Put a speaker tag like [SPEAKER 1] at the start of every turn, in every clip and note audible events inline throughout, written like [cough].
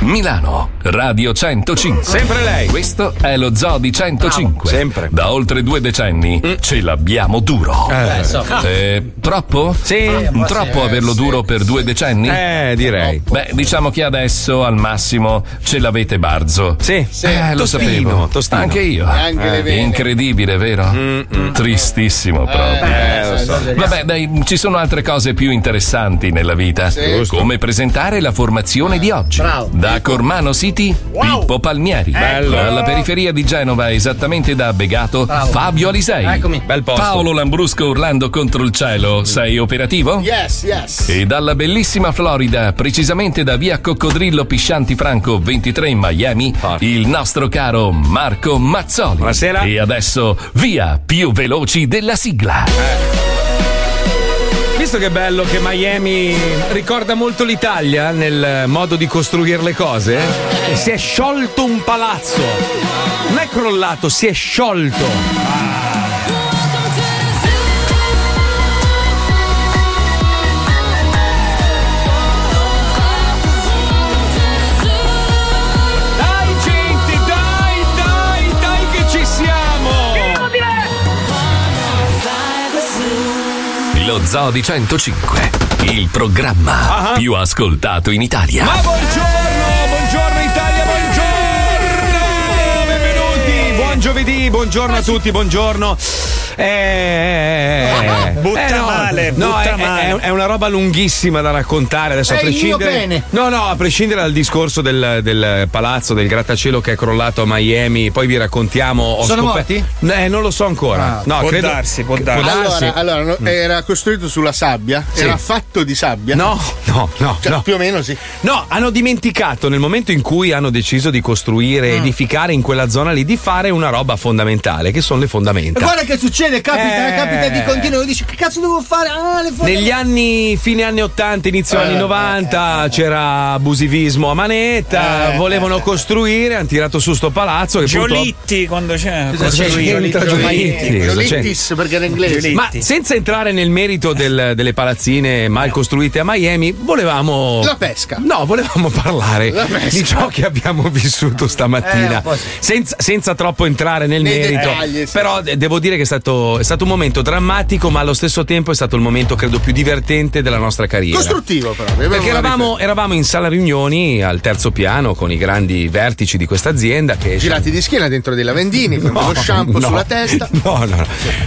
[SPEAKER 1] Milano, Radio 105.
[SPEAKER 2] Sempre lei.
[SPEAKER 1] Questo è lo Zoo di 105. sempre. Da oltre due decenni ce l'abbiamo duro.
[SPEAKER 3] Eh, so.
[SPEAKER 1] Eh, troppo? Sì. Troppo averlo duro per due decenni? Eh, direi. Beh, diciamo che adesso al massimo ce l'avete barzo. Sì. Eh, lo
[SPEAKER 2] Tostino,
[SPEAKER 1] sapevo.
[SPEAKER 2] tostino.
[SPEAKER 1] Anche io.
[SPEAKER 2] E anche le
[SPEAKER 1] Eh.
[SPEAKER 2] vene.
[SPEAKER 1] Incredibile, vero? mm. Tristissimo proprio.
[SPEAKER 2] Eh, lo so.
[SPEAKER 1] Vabbè, dai, ci sono altre cose più interessanti nella vita.
[SPEAKER 2] Sì. Giusto.
[SPEAKER 1] Come presentare la formazione di oggi.
[SPEAKER 4] Bravo.
[SPEAKER 1] Da Cormano City, Pippo Palmieri.
[SPEAKER 4] Bello.
[SPEAKER 1] Dalla periferia di Genova, esattamente da Begato,
[SPEAKER 4] Bravo.
[SPEAKER 1] Fabio Alisei.
[SPEAKER 4] Eccomi.
[SPEAKER 1] Bel posto. Paolo Lambrusco urlando contro il cielo. Sei operativo?
[SPEAKER 5] Yes, yes.
[SPEAKER 1] E dalla bellissima Florida, precisamente da via Coccodrillo Piscianti Franco 23 in Miami, il nostro caro Marco Mazzoli. Buonasera. E adesso via più veloci della sigla.
[SPEAKER 2] Visto che è bello che Miami ricorda molto l'Italia nel modo di costruire le cose,
[SPEAKER 1] Eh.
[SPEAKER 2] si è sciolto un palazzo. Non è crollato, si è sciolto. Dai gente, dai, dai, dai che ci siamo!
[SPEAKER 1] Lo Zoo di 105, il programma più ascoltato in Italia.
[SPEAKER 2] Ma buongiorno, buongiorno Italia, buongiorno!
[SPEAKER 6] Eh.
[SPEAKER 2] Benvenuti, buon giovedì, buongiorno a tutti, buongiorno. Eh,
[SPEAKER 6] Butta
[SPEAKER 2] no,
[SPEAKER 6] male,
[SPEAKER 2] no,
[SPEAKER 6] butta
[SPEAKER 2] è,
[SPEAKER 6] male.
[SPEAKER 2] è- è una roba lunghissima da raccontare adesso a
[SPEAKER 6] È il mio
[SPEAKER 2] prescindere.
[SPEAKER 6] bene.
[SPEAKER 2] No, no, a prescindere dal discorso del, del palazzo, del grattacielo che è crollato a Miami, poi vi raccontiamo. ho
[SPEAKER 6] Sono
[SPEAKER 2] scoperto- Eh, non lo so
[SPEAKER 5] Ah.
[SPEAKER 2] ancora. no,
[SPEAKER 6] Ah, può
[SPEAKER 2] credo-
[SPEAKER 6] darsi, può
[SPEAKER 2] che-
[SPEAKER 6] darsi.
[SPEAKER 2] darsi. Mm.
[SPEAKER 5] Allora, allora, no, era costruito sulla sabbia,
[SPEAKER 2] Sì.
[SPEAKER 5] era fatto di sabbia.
[SPEAKER 2] No, no, no,
[SPEAKER 5] Cioè,
[SPEAKER 2] no.
[SPEAKER 5] più o meno sì.
[SPEAKER 2] No, hanno dimenticato nel momento in cui hanno deciso di costruire, edificare in quella zona lì, di fare una roba fondamentale, che sono le
[SPEAKER 7] E
[SPEAKER 2] fondamenta.
[SPEAKER 7] guarda che succede, capita,
[SPEAKER 2] Eh.
[SPEAKER 7] capita di continuo. Dici, che cazzo devo fare? Ah, le foto.
[SPEAKER 2] Negli anni, fine anni 80, inizio anni 90, c'era abusivismo a manetta, volevano costruire, hanno tirato su sto palazzo che
[SPEAKER 6] Giolitti quando c'è.
[SPEAKER 2] Cosa c'è dentro, Giolitti? Cosa c'è?
[SPEAKER 5] Giolittis, perché era inglese.
[SPEAKER 2] Ma senza entrare nel merito del- delle palazzine mal costruite a Miami, volevamo.
[SPEAKER 5] La pesca.
[SPEAKER 2] No, volevamo parlare
[SPEAKER 5] La pesca.
[SPEAKER 2] di ciò che abbiamo vissuto
[SPEAKER 5] Eh,
[SPEAKER 2] stamattina.
[SPEAKER 5] un po' sì.
[SPEAKER 2] senza, senza troppo entrare nel
[SPEAKER 5] Nei
[SPEAKER 2] merito.
[SPEAKER 5] dettagli, sì.
[SPEAKER 2] Però de- devo dire che è stato, è stato un momento drammatico, ma allo stesso tempo è stato il momento, credo, più divertente della nostra carriera.
[SPEAKER 5] Costruttivo però.
[SPEAKER 2] Perché eravamo, eravamo in sala riunioni al terzo piano con i grandi vertici di questa azienda che
[SPEAKER 5] Girati di schiena dentro dei lavandini, con lo shampoo
[SPEAKER 2] no.
[SPEAKER 5] sulla testa.
[SPEAKER 2] [laughs] No, no, no.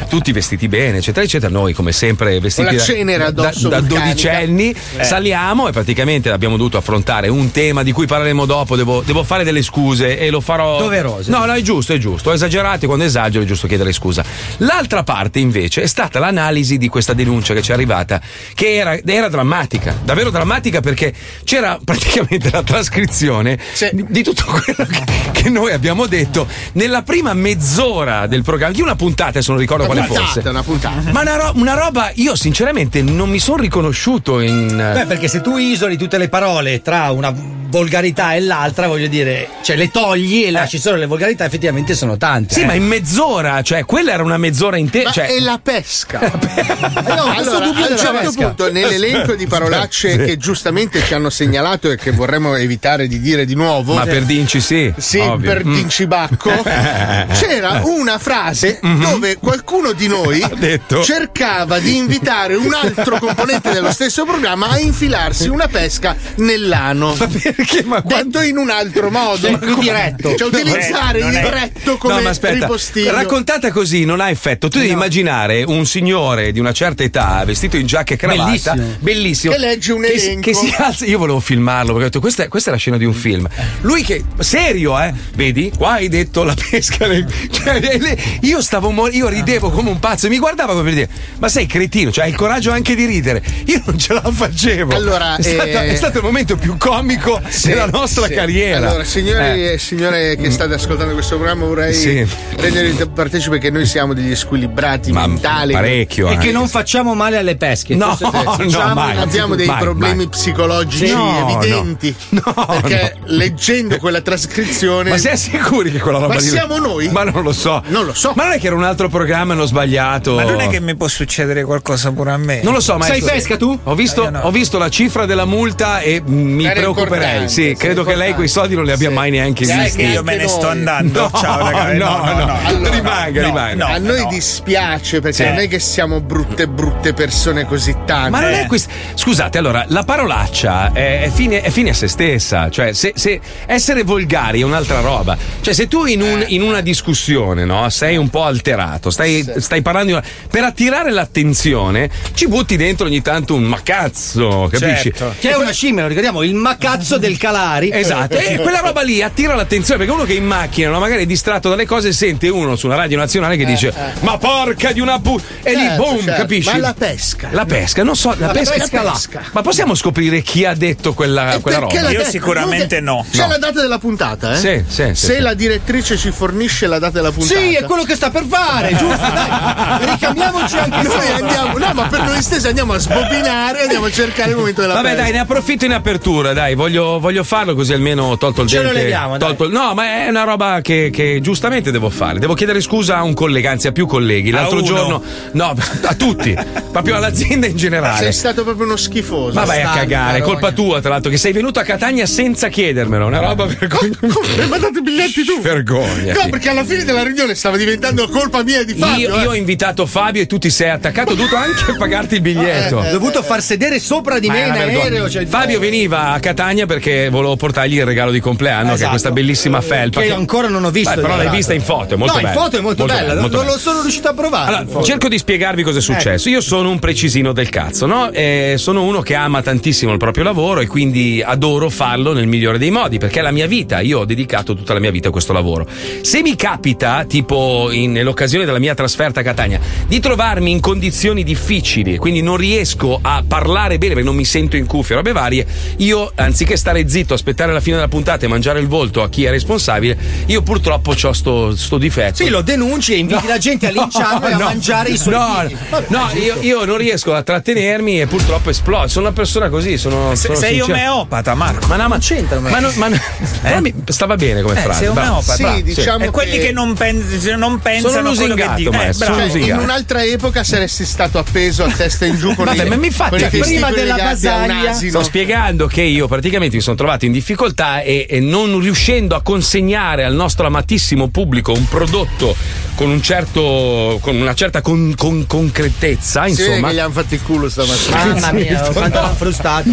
[SPEAKER 2] Tutti vestiti bene, eccetera, eccetera. Noi, come sempre, vestiti
[SPEAKER 5] Con la
[SPEAKER 2] da-
[SPEAKER 5] cenere
[SPEAKER 2] da,
[SPEAKER 5] addosso
[SPEAKER 2] da
[SPEAKER 5] vulcanica.
[SPEAKER 2] dodicenni,
[SPEAKER 5] Eh.
[SPEAKER 2] saliamo e praticamente abbiamo dovuto affrontare un tema di cui parleremo dopo. Devo, devo fare delle scuse e lo farò.
[SPEAKER 7] Doverose.
[SPEAKER 2] No, no, è giusto, è giusto. Ho esagerato e quando esagero è giusto chiedere scusa. L'altra parte, invece, è stata l'analisi di questa denuncia che ci è arrivata, che era, era drammatica, davvero drammatica perché c'era [laughs] praticamente la trascrizione di, di tutto quello che, che noi abbiamo detto nella prima mezz'ora del programma, di una puntata, adesso non ricordo
[SPEAKER 5] Una
[SPEAKER 2] quale
[SPEAKER 5] puntata,
[SPEAKER 2] fosse.
[SPEAKER 5] una puntata.
[SPEAKER 2] Ma una, ro- una roba, io sinceramente non mi sono riconosciuto in.
[SPEAKER 7] Beh, perché se tu isoli tutte le parole tra una volgarità e l'altra, voglio dire, cioè le togli e lasci solo le volgarità, effettivamente sono tante. eh.
[SPEAKER 2] Sì, ma in mezz'ora, cioè quella era una mezz'ora intera.
[SPEAKER 5] Ma
[SPEAKER 2] Cioè,
[SPEAKER 5] è la
[SPEAKER 2] [laughs]
[SPEAKER 5] pesca. Eh,
[SPEAKER 7] allora,
[SPEAKER 5] questo
[SPEAKER 7] della
[SPEAKER 5] dubbio a un certo
[SPEAKER 7] pesca.
[SPEAKER 5] punto, nell'elenco di parolacce che giustamente ci hanno segnalato e che vorremmo evitare di dire di nuovo.
[SPEAKER 2] ma per Dinci sì.
[SPEAKER 5] Sì,
[SPEAKER 2] ovvio.
[SPEAKER 5] per
[SPEAKER 2] Mm.
[SPEAKER 5] Dincibacco
[SPEAKER 2] [laughs]
[SPEAKER 5] c'era una frase dove qualcuno di noi
[SPEAKER 2] mm-hmm. detto.
[SPEAKER 5] cercava di invitare un altro componente dello stesso programma a infilarsi una pesca nell'ano. Ma
[SPEAKER 2] perché? Ma
[SPEAKER 5] Detto in un altro modo,
[SPEAKER 7] Cioè, il diretto.
[SPEAKER 5] Cioè, utilizzare
[SPEAKER 6] No,
[SPEAKER 5] il
[SPEAKER 6] non è-
[SPEAKER 5] diretto come
[SPEAKER 2] Eh, no, ma aspetta,
[SPEAKER 5] ripostiglio.
[SPEAKER 2] raccontata così non ha perfetto. Tu devi immaginare un signore di una certa età vestito in giacca e cravatta,
[SPEAKER 5] Bellissimo.
[SPEAKER 2] bellissimo,
[SPEAKER 5] Che legge un
[SPEAKER 2] che si-
[SPEAKER 5] elenco.
[SPEAKER 2] che si alza. Io volevo filmarlo perché ho detto questa è, questa è la scena di un film. Lui che serio, eh? Vedi? Qua hai detto la pesca. nel- cioè, e le- io stavo mor- io ridevo come un pazzo e mi guardava come per dire "Ma sei cretino, cioè hai il coraggio anche di ridere". Io non ce la facevo.
[SPEAKER 5] Allora,
[SPEAKER 2] è, stato,
[SPEAKER 5] eh,
[SPEAKER 2] è stato il momento più comico della nostra
[SPEAKER 5] Sì.
[SPEAKER 2] carriera.
[SPEAKER 5] Allora, signori
[SPEAKER 2] Eh.
[SPEAKER 5] e signore che state ascoltando questo programma, vorrei
[SPEAKER 2] Sì.
[SPEAKER 5] rendere partecipe che noi siamo degli squilibrati
[SPEAKER 2] Ma
[SPEAKER 5] mentali.
[SPEAKER 2] parecchio,
[SPEAKER 7] E
[SPEAKER 2] anche.
[SPEAKER 7] che non facciamo male alle pesche.
[SPEAKER 2] No,
[SPEAKER 7] Questo è-
[SPEAKER 2] no,
[SPEAKER 7] diciamo-
[SPEAKER 2] mai.
[SPEAKER 5] Abbiamo dei
[SPEAKER 2] Vai,
[SPEAKER 5] problemi
[SPEAKER 2] vai.
[SPEAKER 5] psicologici
[SPEAKER 2] Sì. No,
[SPEAKER 5] evidenti.
[SPEAKER 2] no. No,
[SPEAKER 5] perché
[SPEAKER 2] no.
[SPEAKER 5] leggendo quella trascrizione.
[SPEAKER 2] Ma siete sicuri che quella roba
[SPEAKER 5] Ma
[SPEAKER 2] lì-
[SPEAKER 5] siamo noi?
[SPEAKER 2] Ma non lo so.
[SPEAKER 5] Non lo so.
[SPEAKER 2] Ma non è che era un altro programma e l'ho sbagliato.
[SPEAKER 6] Ma non è che mi può succedere qualcosa pure a me?
[SPEAKER 2] Non lo so, ma
[SPEAKER 7] Sei pesca tu?
[SPEAKER 2] Ho visto,
[SPEAKER 6] No, Eh, io no.
[SPEAKER 2] ho visto la cifra della multa e mi
[SPEAKER 5] Era
[SPEAKER 2] preoccuperei.
[SPEAKER 5] importante,
[SPEAKER 2] Sì,
[SPEAKER 5] sì,
[SPEAKER 2] credo che lei
[SPEAKER 5] importante.
[SPEAKER 2] quei soldi non li abbia
[SPEAKER 5] Sì.
[SPEAKER 2] mai neanche
[SPEAKER 5] Sì,
[SPEAKER 6] Sai
[SPEAKER 2] visti.
[SPEAKER 6] che io me ne
[SPEAKER 5] Neanche
[SPEAKER 6] sto
[SPEAKER 5] noi.
[SPEAKER 6] andando. Ciao, ragazzi.
[SPEAKER 2] no, no, no.
[SPEAKER 5] Allora,
[SPEAKER 2] rimanga,
[SPEAKER 6] no,
[SPEAKER 2] rimanga.
[SPEAKER 6] no.
[SPEAKER 5] a noi dispiace perché
[SPEAKER 6] Sì.
[SPEAKER 5] non è che siamo brutte, brutte persone così tante.
[SPEAKER 2] Ma
[SPEAKER 6] Eh.
[SPEAKER 2] non è questo. Scusate, allora, la parolaccia è, è fine, è fine a se stessa. Cioè, se, se essere volgari è un'altra roba. Cioè, se tu in,
[SPEAKER 5] Eh.
[SPEAKER 2] un- in una discussione, no, sei un po' alterato, stai, stai parlando di una- Per attirare l'attenzione, ci butti dentro ogni tanto un macazzo, capisci?
[SPEAKER 6] Certo.
[SPEAKER 7] Che è una scimmia, lo ricordiamo, il macazzo del Calari.
[SPEAKER 2] Esatto, e
[SPEAKER 5] Certo.
[SPEAKER 2] quella roba lì attira l'attenzione perché uno che è in macchina, no, magari è distratto dalle cose, sente uno sulla radio nazionale che dice Ma porca di una puttana! E lì,
[SPEAKER 5] Eh, Certo,
[SPEAKER 2] boom,
[SPEAKER 5] certo.
[SPEAKER 2] capisci?
[SPEAKER 5] Ma la pesca?
[SPEAKER 2] La pesca, non so, la,
[SPEAKER 5] La
[SPEAKER 2] pesca,
[SPEAKER 5] pesca
[SPEAKER 2] là.
[SPEAKER 5] pesca.
[SPEAKER 2] Ma possiamo scoprire chi ha detto quella,
[SPEAKER 5] E
[SPEAKER 2] quella
[SPEAKER 5] perché
[SPEAKER 2] roba?
[SPEAKER 5] la
[SPEAKER 6] Io
[SPEAKER 5] data-
[SPEAKER 6] sicuramente no.
[SPEAKER 5] C'è
[SPEAKER 2] No.
[SPEAKER 5] la data della puntata, eh?
[SPEAKER 2] Sì, sì, sì,
[SPEAKER 5] Se
[SPEAKER 2] sì.
[SPEAKER 5] la direttrice ci fornisce la data della puntata.
[SPEAKER 7] Sì, è quello che sta per
[SPEAKER 5] [laughs]
[SPEAKER 7] fare, giusto? Dai, ricamiamoci anche
[SPEAKER 5] Noi
[SPEAKER 7] sopra.
[SPEAKER 5] andiamo, no, ma per noi stessi andiamo a sbobinare e andiamo a cercare il momento della
[SPEAKER 2] Vabbè,
[SPEAKER 5] pesca.
[SPEAKER 2] dai, ne approfitto in apertura, dai, voglio, voglio farlo così almeno ho tolto il
[SPEAKER 7] Ce lo
[SPEAKER 2] dente.
[SPEAKER 7] leviamo, dai.
[SPEAKER 2] tolto il- No, ma è una roba che, che giustamente devo fare. Devo chiedere scusa a un collega, anzi a più colleghi. L'altro
[SPEAKER 6] uno?
[SPEAKER 2] giorno, no,
[SPEAKER 5] [laughs]
[SPEAKER 2] a tutti, proprio all'azienda in generale.
[SPEAKER 5] Sei stato proprio uno schifoso.
[SPEAKER 2] Ma vai a
[SPEAKER 5] Stanca,
[SPEAKER 2] cagare, è colpa
[SPEAKER 5] rogna.
[SPEAKER 2] tua tra l'altro che sei venuto a Catania senza chiedermelo, una roba vergognosa.
[SPEAKER 5] Come hai mandato i biglietti tu?
[SPEAKER 2] Vergogna.
[SPEAKER 5] No, perché alla fine della riunione stava diventando colpa mia di Fabio.
[SPEAKER 2] Io,
[SPEAKER 5] eh.
[SPEAKER 2] io ho invitato Fabio e tu ti sei attaccato, ho
[SPEAKER 5] [laughs]
[SPEAKER 2] dovuto anche pagarti il biglietto.
[SPEAKER 5] Eh,
[SPEAKER 7] Ho dovuto far sedere sopra di
[SPEAKER 2] Ma
[SPEAKER 7] me
[SPEAKER 2] è
[SPEAKER 7] in
[SPEAKER 2] una vergogna.
[SPEAKER 7] aereo. cioè-
[SPEAKER 2] Fabio veniva a Catania perché volevo portargli il regalo di compleanno, che è
[SPEAKER 7] Esatto.
[SPEAKER 2] questa bellissima felpa.
[SPEAKER 7] Che io ancora non ho visto.
[SPEAKER 2] Beh, però
[SPEAKER 7] tra
[SPEAKER 2] l'hai
[SPEAKER 7] l'altro.
[SPEAKER 2] vista in foto, è molto
[SPEAKER 7] no,
[SPEAKER 2] bella.
[SPEAKER 7] in foto è molto, bella.
[SPEAKER 2] molto
[SPEAKER 7] non
[SPEAKER 2] bella.
[SPEAKER 7] lo sono riuscito a provare. Ecco. in
[SPEAKER 2] Allora,
[SPEAKER 7] foto.
[SPEAKER 2] cerco di spiegarvi cosa è successo. Io sono un preciso del cazzo, no? Eh, sono uno che ama tantissimo il proprio lavoro e quindi adoro farlo nel migliore dei modi, perché è la mia vita. Io ho dedicato tutta la mia vita a questo lavoro. Se mi capita, tipo in- nell'occasione della mia trasferta a Catania, di trovarmi in condizioni difficili, quindi non riesco a parlare bene perché non mi sento in cuffia, robe varie, io anziché stare zitto, aspettare la fine della puntata e mangiare il volto a chi è responsabile, io purtroppo ho sto, sto difetto.
[SPEAKER 7] Sì, lo denunci e inviti la gente a linciarlo e a
[SPEAKER 2] [laughs] No,
[SPEAKER 7] mangiare i suoi
[SPEAKER 2] no,
[SPEAKER 7] figli.
[SPEAKER 2] no, no, io, io non riesco a trattenermi e purtroppo esplodo. Sono una persona così, sono.
[SPEAKER 6] Se-
[SPEAKER 2] sono
[SPEAKER 6] sei
[SPEAKER 2] sincero.
[SPEAKER 6] omeopata, Marco.
[SPEAKER 2] Ma no, ma
[SPEAKER 7] c'entra, ma-
[SPEAKER 2] Ma, no, ma no- però mi- stava bene come
[SPEAKER 6] Eh,
[SPEAKER 2] frase.
[SPEAKER 6] sei
[SPEAKER 2] va.
[SPEAKER 6] omeopata.
[SPEAKER 5] Sì,
[SPEAKER 6] bravo.
[SPEAKER 5] diciamo
[SPEAKER 6] E quelli
[SPEAKER 5] che-
[SPEAKER 6] che non, pens- non
[SPEAKER 2] Sono
[SPEAKER 6] pensano a quello che
[SPEAKER 2] lusingato,
[SPEAKER 6] dicono.
[SPEAKER 2] maestro, sono
[SPEAKER 6] bravo.
[SPEAKER 2] lusingato.
[SPEAKER 5] In un'altra epoca saresti stato appeso a testa in giù con
[SPEAKER 2] Vabbè,
[SPEAKER 5] i-
[SPEAKER 2] ma mi fate-
[SPEAKER 5] con i
[SPEAKER 2] cioè,
[SPEAKER 5] testicoli
[SPEAKER 7] prima della
[SPEAKER 5] legati a un
[SPEAKER 7] basaglia-
[SPEAKER 5] asino.
[SPEAKER 2] Sto spiegando che io praticamente mi sono trovato in difficoltà e, e non riuscendo a consegnare al nostro amatissimo pubblico un prodotto con un certo. con una certa con- con- concretezza,
[SPEAKER 5] Si vede
[SPEAKER 2] Ah, insomma.
[SPEAKER 5] che gli hanno fatto il culo stamattina.
[SPEAKER 7] Mamma mia, quanto l'ha frustato.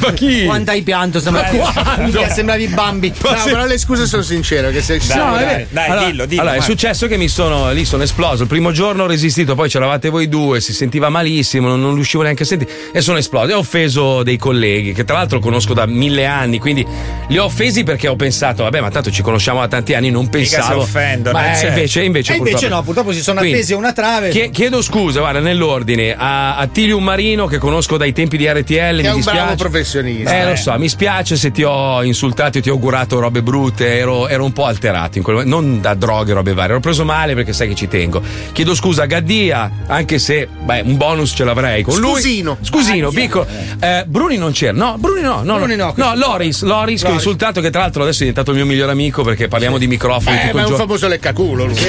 [SPEAKER 2] Ma chi?
[SPEAKER 7] Quanto hai pianto stamattina?
[SPEAKER 2] quando?
[SPEAKER 7] Mica sembravi Bambi.
[SPEAKER 2] Ma
[SPEAKER 5] No,
[SPEAKER 2] se-
[SPEAKER 5] però le scuse Eh, sono sincere. Che se
[SPEAKER 6] Dai,
[SPEAKER 5] no,
[SPEAKER 2] è
[SPEAKER 6] dai,
[SPEAKER 2] vero.
[SPEAKER 6] dai, dillo, dillo,
[SPEAKER 2] Allora, è
[SPEAKER 6] Marco.
[SPEAKER 2] successo che mi sono lì, sono esploso. Il primo giorno ho resistito, poi c'eravate voi due, si sentiva malissimo, non, non riuscivo neanche a sentire. E sono esploso. E ho offeso dei colleghi, che tra l'altro conosco da mille anni, quindi li ho offesi perché ho pensato, vabbè, ma tanto ci conosciamo da tanti anni, non pensavo.
[SPEAKER 6] si offendono,
[SPEAKER 2] ma
[SPEAKER 6] eh,
[SPEAKER 2] eh,
[SPEAKER 6] certo.
[SPEAKER 2] invece, invece,
[SPEAKER 7] E invece
[SPEAKER 2] purtroppo-
[SPEAKER 7] no, purtroppo si sono
[SPEAKER 2] Quindi,
[SPEAKER 7] appesi a una trave.
[SPEAKER 2] Chie- chiedo scusa, guarda, nell'ordine a Attilio Marino che conosco dai tempi di RTL. mi
[SPEAKER 5] è un
[SPEAKER 2] dispiace.
[SPEAKER 5] bravo professionista.
[SPEAKER 2] Eh, lo so, mi spiace se ti ho insultato e ti ho augurato robe brutte. Ero, ero un po' alterato in quel momento, non da droghe e robe varie. Ero preso male perché sai che ci tengo. Chiedo scusa a Gaddia, anche se beh, un bonus ce l'avrei con lui.
[SPEAKER 5] Scusino.
[SPEAKER 2] Scusino, piccolo. Eh, Bruni non c'era. No, Bruni no. No,
[SPEAKER 7] Bruni no, questo-
[SPEAKER 2] Loris, Loris che ho insultato, che tra l'altro adesso è diventato il mio migliore amico perché parliamo di microfoni
[SPEAKER 5] Eh,
[SPEAKER 2] tutto
[SPEAKER 5] ma
[SPEAKER 2] il
[SPEAKER 5] è un
[SPEAKER 2] giorno.
[SPEAKER 5] famoso leccaculo lui.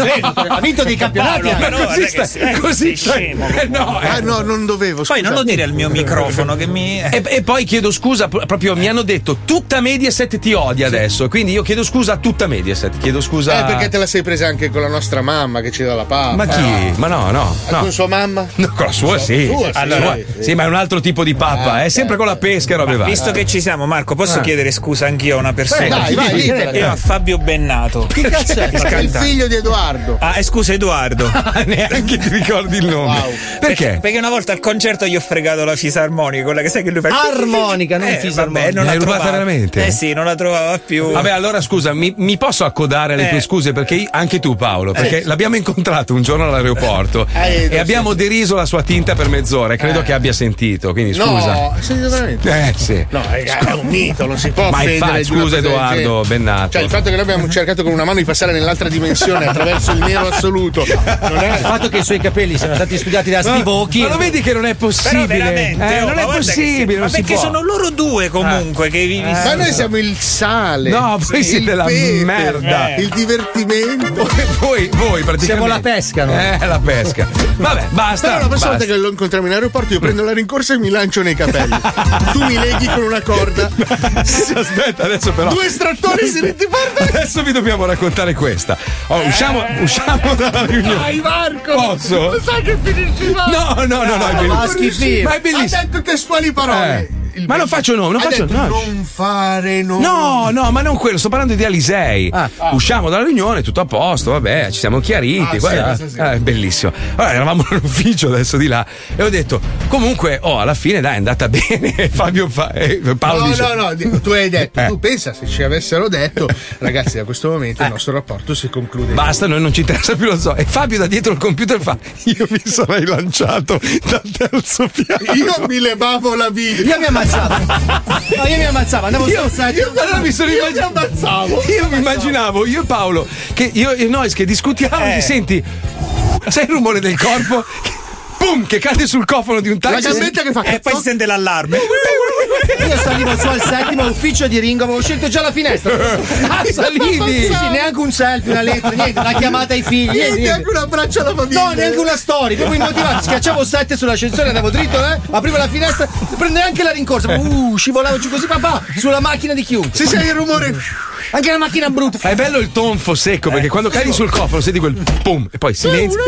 [SPEAKER 7] Ha vinto dei campionati.
[SPEAKER 6] Paolo,
[SPEAKER 7] anche.
[SPEAKER 2] Ma
[SPEAKER 6] No,
[SPEAKER 2] così
[SPEAKER 6] guarda che
[SPEAKER 2] stai-
[SPEAKER 6] sei- sei
[SPEAKER 2] così stai-
[SPEAKER 6] scemo.
[SPEAKER 2] Eh, no, eh.
[SPEAKER 5] Ah, no, non dovevo.
[SPEAKER 6] Poi non
[SPEAKER 5] scusa.
[SPEAKER 6] lo dire al mio microfono Eh. che mi.
[SPEAKER 2] [laughs] E, e poi chiedo scusa, pr- proprio mi hanno detto tutta Mediaset ti odia adesso, quindi io chiedo scusa a tutta Mediaset, chiedo scusa
[SPEAKER 5] Eh, perché te la sei presa anche con la nostra mamma che ci dà la pappa.
[SPEAKER 2] Ma chi?
[SPEAKER 6] eh,
[SPEAKER 2] Ma no, no, no.
[SPEAKER 5] Con sua mamma?
[SPEAKER 2] No, con la sua sì.
[SPEAKER 5] Sua, sì.
[SPEAKER 2] Allora,
[SPEAKER 5] Sì,
[SPEAKER 2] sì, ma è un altro tipo di pappa, è sempre con la pesca e robe varie.
[SPEAKER 6] Ah, eh. Visto che ci siamo, Marco,
[SPEAKER 2] Ah.
[SPEAKER 6] posso chiedere scusa anch'io a una persona?
[SPEAKER 5] Dai, vai, libera.
[SPEAKER 6] Io a Fabio Bennato. [laughs]
[SPEAKER 7] Che cazzo è?
[SPEAKER 5] Il figlio di Edoardo. Edoardo.
[SPEAKER 6] Ah, eh, scusa
[SPEAKER 2] [laughs]
[SPEAKER 6] Edoardo.
[SPEAKER 2] Ah, Neanche ti ricordi il nome.
[SPEAKER 5] Wow.
[SPEAKER 2] Perché?
[SPEAKER 6] Perché una volta al concerto gli ho fregato la fisarmonica, quella che sai che lui fa.
[SPEAKER 8] Armonica, non
[SPEAKER 6] Eh,
[SPEAKER 8] fisarmonica.
[SPEAKER 6] Vabbè, non
[SPEAKER 2] L'hai
[SPEAKER 6] la
[SPEAKER 2] rubata
[SPEAKER 6] trovava.
[SPEAKER 2] veramente?
[SPEAKER 6] Eh sì, non la trovava più.
[SPEAKER 2] Vabbè, allora scusa, mi, mi posso accodare alle
[SPEAKER 6] Eh.
[SPEAKER 2] tue scuse? Perché io- anche tu, Paolo, perché l'abbiamo incontrato un giorno all'aeroporto
[SPEAKER 5] [laughs] Eh,
[SPEAKER 2] e
[SPEAKER 5] sì, Eh.
[SPEAKER 2] abbiamo deriso la sua tinta per mezz'ora e credo che abbia sentito. Quindi Eh, scusa.
[SPEAKER 5] No, sei veramente.
[SPEAKER 2] Eh sì.
[SPEAKER 5] No, raga, è un mito, non si può
[SPEAKER 2] Ma
[SPEAKER 5] offendere
[SPEAKER 2] infatti,
[SPEAKER 5] di una
[SPEAKER 2] scusa
[SPEAKER 5] cosa del
[SPEAKER 2] Edoardo
[SPEAKER 5] genere.
[SPEAKER 2] Bennato.
[SPEAKER 5] Cioè, il fatto che noi abbiamo cercato con una mano di passare nell'altra dimensione attraverso il nero
[SPEAKER 2] [laughs]
[SPEAKER 5] assoluto. Non
[SPEAKER 8] Il
[SPEAKER 7] Eh.
[SPEAKER 5] è...
[SPEAKER 8] fatto che i suoi capelli siano stati studiati da Steve Aoki.
[SPEAKER 2] Ma lo vedi che non è
[SPEAKER 6] Però
[SPEAKER 2] possibile?
[SPEAKER 6] veramente,
[SPEAKER 2] Eh,
[SPEAKER 6] oh,
[SPEAKER 2] non
[SPEAKER 6] ma
[SPEAKER 2] è
[SPEAKER 6] guarda che sì.
[SPEAKER 2] possibile.
[SPEAKER 6] Ma
[SPEAKER 2] non si
[SPEAKER 6] perché
[SPEAKER 2] può. Ah.
[SPEAKER 6] sono loro due comunque che vi.
[SPEAKER 5] Ma noi siamo il sale.
[SPEAKER 2] Eh, No, voi
[SPEAKER 5] il
[SPEAKER 2] siete la
[SPEAKER 5] pepe, eh,
[SPEAKER 2] merda.
[SPEAKER 5] Il divertimento.
[SPEAKER 2] [laughs] Voi, voi praticamente.
[SPEAKER 8] Siamo la pesca, no?
[SPEAKER 2] Eh, la pesca. Vabbè, basta.
[SPEAKER 5] Però la prossima
[SPEAKER 2] basta.
[SPEAKER 5] volta che lo incontriamo in aeroporto io prendo la rincorsa e mi lancio nei
[SPEAKER 2] [laughs]
[SPEAKER 5] capelli. tu mi leghi con una corda.
[SPEAKER 2] Aspetta, adesso però.
[SPEAKER 5] Eh. Due estrattori si
[SPEAKER 2] [laughs]
[SPEAKER 5] ripartono.
[SPEAKER 2] Adesso vi dobbiamo raccontare questa. Oh, usciamo,
[SPEAKER 5] Eh.
[SPEAKER 2] usciamo dalla riunione.
[SPEAKER 5] Dai Marco!
[SPEAKER 2] Posso?
[SPEAKER 5] Lo sai che finisci male! Ah,
[SPEAKER 2] No, no, no, no, è
[SPEAKER 8] ma
[SPEAKER 2] bellissimo.
[SPEAKER 8] schifissimo.
[SPEAKER 2] Ma è bellissimo.
[SPEAKER 5] Ha detto testuali parole.
[SPEAKER 2] Eh. Ma non faccio nome, non
[SPEAKER 5] Ha
[SPEAKER 2] faccio
[SPEAKER 5] detto,
[SPEAKER 2] no.
[SPEAKER 5] Non fare no.
[SPEAKER 2] No, no, ma non quello, sto parlando di Alisei. Ah. Usciamo dalla riunione, tutto a posto, vabbè, ci siamo chiariti.
[SPEAKER 5] Ah, sì,
[SPEAKER 2] guarda,
[SPEAKER 5] sì, sì.
[SPEAKER 2] eh, bellissimo. Allora, eravamo [laughs] all'ufficio adesso di là e ho detto, comunque, oh, alla fine dai, è andata [laughs] bene. Fabio fa- eh, Paolo
[SPEAKER 5] No,
[SPEAKER 2] dice,
[SPEAKER 5] no, no, di- tu hai detto,
[SPEAKER 2] Eh.
[SPEAKER 5] tu pensa se ci avessero detto, ragazzi, da questo momento il nostro rapporto si conclude.
[SPEAKER 2] Basta, noi non ci interessa più lo zoo. E Fabio da dietro il computer fa: Io mi sarei lanciato dal terzo piano.
[SPEAKER 5] Io mi levavo la vita.
[SPEAKER 8] Io mi
[SPEAKER 5] [laughs]
[SPEAKER 8] ammazzavo. No, io mi ammazzavo, andavo io,
[SPEAKER 5] io-
[SPEAKER 2] Allora mi sono
[SPEAKER 5] Io mi
[SPEAKER 2] immaginato.
[SPEAKER 5] ammazzavo.
[SPEAKER 2] Io mi immaginavo, io e Paolo, che io e Nois che discutiamo,
[SPEAKER 6] Eh.
[SPEAKER 2] e senti, sai il rumore del corpo? Che- Boom, che cade sul cofano di un
[SPEAKER 5] La
[SPEAKER 2] taxi.
[SPEAKER 5] gambetta che fa
[SPEAKER 6] E poi si sente l'allarme.
[SPEAKER 8] Io salivo su al settimo ufficio di Ringo, avevo scelto già la finestra.
[SPEAKER 2] Ah,
[SPEAKER 8] Sì,
[SPEAKER 2] salivi!
[SPEAKER 8] sì, neanche un selfie, una lettera, niente, una chiamata ai figli. niente,
[SPEAKER 5] niente,
[SPEAKER 8] niente.
[SPEAKER 5] neanche un abbraccio alla famiglia.
[SPEAKER 8] No, neanche una storia, proprio immotivato. Schiacciavo 7 sull'ascensore, andavo dritto, eh? Aprivo la finestra, prende anche la rincorsa. Uh, scivolavo giù così, papà, sulla macchina di chiunque.
[SPEAKER 5] Se sei il rumore.
[SPEAKER 8] Anche la macchina brutta.
[SPEAKER 2] È bello il tonfo secco
[SPEAKER 5] Eh,
[SPEAKER 2] perché quando cadi sul cofano senti quel boom e poi silenzio.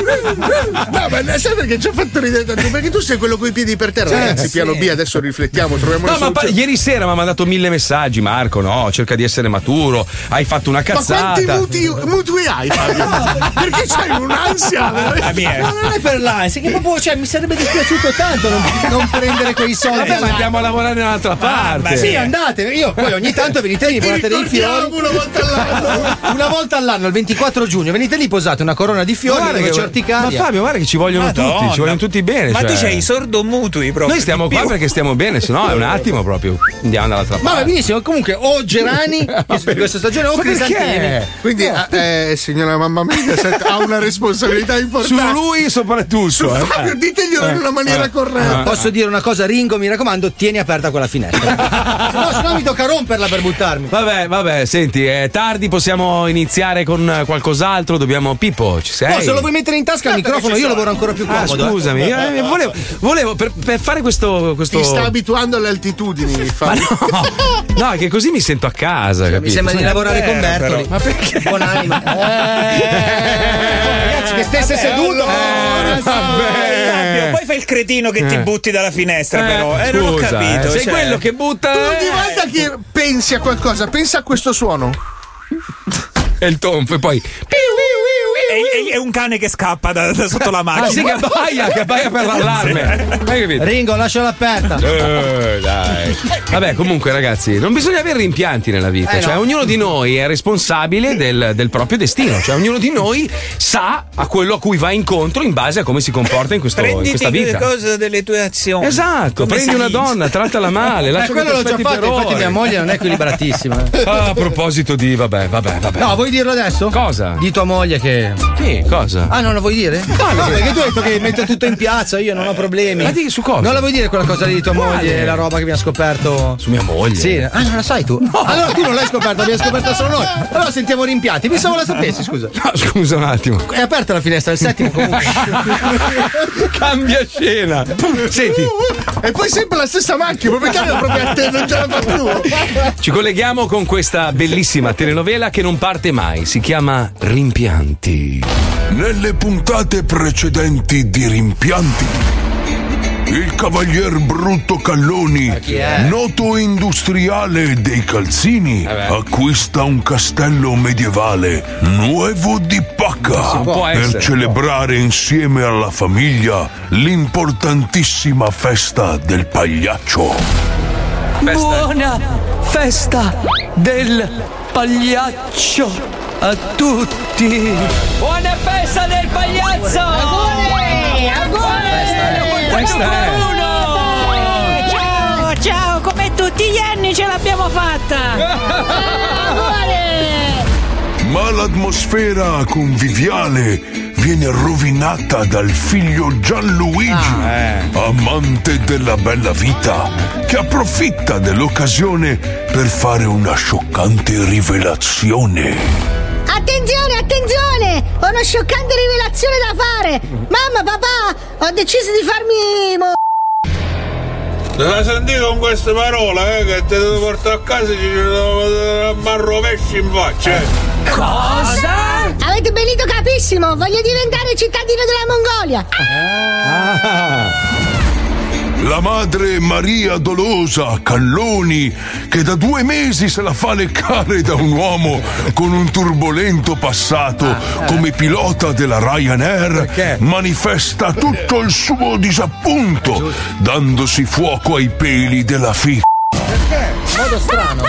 [SPEAKER 5] No, ma sai perché ci ha fatto ridere tanto? Perché tu sei quello coi piedi per terra. Ragazzi, piano B, adesso riflettiamo, troviamo una
[SPEAKER 2] Cioè, No, ma pa-
[SPEAKER 5] soluzione.
[SPEAKER 2] ieri sera mi ha mandato mille messaggi, Marco. No, cerca di essere maturo. Hai fatto una
[SPEAKER 5] Ma quanti
[SPEAKER 2] cazzata.
[SPEAKER 5] muti, mutui hai,
[SPEAKER 8] [laughs]
[SPEAKER 5] Fabio? Perché c'hai un'ansia?
[SPEAKER 6] Ah,
[SPEAKER 5] veramente?
[SPEAKER 6] mia.
[SPEAKER 8] Ma non è per l'ansia, che proprio, cioè, mi sarebbe dispiaciuto tanto non, non prendere quei soldi.
[SPEAKER 5] Eh,
[SPEAKER 8] Ah,
[SPEAKER 2] Vabbè, ma andiamo a lavorare in un'altra parte.
[SPEAKER 6] ma
[SPEAKER 8] Sì, andate, io poi ogni tanto
[SPEAKER 5] [laughs]
[SPEAKER 8] venite lì,
[SPEAKER 5] Ti
[SPEAKER 8] portate dei
[SPEAKER 5] ricordiamo
[SPEAKER 8] fiori.
[SPEAKER 5] una volta all'anno.
[SPEAKER 8] [laughs] Una volta all'anno, il 24 giugno, venite lì, posate una corona di
[SPEAKER 2] Ma
[SPEAKER 8] fiori,
[SPEAKER 2] guarda
[SPEAKER 8] una
[SPEAKER 2] che- ma
[SPEAKER 8] certicaria.
[SPEAKER 2] Fabio, guarda che ci vogliono tutti,
[SPEAKER 6] Madonna.
[SPEAKER 2] ci vogliono tutti bene.
[SPEAKER 6] Ma
[SPEAKER 2] cioè.
[SPEAKER 6] tu c'hai i sordomutui proprio.
[SPEAKER 2] Noi stiamo
[SPEAKER 6] di
[SPEAKER 2] qua
[SPEAKER 6] più.
[SPEAKER 2] perché stiamo bene, se no è un attimo proprio. Andiamo dall'altra
[SPEAKER 8] Ma va
[SPEAKER 2] parte.
[SPEAKER 8] benissimo, comunque o
[SPEAKER 2] [laughs]
[SPEAKER 8] Gerani che di questa stagione o
[SPEAKER 2] Ma
[SPEAKER 8] Crisantini.
[SPEAKER 2] perché?
[SPEAKER 5] Quindi, eh, signora
[SPEAKER 6] [laughs]
[SPEAKER 5] mamma mia, senta, ha una responsabilità
[SPEAKER 2] Su
[SPEAKER 5] importante.
[SPEAKER 2] lui soprattutto. eh.
[SPEAKER 5] Fabio, diteglielo in una maniera corretta.
[SPEAKER 8] Posso dire una cosa, Ringo, mi raccomando, tieni aperta
[SPEAKER 5] [laughs]
[SPEAKER 8] quella finestra. se no, se no mi tocca romperla per buttarmi.
[SPEAKER 2] Vabbè, vabbè, senti, è tardi, possiamo iniziare con eh, qualcos'altro. Dobbiamo. Pippo, ci sei?
[SPEAKER 8] No, se lo vuoi mettere in tasca il microfono, io lavoro ancora più
[SPEAKER 2] Ah,
[SPEAKER 8] comodo. eh.
[SPEAKER 2] scusami, io, eh, volevo, volevo per, per fare questo. questo...
[SPEAKER 5] Ti sta abituando alle
[SPEAKER 2] [laughs]
[SPEAKER 5] altitudini,
[SPEAKER 2] Ma
[SPEAKER 5] Fabio.
[SPEAKER 2] no, [laughs] no, che così mi sento a casa.
[SPEAKER 8] Cioè, Mi
[SPEAKER 2] capito? Eh,
[SPEAKER 8] sembra di lavorare con Bertoli.
[SPEAKER 2] Ma perché?
[SPEAKER 8] Buonanima. Ragazzi, che stesse seduto.
[SPEAKER 2] Eh, vabbè.
[SPEAKER 6] Fabio, poi fai
[SPEAKER 5] Eh.
[SPEAKER 6] il cretino che ti butti dalla finestra, però. Eh, non ho
[SPEAKER 2] Eh. scusa,
[SPEAKER 6] capito.
[SPEAKER 2] eh, sei
[SPEAKER 6] cioè.
[SPEAKER 2] quello che butta.
[SPEAKER 5] Ogni volta che pensi a qualcosa, pensa a questo suono.
[SPEAKER 2] E il tonfo, e poi.
[SPEAKER 6] È, è- è un cane che scappa da, da [laughs] sotto la
[SPEAKER 2] Ah,
[SPEAKER 6] macchina.
[SPEAKER 2] sì, che appaia, che
[SPEAKER 6] [laughs]
[SPEAKER 2] appaia per l'allarme. Hai capito?
[SPEAKER 8] Ringo, lasciala aperta.
[SPEAKER 2] Eh, dai. Vabbè, comunque, ragazzi, non bisogna avere rimpianti nella vita.
[SPEAKER 8] Eh,
[SPEAKER 2] cioè,
[SPEAKER 8] no.
[SPEAKER 2] ognuno di noi è responsabile del, del proprio destino. Cioè, ognuno di noi sa a quello a cui va incontro in base a come si comporta in, questo- in
[SPEAKER 6] Prenditi
[SPEAKER 2] questa
[SPEAKER 6] le
[SPEAKER 2] vita.
[SPEAKER 6] cose delle tue azioni.
[SPEAKER 2] Esatto,
[SPEAKER 6] Come
[SPEAKER 2] prendi
[SPEAKER 6] sei?
[SPEAKER 2] una donna, trattala male,
[SPEAKER 8] Eh,
[SPEAKER 2] lascia che
[SPEAKER 8] quello l'ho
[SPEAKER 2] ti
[SPEAKER 8] già
[SPEAKER 2] aspetti per
[SPEAKER 8] fatto, infatti
[SPEAKER 2] ore.
[SPEAKER 8] mia moglie non è equilibrattissima. eh.
[SPEAKER 2] Ah, a proposito di, vabbè, vabbè, vabbè.
[SPEAKER 8] No, vuoi dirlo adesso?
[SPEAKER 2] Cosa?
[SPEAKER 8] Di tua moglie che.
[SPEAKER 2] Sì, cosa?
[SPEAKER 8] Ah, non lo vuoi dire? No, no, perché tu hai detto che metto tutto in piazza, io non ho problemi.
[SPEAKER 2] Ma di- su cosa?
[SPEAKER 8] Non la vuoi dire quella cosa lì di tua
[SPEAKER 2] Quale?
[SPEAKER 8] moglie, la roba che mi ha scoperto?
[SPEAKER 2] Su mia moglie.
[SPEAKER 8] Sì, ah, non la sai tu? Allora tu non l'hai scoperta, l'abbiamo scoperta solo noi. Allora sentiamo rimpianti. Pensavo la sapessi, scusa.
[SPEAKER 2] No, scusa un attimo.
[SPEAKER 8] È aperta la finestra del settimo
[SPEAKER 9] [laughs]
[SPEAKER 8] comunque.
[SPEAKER 2] [laughs] Cambia scena. Senti,
[SPEAKER 5] E poi sempre la stessa macchina, ma perché era proprio a te, non ce la fa più.
[SPEAKER 2] ci colleghiamo con questa bellissima telenovela che non parte mai. Si chiama Rimpianti.
[SPEAKER 3] Nelle puntate precedenti di Rimpianti. il cavalier Brutto Calloni,
[SPEAKER 9] chi è?
[SPEAKER 3] noto industriale dei calzini, acquista un castello medievale nuovo di pacca
[SPEAKER 2] può
[SPEAKER 3] per
[SPEAKER 2] essere.
[SPEAKER 3] celebrare insieme alla famiglia l'importantissima festa del pagliaccio.
[SPEAKER 10] Buona festa del pagliaccio a tutti! Buona festa del pagliaccio!
[SPEAKER 11] Auguri! Auguri!
[SPEAKER 2] Questa è.
[SPEAKER 11] Auguri! Ciao, Oh, ciao, come tutti gli anni ce l'abbiamo fatta! Auguri!
[SPEAKER 3] Ma l'atmosfera conviviale viene rovinata dal figlio Gianluigi, amante della bella vita, che approfitta dell'occasione per fare una scioccante rivelazione.
[SPEAKER 12] Attenzione, attenzione! Ho una scioccante rivelazione da fare! Mamma, papà, ho deciso di farmi. mo-
[SPEAKER 6] Te la sentito con queste parole, eh, che te devo portare a casa e ci devo rovesci in faccia, eh.
[SPEAKER 11] Cosa?
[SPEAKER 12] Avete benito capissimo! Voglio diventare cittadino della Mongolia!
[SPEAKER 3] Ah. La madre Maria Dolosa Calloni, che da due mesi se la fa leccare da un uomo con un turbolento passato come pilota della Ryanair, manifesta tutto il suo disappunto, dandosi fuoco ai peli della figlia.
[SPEAKER 8] Modo strano.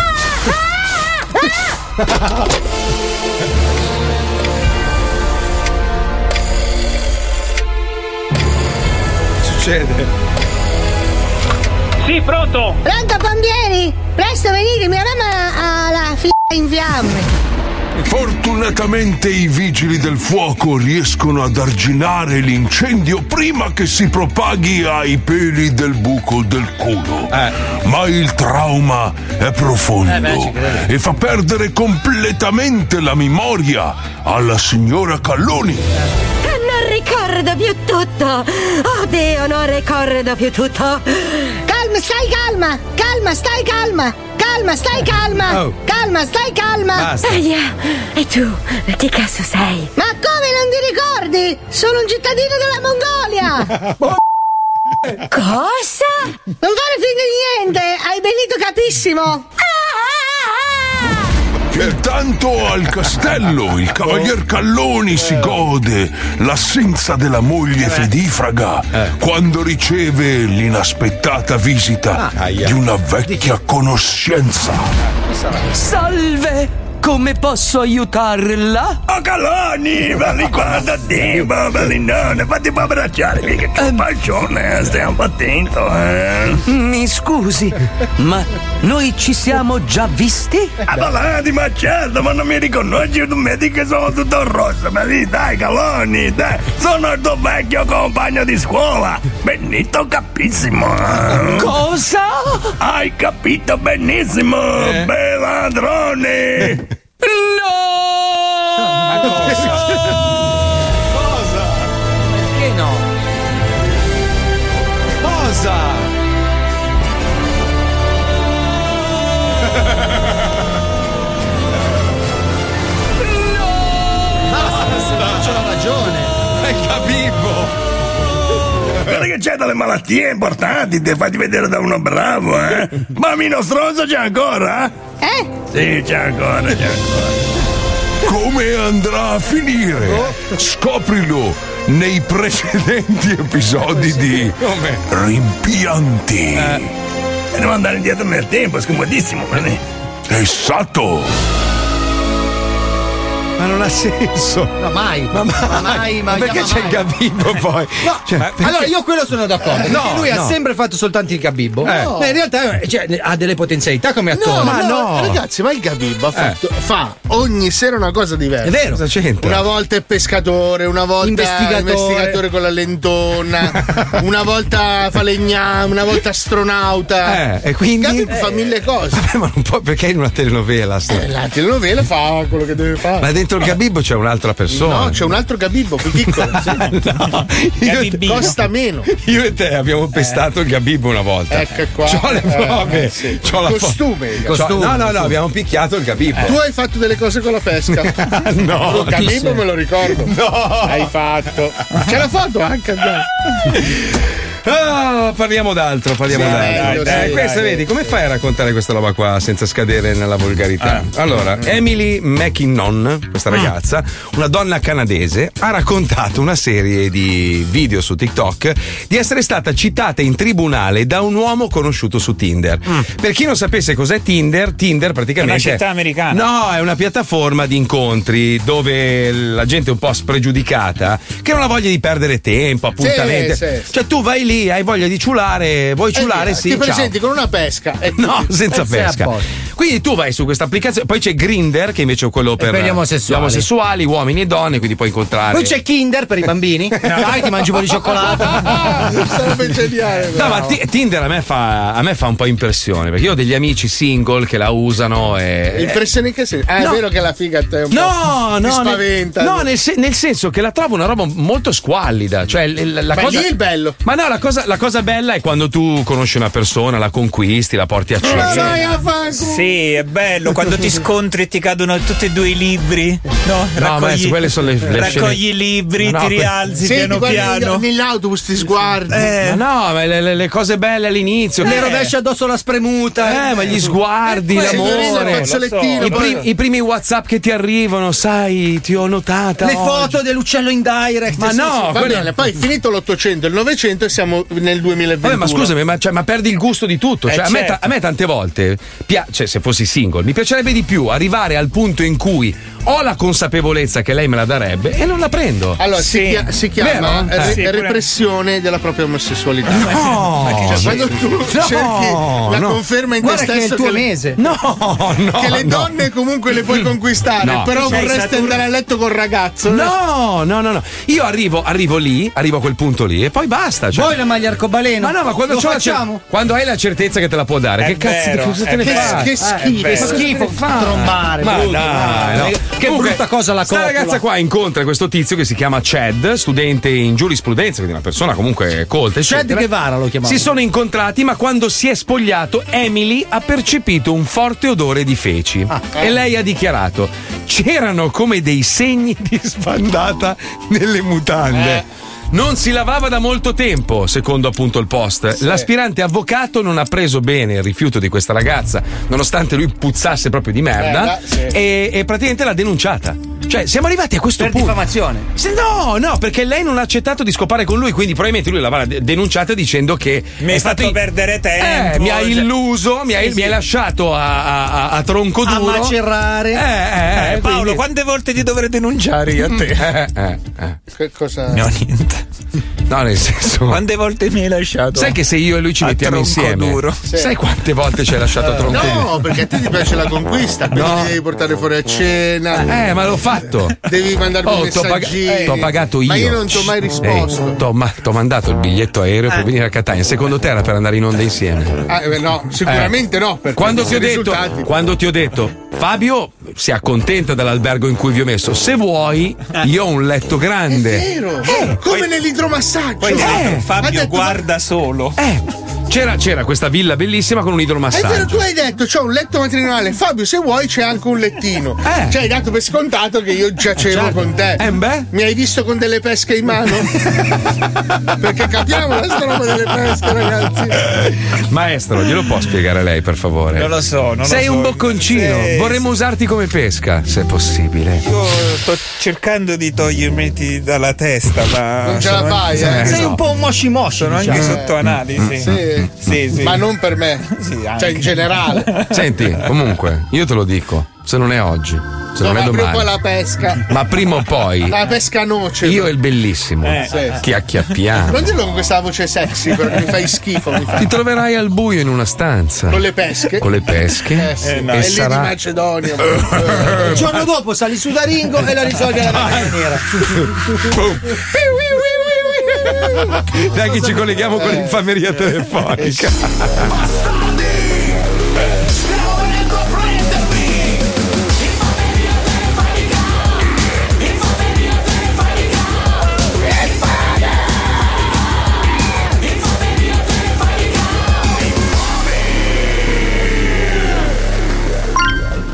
[SPEAKER 13] Sì, pronto!
[SPEAKER 12] Pronto, pompieri? Presto venite, mia mamma ha la figlia in fiamme!
[SPEAKER 3] Fortunatamente i vigili del fuoco riescono ad arginare l'incendio prima che si propaghi ai peli del buco del culo. Ma il trauma è profondo e fa perdere completamente la memoria alla signora Calloni.
[SPEAKER 12] Eh, Non ricordo più tutto! Oddio, non ricordo più tutto! Calma, stai calma! Calma, stai calma! Calma, stai calma!
[SPEAKER 2] Oh.
[SPEAKER 12] Calma, stai calma!
[SPEAKER 2] Basta.
[SPEAKER 12] Aia, e tu, che cazzo sei? Ma come non ti ricordi? Sono un cittadino della Mongolia! Boh. Cosa? Non fare finta di niente! Hai benito capissimo!
[SPEAKER 3] Pertanto al castello il cavalier Calloni si gode l'assenza della moglie fedifraga quando riceve l'inaspettata visita di una vecchia conoscenza.
[SPEAKER 10] Salve! Come posso aiutarla?
[SPEAKER 3] A Calloni, belli guarda di belli nonne, fatti abbracciare, mica
[SPEAKER 10] Ehm.
[SPEAKER 3] che pancione, stiamo attento, eh.
[SPEAKER 10] Mi scusi, ma noi ci siamo già visti?
[SPEAKER 3] Avalati, ma certo, ma non mi riconosci, tu mi dici che sono tutto rosso, ma sì, dai, Caloni, dai, sono il tuo vecchio compagno di scuola, Benito Capissimo. eh.
[SPEAKER 10] Cosa?
[SPEAKER 3] Hai capito benissimo,
[SPEAKER 2] Eh? [laughs]
[SPEAKER 3] belandrone.
[SPEAKER 10] No!
[SPEAKER 9] Perché no? Cosa?
[SPEAKER 8] C'ho la ragione.
[SPEAKER 3] Guarda che c'è delle malattie importanti, ti fai vedere da uno bravo, eh.
[SPEAKER 2] [laughs]
[SPEAKER 3] Ma Minostroso c'è ancora, eh?
[SPEAKER 12] Eh?
[SPEAKER 3] Sì, c'è ancora, c'è ancora. Come andrà a finire? Scoprilo nei precedenti episodi di
[SPEAKER 2] Eh.
[SPEAKER 3] Rimpianti. E non Eh, andare indietro nel tempo, è scomodissimo. Esatto!
[SPEAKER 9] Ma non ha senso.
[SPEAKER 8] No, mai. Ma mai, ma mai, ma
[SPEAKER 9] Perché c'è il gabibbo poi?
[SPEAKER 8] No, allora io quello sono d'accordo.
[SPEAKER 9] No,
[SPEAKER 8] perché lui
[SPEAKER 9] no.
[SPEAKER 8] ha sempre fatto soltanto il gabibbo.
[SPEAKER 9] No.
[SPEAKER 8] Ma in realtà eh, cioè, ha delle potenzialità come attore.
[SPEAKER 5] No, ma
[SPEAKER 9] no.
[SPEAKER 5] no. Ragazzi, ma il Gabib ha fatto- fa ogni sera una cosa
[SPEAKER 8] È
[SPEAKER 5] diversa.
[SPEAKER 8] vero.
[SPEAKER 2] Cosa c'entra?
[SPEAKER 5] Una volta è pescatore, una volta
[SPEAKER 8] Investigatore.
[SPEAKER 5] investigatore con la [laughs] lentona, una volta falegname, una volta astronauta.
[SPEAKER 2] Eh, e quindi?
[SPEAKER 5] Il Gabib fa mille cose.
[SPEAKER 2] Eh, ma non può, perché in una telenovela? sta-
[SPEAKER 5] Eh, La telenovela fa quello che deve fare.
[SPEAKER 2] Ma dentro il gabibbo c'è un'altra persona.
[SPEAKER 5] No, c'è un altro Gabibbo più piccolo. [laughs] sì.
[SPEAKER 2] No, io, e te-
[SPEAKER 5] Costa meno.
[SPEAKER 2] [laughs] io e te abbiamo pestato il gabibbo una volta.
[SPEAKER 5] Ecco qua.
[SPEAKER 2] C'ho le prove.
[SPEAKER 5] Eh, sì.
[SPEAKER 2] C'ho la fo-
[SPEAKER 5] Costume. il Gabibbo.
[SPEAKER 2] C'ho- no, no, no, abbiamo picchiato il gabibbo.
[SPEAKER 5] Tu hai fatto delle cose con la [laughs] pesca.
[SPEAKER 2] No,
[SPEAKER 5] Con Gabibbo me lo ricordo. Hai fatto. C'è la foto anche. dai.
[SPEAKER 2] Ah, parliamo d'altro, parliamo
[SPEAKER 4] Sì,
[SPEAKER 2] d'altro.
[SPEAKER 4] bello, sì,
[SPEAKER 2] Eh,
[SPEAKER 4] dai,
[SPEAKER 2] questa,
[SPEAKER 4] sì,
[SPEAKER 2] vedi, come fai a raccontare questa roba qua senza scadere nella volgarità?
[SPEAKER 4] Ah.
[SPEAKER 2] Allora, Emily McKinnon,
[SPEAKER 4] Mm.
[SPEAKER 2] questa ragazza, una donna canadese, ha raccontato una serie di video su TikTok di essere stata citata in tribunale da un uomo conosciuto su Tinder.
[SPEAKER 4] Mm.
[SPEAKER 2] Per chi non sapesse cos'è Tinder, Tinder praticamente
[SPEAKER 6] È una città americana.
[SPEAKER 2] No, è una piattaforma di incontri dove la gente è un po' spregiudicata, che non ha voglia di perdere tempo, appuntamenti.
[SPEAKER 5] Eh, Sì, sì, sì.
[SPEAKER 8] [laughs]
[SPEAKER 2] Cioè, tu vai lì, hai voglia di ciulare, vuoi ciulare?
[SPEAKER 5] Eh,
[SPEAKER 2] sì,
[SPEAKER 5] Ti
[SPEAKER 2] ciao.
[SPEAKER 5] presenti con una pesca. e
[SPEAKER 2] [laughs] No,
[SPEAKER 5] tutti-
[SPEAKER 2] senza
[SPEAKER 5] e sei Eh, a
[SPEAKER 2] pesca.
[SPEAKER 5] posto.
[SPEAKER 2] Quindi tu vai su questa applicazione, poi c'è Grinder che invece è quello per, eh,
[SPEAKER 7] per gli omosessuali.
[SPEAKER 2] gli omosessuali, uomini e donne, quindi puoi incontrare.
[SPEAKER 7] Poi c'è Kinder per i [laughs] bambini. Dai, ti mangi un po' di cioccolato.
[SPEAKER 5] Sarebbe geniale.
[SPEAKER 2] No,
[SPEAKER 5] bravo.
[SPEAKER 2] ma Ti- Tinder a me, fa, a me fa un po' impressione perché io ho degli amici single che la usano e.
[SPEAKER 5] Impressione in che senso? Ah,
[SPEAKER 2] Eh, No.
[SPEAKER 5] è vero che la figa a te è un
[SPEAKER 2] No,
[SPEAKER 5] po'
[SPEAKER 2] no,
[SPEAKER 5] ti
[SPEAKER 2] nel-
[SPEAKER 5] spaventa.
[SPEAKER 2] no, nel, se- nel senso che la trovo una roba molto squallida. Cioè, l- l- la
[SPEAKER 5] Ma
[SPEAKER 2] cosa,
[SPEAKER 5] lì è il bello.
[SPEAKER 2] Ma no, la cosa, la cosa bella è quando tu conosci una persona, la conquisti, la porti a cena.
[SPEAKER 6] Sì, è bello quando ti scontri e ti cadono tutti e due i libri. No,
[SPEAKER 2] No, ma adesso quelle sono le, le scene-
[SPEAKER 6] raccogli i libri,
[SPEAKER 2] No,
[SPEAKER 6] ti
[SPEAKER 2] que-
[SPEAKER 6] rialzi
[SPEAKER 5] Senti,
[SPEAKER 6] piano
[SPEAKER 5] guarda,
[SPEAKER 6] piano.
[SPEAKER 5] neg- Nell'autobus ti sguardi.
[SPEAKER 2] Ma no, ma le, le- le cose belle all'inizio.
[SPEAKER 7] Eh. Le
[SPEAKER 2] che-
[SPEAKER 7] rovesci addosso la spremuta.
[SPEAKER 2] Eh, ma gli sguardi,
[SPEAKER 7] Eh, signorina,
[SPEAKER 2] l'amore.
[SPEAKER 7] il fazzolettino,
[SPEAKER 2] I,
[SPEAKER 7] poi-
[SPEAKER 2] primi- i primi WhatsApp che ti arrivano, sai, ti ho notata.
[SPEAKER 7] Le
[SPEAKER 2] oggi.
[SPEAKER 7] foto dell'uccello in direct.
[SPEAKER 2] Ma
[SPEAKER 7] Sì,
[SPEAKER 2] no,
[SPEAKER 7] sì, sì.
[SPEAKER 5] Va
[SPEAKER 2] quello-
[SPEAKER 5] bene, poi finito l'Ottocento e il Novecento e siamo nel 2021.
[SPEAKER 2] Vabbè, ma scusami, ma, cioè, ma perdi il gusto di tutto.
[SPEAKER 5] Eh,
[SPEAKER 2] Cioè, a, me,
[SPEAKER 5] certo.
[SPEAKER 2] ta- a me tante volte, pia- cioè, se fossi single, mi piacerebbe di più arrivare al punto in cui ho la consapevolezza che lei me la darebbe e non la prendo.
[SPEAKER 5] Allora, si, chia- si chiama
[SPEAKER 2] Vero?
[SPEAKER 5] re-
[SPEAKER 2] Eh.
[SPEAKER 5] repressione della propria omosessualità.
[SPEAKER 2] No,
[SPEAKER 5] Cioè, quando tu
[SPEAKER 2] no,
[SPEAKER 5] cerchi la
[SPEAKER 2] no.
[SPEAKER 5] conferma in te
[SPEAKER 7] Guarda che è
[SPEAKER 5] stesso
[SPEAKER 7] il tuo
[SPEAKER 5] le-
[SPEAKER 7] mese.
[SPEAKER 2] No, no,
[SPEAKER 5] che le
[SPEAKER 2] no.
[SPEAKER 5] donne comunque le puoi conquistare,
[SPEAKER 2] [laughs] No.
[SPEAKER 5] però
[SPEAKER 2] Sei
[SPEAKER 5] vorresti
[SPEAKER 2] satur-
[SPEAKER 5] andare a letto col ragazzo.
[SPEAKER 2] No, no, no, no. Io arrivo, arrivo lì, arrivo a quel punto lì e poi basta. Cioè.
[SPEAKER 7] Vuoi la maglia arcobaleno?
[SPEAKER 2] ma no, ma quando,
[SPEAKER 7] Lo
[SPEAKER 2] c'ho la cer-
[SPEAKER 7] facciamo?
[SPEAKER 2] quando hai la certezza che te la può dare,
[SPEAKER 7] È
[SPEAKER 2] che cazzo
[SPEAKER 7] vero,
[SPEAKER 2] di cosa
[SPEAKER 7] è
[SPEAKER 2] te ne
[SPEAKER 7] vero.
[SPEAKER 2] fai?
[SPEAKER 7] Che schifo,
[SPEAKER 2] Eh,
[SPEAKER 7] che
[SPEAKER 2] è vero.
[SPEAKER 7] schifo
[SPEAKER 2] Cosa te ne fai?
[SPEAKER 7] trombare,
[SPEAKER 2] Ma
[SPEAKER 7] brutto,
[SPEAKER 2] dai,
[SPEAKER 7] no.
[SPEAKER 2] no.
[SPEAKER 7] Che brutta cosa la
[SPEAKER 2] sta
[SPEAKER 7] copula.
[SPEAKER 2] ragazza qua incontra questo tizio che si chiama Chad, studente in giurisprudenza, quindi una persona comunque colta.
[SPEAKER 7] Chad
[SPEAKER 2] eccetera.
[SPEAKER 7] Guevara lo chiamavano.
[SPEAKER 2] Si sono incontrati, ma quando si è spogliato, Emily ha percepito un forte odore di feci.
[SPEAKER 7] Ah, eh.
[SPEAKER 2] E lei ha dichiarato: c'erano come dei segni di sbandata nelle mutande. Non si lavava da molto tempo, secondo appunto il post. L'aspirante avvocato non ha preso bene il rifiuto di questa ragazza, nonostante lui puzzasse proprio di merda,
[SPEAKER 4] Merda, sì.
[SPEAKER 2] e, e praticamente l'ha denunciata. Cioè, siamo arrivati a questo
[SPEAKER 7] Per
[SPEAKER 2] punto.
[SPEAKER 7] diffamazione.
[SPEAKER 2] Se- no, no, perché lei non ha accettato di scopare con lui, quindi probabilmente lui l'avrà de- denunciata dicendo che
[SPEAKER 6] Mi
[SPEAKER 2] è
[SPEAKER 6] hai
[SPEAKER 2] stato
[SPEAKER 6] fatto
[SPEAKER 2] in-
[SPEAKER 6] perdere tempo.
[SPEAKER 2] eh, mi ha
[SPEAKER 6] cioè-
[SPEAKER 2] illuso, mi, hai,
[SPEAKER 6] Sì,
[SPEAKER 2] mi hai
[SPEAKER 6] sì.
[SPEAKER 2] lasciato a, a- a- a tronco
[SPEAKER 6] A
[SPEAKER 2] duro.
[SPEAKER 6] macerare.
[SPEAKER 2] Eh, eh, eh,
[SPEAKER 6] Eh, Paolo,
[SPEAKER 2] quindi-
[SPEAKER 6] quante volte ti dovrei denunciare io a te?
[SPEAKER 2] [laughs] Eh, eh, eh.
[SPEAKER 5] Che cosa?
[SPEAKER 6] No, niente.
[SPEAKER 2] No, nel senso.
[SPEAKER 6] Quante volte mi hai lasciato?
[SPEAKER 2] Sai che se io e lui ci
[SPEAKER 6] A
[SPEAKER 2] mettiamo
[SPEAKER 6] tronco
[SPEAKER 2] insieme,
[SPEAKER 6] duro.
[SPEAKER 2] sai quante volte ci hai lasciato a
[SPEAKER 5] Eh,
[SPEAKER 2] tronco duro?
[SPEAKER 5] No, perché a te ti piace la conquista, quindi
[SPEAKER 2] No.
[SPEAKER 5] ti devi portare fuori a cena.
[SPEAKER 2] Eh, ma l'ho fatto.
[SPEAKER 5] [laughs] Devi mandarmi un
[SPEAKER 2] Oh, t'ho, paga-
[SPEAKER 5] messaggino.
[SPEAKER 2] t'ho pagato io.
[SPEAKER 5] Ma io non ti ho mai risposto.
[SPEAKER 2] Ehi, t'ho, ma- t'ho mandato il biglietto aereo per venire a Catania. Secondo te era per andare in onda insieme?
[SPEAKER 5] Ah, eh, no, sicuramente
[SPEAKER 2] Eh.
[SPEAKER 5] no. perché
[SPEAKER 2] Quando ti, ho
[SPEAKER 5] questi
[SPEAKER 2] detto,
[SPEAKER 5] risultati-
[SPEAKER 2] quando ti ho detto, Fabio si accontenta dell'albergo in cui vi ho messo. Se vuoi,
[SPEAKER 5] Eh.
[SPEAKER 2] io ho un letto grande.
[SPEAKER 5] Vero,
[SPEAKER 2] Eh.
[SPEAKER 5] Eh, come nell'idromassaggio.
[SPEAKER 6] Poi
[SPEAKER 5] Eh,
[SPEAKER 6] hai detto,
[SPEAKER 5] ha
[SPEAKER 6] Fabio
[SPEAKER 5] detto-
[SPEAKER 6] guarda solo.
[SPEAKER 2] C'era, c'era questa villa bellissima con un
[SPEAKER 5] È vero, tu
[SPEAKER 2] idromassaggio.
[SPEAKER 5] hai detto c'ho un letto matrimoniale. Fabio, se vuoi c'è anche un lettino.
[SPEAKER 2] Eh.
[SPEAKER 5] Cioè, hai dato per scontato che io giacevo
[SPEAKER 2] Certo.
[SPEAKER 5] con te.
[SPEAKER 2] Eh, beh.
[SPEAKER 5] Mi hai visto con delle pesche in
[SPEAKER 2] [laughs]
[SPEAKER 5] mano? Perché capiamo questa roba delle pesche, ragazzi.
[SPEAKER 2] Maestro, glielo può spiegare lei, per favore?
[SPEAKER 6] Non lo so, non lo
[SPEAKER 2] Sei
[SPEAKER 6] so.
[SPEAKER 2] un bocconcino,
[SPEAKER 6] Sì,
[SPEAKER 2] vorremmo usarti come pesca, se è possibile.
[SPEAKER 6] Io sto cercando di togliermi dalla testa, ma.
[SPEAKER 5] Non ce la
[SPEAKER 6] sono-
[SPEAKER 5] fai,
[SPEAKER 6] sono
[SPEAKER 5] eh.
[SPEAKER 6] anche
[SPEAKER 7] Sei un po' un moshi moshi.
[SPEAKER 6] Sono anche
[SPEAKER 5] diciamo.
[SPEAKER 6] sotto analisi.
[SPEAKER 5] Sì.
[SPEAKER 6] Sì, sì.
[SPEAKER 5] Ma non per me,
[SPEAKER 6] Sì, anche.
[SPEAKER 5] cioè in generale.
[SPEAKER 2] Senti, comunque, io te lo dico, se non è oggi, se non è
[SPEAKER 5] Apri un po'
[SPEAKER 2] domani,
[SPEAKER 5] la pesca.
[SPEAKER 2] ma prima o
[SPEAKER 5] [laughs]
[SPEAKER 2] poi
[SPEAKER 5] La pesca noce.
[SPEAKER 2] io Ah. e il bellissimo
[SPEAKER 6] Eh,
[SPEAKER 5] sì.
[SPEAKER 2] ti
[SPEAKER 5] Non
[SPEAKER 2] acchiappiamo.
[SPEAKER 5] dirlo con questa voce sexy, perché mi fai schifo, mi fai.
[SPEAKER 2] Ti troverai al buio in una stanza
[SPEAKER 5] Con le pesche.
[SPEAKER 2] con le pesche
[SPEAKER 5] Eh, sì.
[SPEAKER 6] Eh, no.
[SPEAKER 5] E
[SPEAKER 2] e
[SPEAKER 5] lì di
[SPEAKER 2] sarà
[SPEAKER 7] [laughs]
[SPEAKER 5] Macedonia.
[SPEAKER 7] Il giorno dopo sali su da Ringo e la risolvi alla maniera.
[SPEAKER 2] Dai che ci colleghiamo con l'infameria telefonica.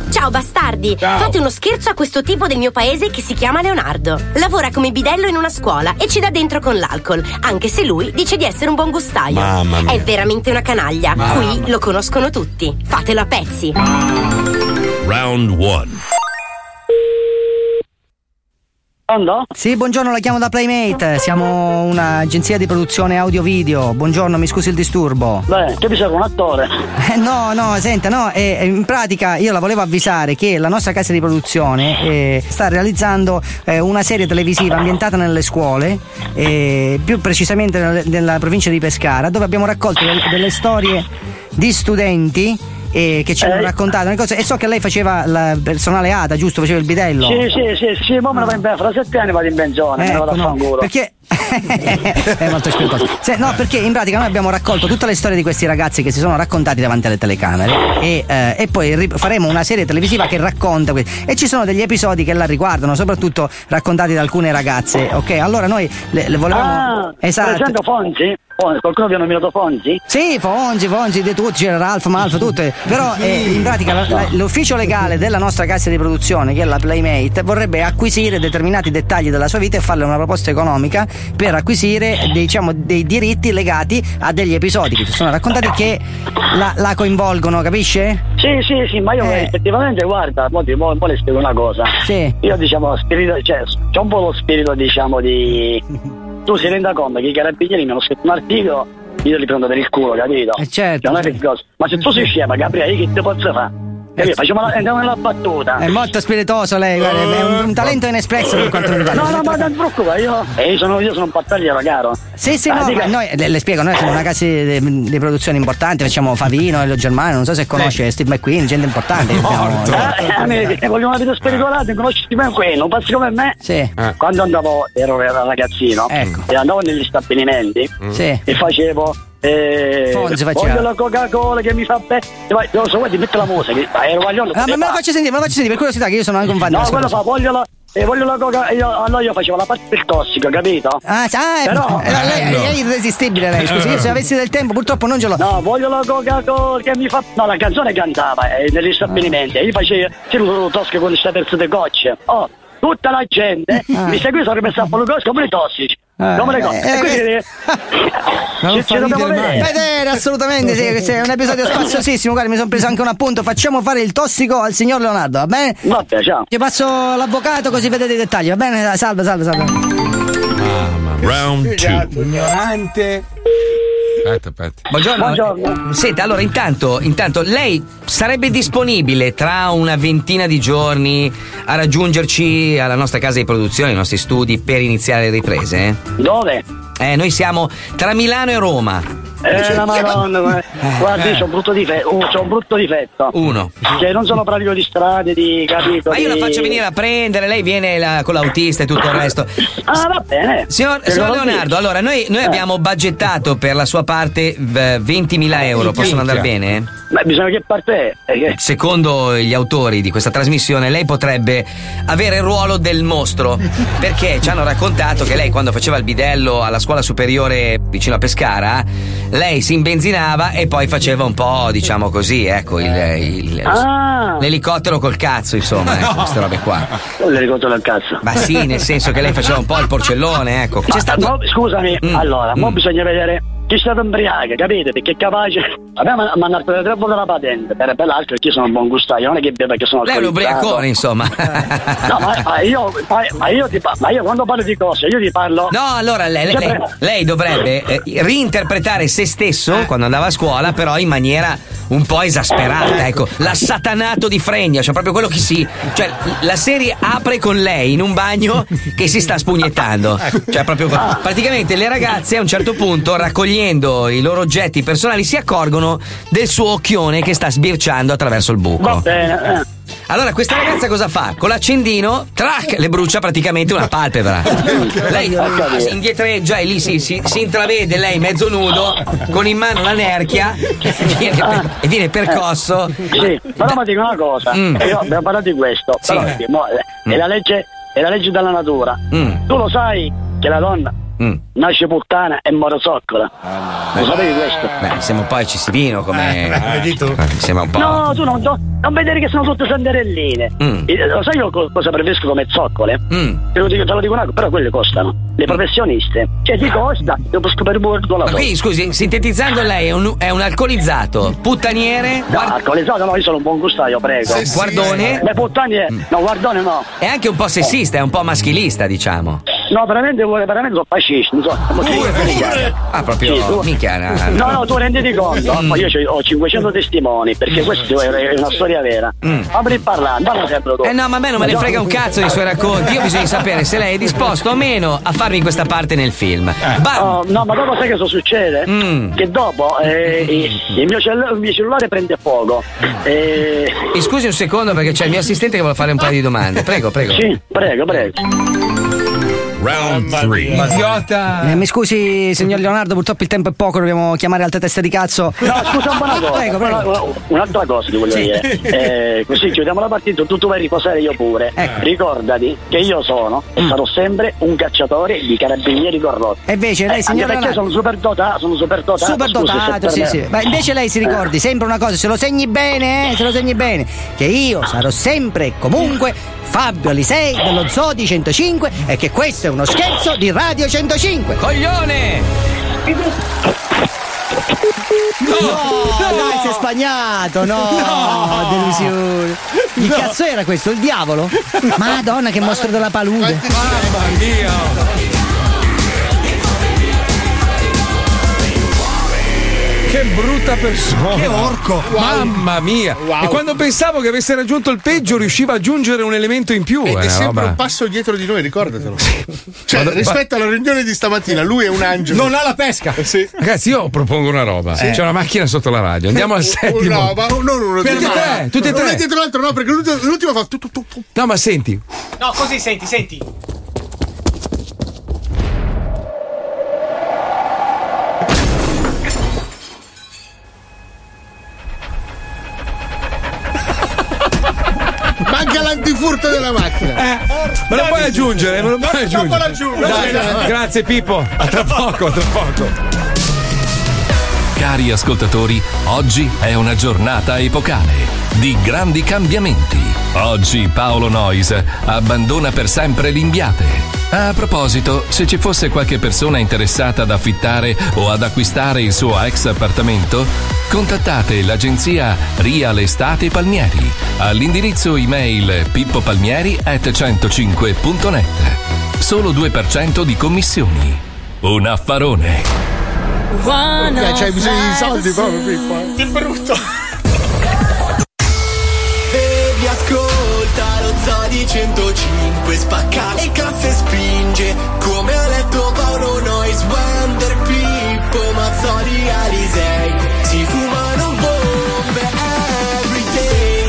[SPEAKER 14] Ciao bastardi! Leonardi. Fate uno scherzo a questo tipo del mio paese che si chiama Leonardo. Lavora come bidello in una scuola e ci dà dentro con l'alcol, anche se lui dice di essere un buon gustaio.
[SPEAKER 15] Mamma mia.
[SPEAKER 14] È veramente una canaglia.
[SPEAKER 15] Mamma.
[SPEAKER 14] Qui lo conoscono tutti. Fatelo a pezzi.
[SPEAKER 15] Round 1.
[SPEAKER 16] Sì, buongiorno, la chiamo da Playmate. Siamo un'agenzia di produzione audio-video. Buongiorno, mi scusi il disturbo.
[SPEAKER 17] Beh, che mi serve un attore.
[SPEAKER 16] Eh, no, no, senta, no, eh, eh, in pratica io la volevo avvisare che la nostra casa di produzione eh, sta realizzando eh, una serie televisiva ambientata nelle scuole, eh, più precisamente nel- nella provincia di Pescara, dove abbiamo raccolto del- delle storie di studenti. eh, che ci hanno raccontato le cose e so che lei faceva la personale ATA, giusto? Faceva il bidello.
[SPEAKER 17] Sì, sì, sì, sì, ma me ne vado in ben- fra sette anni vado in pensione, me ne
[SPEAKER 16] Ecco,
[SPEAKER 17] vado a
[SPEAKER 16] no,
[SPEAKER 17] fanculo.
[SPEAKER 16] perché [laughs] è molto spiritoso. Se- no, perché in pratica noi abbiamo raccolto tutte le storie di questi ragazzi che si sono raccontati davanti alle telecamere e, eh, e poi ri- faremo una serie televisiva che racconta que- e ci sono degli episodi che la riguardano, soprattutto raccontati da alcune ragazze. Ok, allora noi le, le volevamo Esatto.
[SPEAKER 17] Ah, per esempio Fonzi? Fonzi, Qualcuno vi ha nominato Fonzi?
[SPEAKER 16] sì, Fonzi, Fonzi, di tutti, c'era Ralph, Malfa, tutte. Però eh, in pratica la- la- l'ufficio legale della nostra casa di produzione, che è la Playmate, vorrebbe acquisire determinati dettagli della sua vita e farle una proposta economica per acquisire diciamo, dei diritti legati a degli episodi che ci sono raccontati che la, la coinvolgono, capisce?
[SPEAKER 17] Sì, sì, sì, ma io effettivamente guarda, mo, ti- mo- mo le spiego una cosa.
[SPEAKER 16] Eh. Sì.
[SPEAKER 17] Io diciamo spirito, cioè c'è un po' lo spirito
[SPEAKER 16] [laughs]
[SPEAKER 17] diciamo di. Tu si renda conto che i carabinieri mi hanno scritto un articolo, io li prendo per il culo, capito?
[SPEAKER 16] certo, Eh,
[SPEAKER 17] Cioè, non è che cosa- Ma se tu sei scema, Gabriele, io che ti posso fare? Capito? Eh, Facciamo una, andiamo nella battuta.
[SPEAKER 16] È molto spiritoso lei, guarda, è un, un talento inespresso per quanto riguarda.
[SPEAKER 17] No, no, ma non ti preoccupare, io, eh, io sono, io sono un battagliero, caro.
[SPEAKER 16] Sì, sì,
[SPEAKER 17] Ah,
[SPEAKER 16] no,
[SPEAKER 17] dica-
[SPEAKER 16] ma noi le, le spiego, noi siamo una casa di, di produzione importante, facciamo Favino, Elio Germano, non so se conosce Steve McQueen, gente importante. che abbiamo-
[SPEAKER 17] Eh, eh, amici, se voglio una vita spericolata, conosci me qui, non passi come me.
[SPEAKER 16] Sì. Ecco.
[SPEAKER 17] Quando andavo, ero ragazzino, e andavo negli stabilimenti
[SPEAKER 16] Sì.
[SPEAKER 17] e facevo. Eh,
[SPEAKER 16] Fonzi faceva.
[SPEAKER 17] voglio la Coca-Cola che mi fa bene. Vai, Non so, guardi, metti la musica. che- ma Ero guaglione.
[SPEAKER 16] Ah, ma me la faccio sentire, me la faccio sentire, per curiosità che io sono anche un fan
[SPEAKER 17] No,
[SPEAKER 16] della sua
[SPEAKER 17] quello
[SPEAKER 16] cosa.
[SPEAKER 17] fa, voglio la. E voglio la coca. Io, allora io facevo la parte del tossico, capito?
[SPEAKER 16] Ah, sa- eh,
[SPEAKER 17] Però-
[SPEAKER 16] eh, lei, lei è irresistibile lei, scusi, io se avessi del tempo purtroppo non ce l'ho.
[SPEAKER 17] No, voglio la Coca-Cola che mi fa. No, la canzone cantava eh, negli stabilimenti. Io facevo tiro tosco con queste terze di gocce. Oh, tutta la gente mi seguiva sarebbe stato con Lucosco come i tossici.
[SPEAKER 16] Ah,
[SPEAKER 17] come le
[SPEAKER 16] eh,
[SPEAKER 17] cose.
[SPEAKER 16] eh,
[SPEAKER 17] e quindi
[SPEAKER 16] Ma
[SPEAKER 17] non Ci- fa ci dobbiamo ridere vedere. mai.
[SPEAKER 16] Ed era assolutamente sì, questo è un episodio spaziosissimo, guarda, mi sono preso anche un appunto, facciamo fare il tossico al signor Leonardo, va bene?
[SPEAKER 17] Vabbè, ciao.
[SPEAKER 16] Ti passo l'avvocato così vedete i dettagli, va bene? Salve, salve, salve.
[SPEAKER 15] Round 2.
[SPEAKER 4] Ignorante.
[SPEAKER 2] Aspetta, aspetta.
[SPEAKER 18] Buongiorno. Senta, allora intanto, intanto lei sarebbe disponibile tra una ventina di giorni a raggiungerci alla nostra casa di produzione, ai nostri studi per iniziare le riprese?
[SPEAKER 17] Dove?
[SPEAKER 18] Eh, noi siamo tra Milano e Roma.
[SPEAKER 17] Eh, la madonna, guarda, guarda, io c'ho un brutto difetto, oh, c'ho un brutto difetto.
[SPEAKER 18] Uno.
[SPEAKER 17] Cioè, non sono pratico di strade, di capito?
[SPEAKER 18] Ma io la
[SPEAKER 17] di-
[SPEAKER 18] faccio venire a prendere, lei viene la- con l'autista e tutto il resto.
[SPEAKER 17] Ah, va bene. Eh.
[SPEAKER 18] Signor,
[SPEAKER 17] Te lo
[SPEAKER 18] signor
[SPEAKER 17] dico.
[SPEAKER 18] Leonardo, allora noi, noi abbiamo budgettato per la sua parte eh, 20.000 euro, possono andare bene?
[SPEAKER 17] Ma bisogna che parte è? Eh,
[SPEAKER 18] Secondo gli autori di questa trasmissione, lei potrebbe avere il ruolo del mostro. Perché ci hanno raccontato che lei, quando faceva il bidello alla scuola superiore vicino a Pescara, lei si imbenzinava e poi faceva un po', diciamo così, ecco, il- il-
[SPEAKER 17] Ah.
[SPEAKER 18] l'elicottero col cazzo, insomma, ecco, queste robe qua.
[SPEAKER 17] Non Oh, le ricordo dal cazzo.
[SPEAKER 18] Ma sì, nel senso che lei faceva un po' il porcellone, ecco.
[SPEAKER 17] Ma- mo- Ah, scusami, allora, mo bisogna vedere chi è stato imbriaco, capite? Perché è capace. A me mi hanno dato tre volte la patente, per, per l'altro che io sono un buon gustaio, non è che beva che sono
[SPEAKER 18] Lei è un
[SPEAKER 17] alcolizzato.
[SPEAKER 18] ubriacone, insomma.
[SPEAKER 17] No, ma, ma io, ma, ma io ti par- ma io quando parlo di cose, io ti parlo.
[SPEAKER 18] No, allora lei,
[SPEAKER 17] Cioè,
[SPEAKER 18] lei-
[SPEAKER 17] prego.
[SPEAKER 18] lei dovrebbe eh, reinterpretare se stesso
[SPEAKER 17] Eh?
[SPEAKER 18] quando andava a scuola, però in maniera un po' esasperata. Ecco, l'assatanato di Fregna, cioè proprio quello che si. Cioè, la serie apre con lei in un bagno che si sta spugnettando. Cioè, proprio. Praticamente le ragazze a un certo punto, raccogliendo i loro oggetti personali, si accorgono del suo occhione che sta sbirciando attraverso il buco.
[SPEAKER 17] Va bene. eh.
[SPEAKER 18] Allora, questa ragazza cosa fa? Con l'accendino, trac, le brucia praticamente una palpebra. Lei
[SPEAKER 17] Ho capito.
[SPEAKER 18] si indietreggia e lì si, si- si intravede lei mezzo nudo, con in mano la nerchia e viene, per- e viene percosso.
[SPEAKER 17] Eh, Sì, però mi dico una cosa,
[SPEAKER 18] Mm.
[SPEAKER 17] io abbiamo parlato di questo,
[SPEAKER 18] Sì.
[SPEAKER 17] però perché mo- eh, è,
[SPEAKER 18] Mm.
[SPEAKER 17] la legge, è la legge della natura.
[SPEAKER 18] Mm.
[SPEAKER 17] Tu lo sai che la donna
[SPEAKER 18] Mm.
[SPEAKER 17] nasce puttana e muore zoccola. Lo sapevi questo?
[SPEAKER 18] Beh, sembra un po' eccessivino come.
[SPEAKER 17] Eh, l'hai detto?
[SPEAKER 18] Eh, mi sembra un po'.
[SPEAKER 17] No, tu non, no, non vedere che sono tutte sanderelline.
[SPEAKER 18] Mm.
[SPEAKER 17] Eh, Lo sai io co- cosa preferisco come zoccole? Te, lo dico, te lo dico una cosa, però quelle costano. Le professioniste. Cioè ti costa, dopo scoprire bordo la
[SPEAKER 18] Ah. Ma qui, scusi, sintetizzando, lei è un, è un alcolizzato, puttaniere.
[SPEAKER 17] No, alcolizzato no, io sono un buon gustaio, prego.
[SPEAKER 18] Sì, sì. Guardone? Mm.
[SPEAKER 17] Le puttane, no, guardone no.
[SPEAKER 18] È anche un po' sessista, è un po' maschilista, diciamo.
[SPEAKER 17] No, veramente vuole, veramente sono fascisti, insomma. Come si
[SPEAKER 18] Pure,
[SPEAKER 17] dice?
[SPEAKER 18] pure. Ah, proprio,
[SPEAKER 17] tu-
[SPEAKER 18] minchia, no,
[SPEAKER 17] No,
[SPEAKER 18] no.
[SPEAKER 17] no, tu renditi conto.
[SPEAKER 18] Mm.
[SPEAKER 17] Ma io c'ho- ho 500 testimoni, perché questa è è una storia vera. Apri e parla, parla sempre tu.
[SPEAKER 18] Mm. Eh no, ma a me non me ne frega un cazzo dei suoi racconti. Io bisogna sapere se lei è disposto o meno a farmi questa parte nel film.
[SPEAKER 17] Oh, no, ma dopo sai che cosa succede?
[SPEAKER 18] Mm.
[SPEAKER 17] Che dopo eh, il, il mio cell- il mio cellulare prende fuoco. Eh,
[SPEAKER 18] Mi scusi un secondo perché c'è il mio assistente che vuole fare un paio di domande. Prego, prego.
[SPEAKER 17] Sì, prego, prego.
[SPEAKER 15] Round 3.
[SPEAKER 16] Eh, mi scusi, signor Leonardo, purtroppo il tempo è poco, dobbiamo chiamare altre teste di cazzo. Ah,
[SPEAKER 17] No, scusa, una buona cosa.
[SPEAKER 16] Prego, prego.
[SPEAKER 17] una- una- Un'altra cosa ti voglio
[SPEAKER 16] Sì.
[SPEAKER 17] dire. Eh, così chiudiamo la partita, tu, tu vai a riposare io pure.
[SPEAKER 16] Ecco.
[SPEAKER 17] Ricordati che io sono e sarò sempre un cacciatore di carabinieri corrotti.
[SPEAKER 16] Mm. E invece lei,
[SPEAKER 17] Eh,
[SPEAKER 16] signor
[SPEAKER 17] anche perché
[SPEAKER 16] Leonardo.
[SPEAKER 17] sono super dotato, sono super dotato.
[SPEAKER 16] Super dotato, sì, sì. Ma invece lei si ricordi sempre una cosa, se lo segni bene, eh, se lo segni bene, che io sarò sempre e comunque Fabio Alisei dello Zoo di 105 e che questo è uno scherzo di Radio 105.
[SPEAKER 18] Coglione!
[SPEAKER 16] No, dai, si è spagnato, no,
[SPEAKER 4] No!
[SPEAKER 16] delusione. Chi cazzo era questo? Il diavolo? Madonna, che mostro della palude.
[SPEAKER 2] Che brutta persona!
[SPEAKER 4] Che orco. Wow.
[SPEAKER 2] Mamma mia!
[SPEAKER 4] Wow.
[SPEAKER 2] E quando pensavo che avesse raggiunto il peggio, riusciva ad aggiungere un elemento in più.
[SPEAKER 5] Ed
[SPEAKER 2] eh,
[SPEAKER 5] è sempre
[SPEAKER 2] roba.
[SPEAKER 5] un passo dietro di noi, ricordatelo. Cioè,
[SPEAKER 2] Vado-
[SPEAKER 5] rispetto alla riunione di stamattina, lui è un angelo.
[SPEAKER 2] Non ha
[SPEAKER 5] la pesca.
[SPEAKER 2] Eh,
[SPEAKER 5] Sì.
[SPEAKER 2] Ragazzi, io propongo una roba.
[SPEAKER 5] Sì.
[SPEAKER 2] C'è una macchina sotto la radio. Andiamo al settimo.
[SPEAKER 5] Eh, No, ma non uno
[SPEAKER 2] Tutti
[SPEAKER 5] dietro
[SPEAKER 2] e
[SPEAKER 5] l'altro.
[SPEAKER 2] tre, tutti e
[SPEAKER 5] Uno
[SPEAKER 2] tre.
[SPEAKER 5] dietro l'altro, no, perché l'ultimo, l'ultimo fa tu, tu, tu, tu.
[SPEAKER 2] No, ma senti.
[SPEAKER 19] No, così senti, senti.
[SPEAKER 5] Manca l'antifurto della macchina.
[SPEAKER 2] Me lo puoi aggiungere? Me lo puoi
[SPEAKER 5] Eh, No,
[SPEAKER 2] aggiungere?
[SPEAKER 5] dopo l'aggiungo.
[SPEAKER 2] Dai, dai. Grazie, Pippo. A tra poco, a tra poco.
[SPEAKER 1] Cari ascoltatori, oggi è una giornata epocale di grandi cambiamenti. Oggi Paolo Noyes abbandona per sempre l'Imbiate. A proposito, se ci fosse qualche persona interessata ad affittare o ad acquistare il suo ex appartamento, contattate l'agenzia Real Estate Palmieri all'indirizzo email pippopalmieri@105.net. Solo 2% di commissioni. Un affarone.
[SPEAKER 5] Cioè, c'hai bisogno di soldi proprio, Pippo. Che brutto.
[SPEAKER 10] Bevi, ascolta lo Zodi 105 Spacca le casse e spinge Come ho letto Paolo Nois Wander Pippo Mazzoli Alisei Si fumano bombe everyday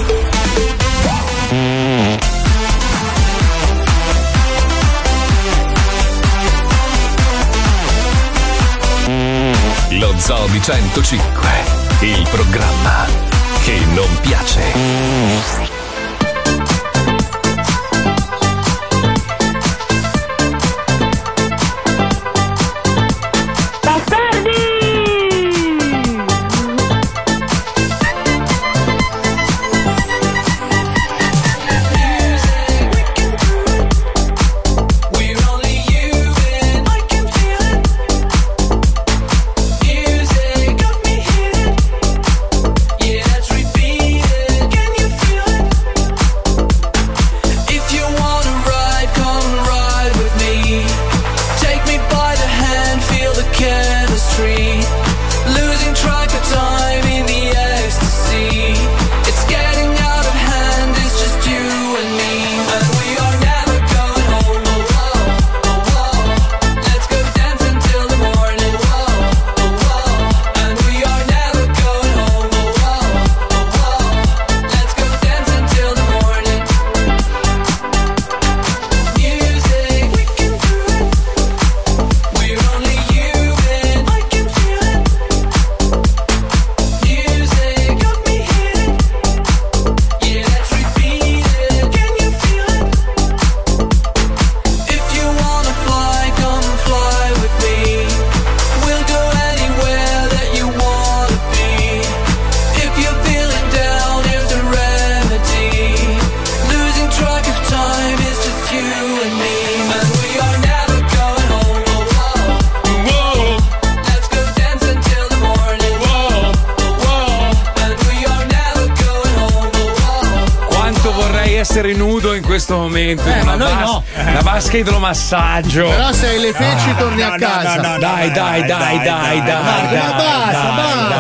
[SPEAKER 1] Lo Zobi 105, il programma che non piace.
[SPEAKER 10] Music got me hit. Yeah, it's repeated. Can you feel it?
[SPEAKER 2] questo momento
[SPEAKER 5] Eh,
[SPEAKER 2] in una,
[SPEAKER 5] ma noi
[SPEAKER 2] bas-
[SPEAKER 5] no.
[SPEAKER 2] una vasca idromassaggio.
[SPEAKER 5] Però se hai le feci torni a casa.
[SPEAKER 2] dai, dai, dai, dai, dai, dai,
[SPEAKER 5] Marco, ma basta, basta.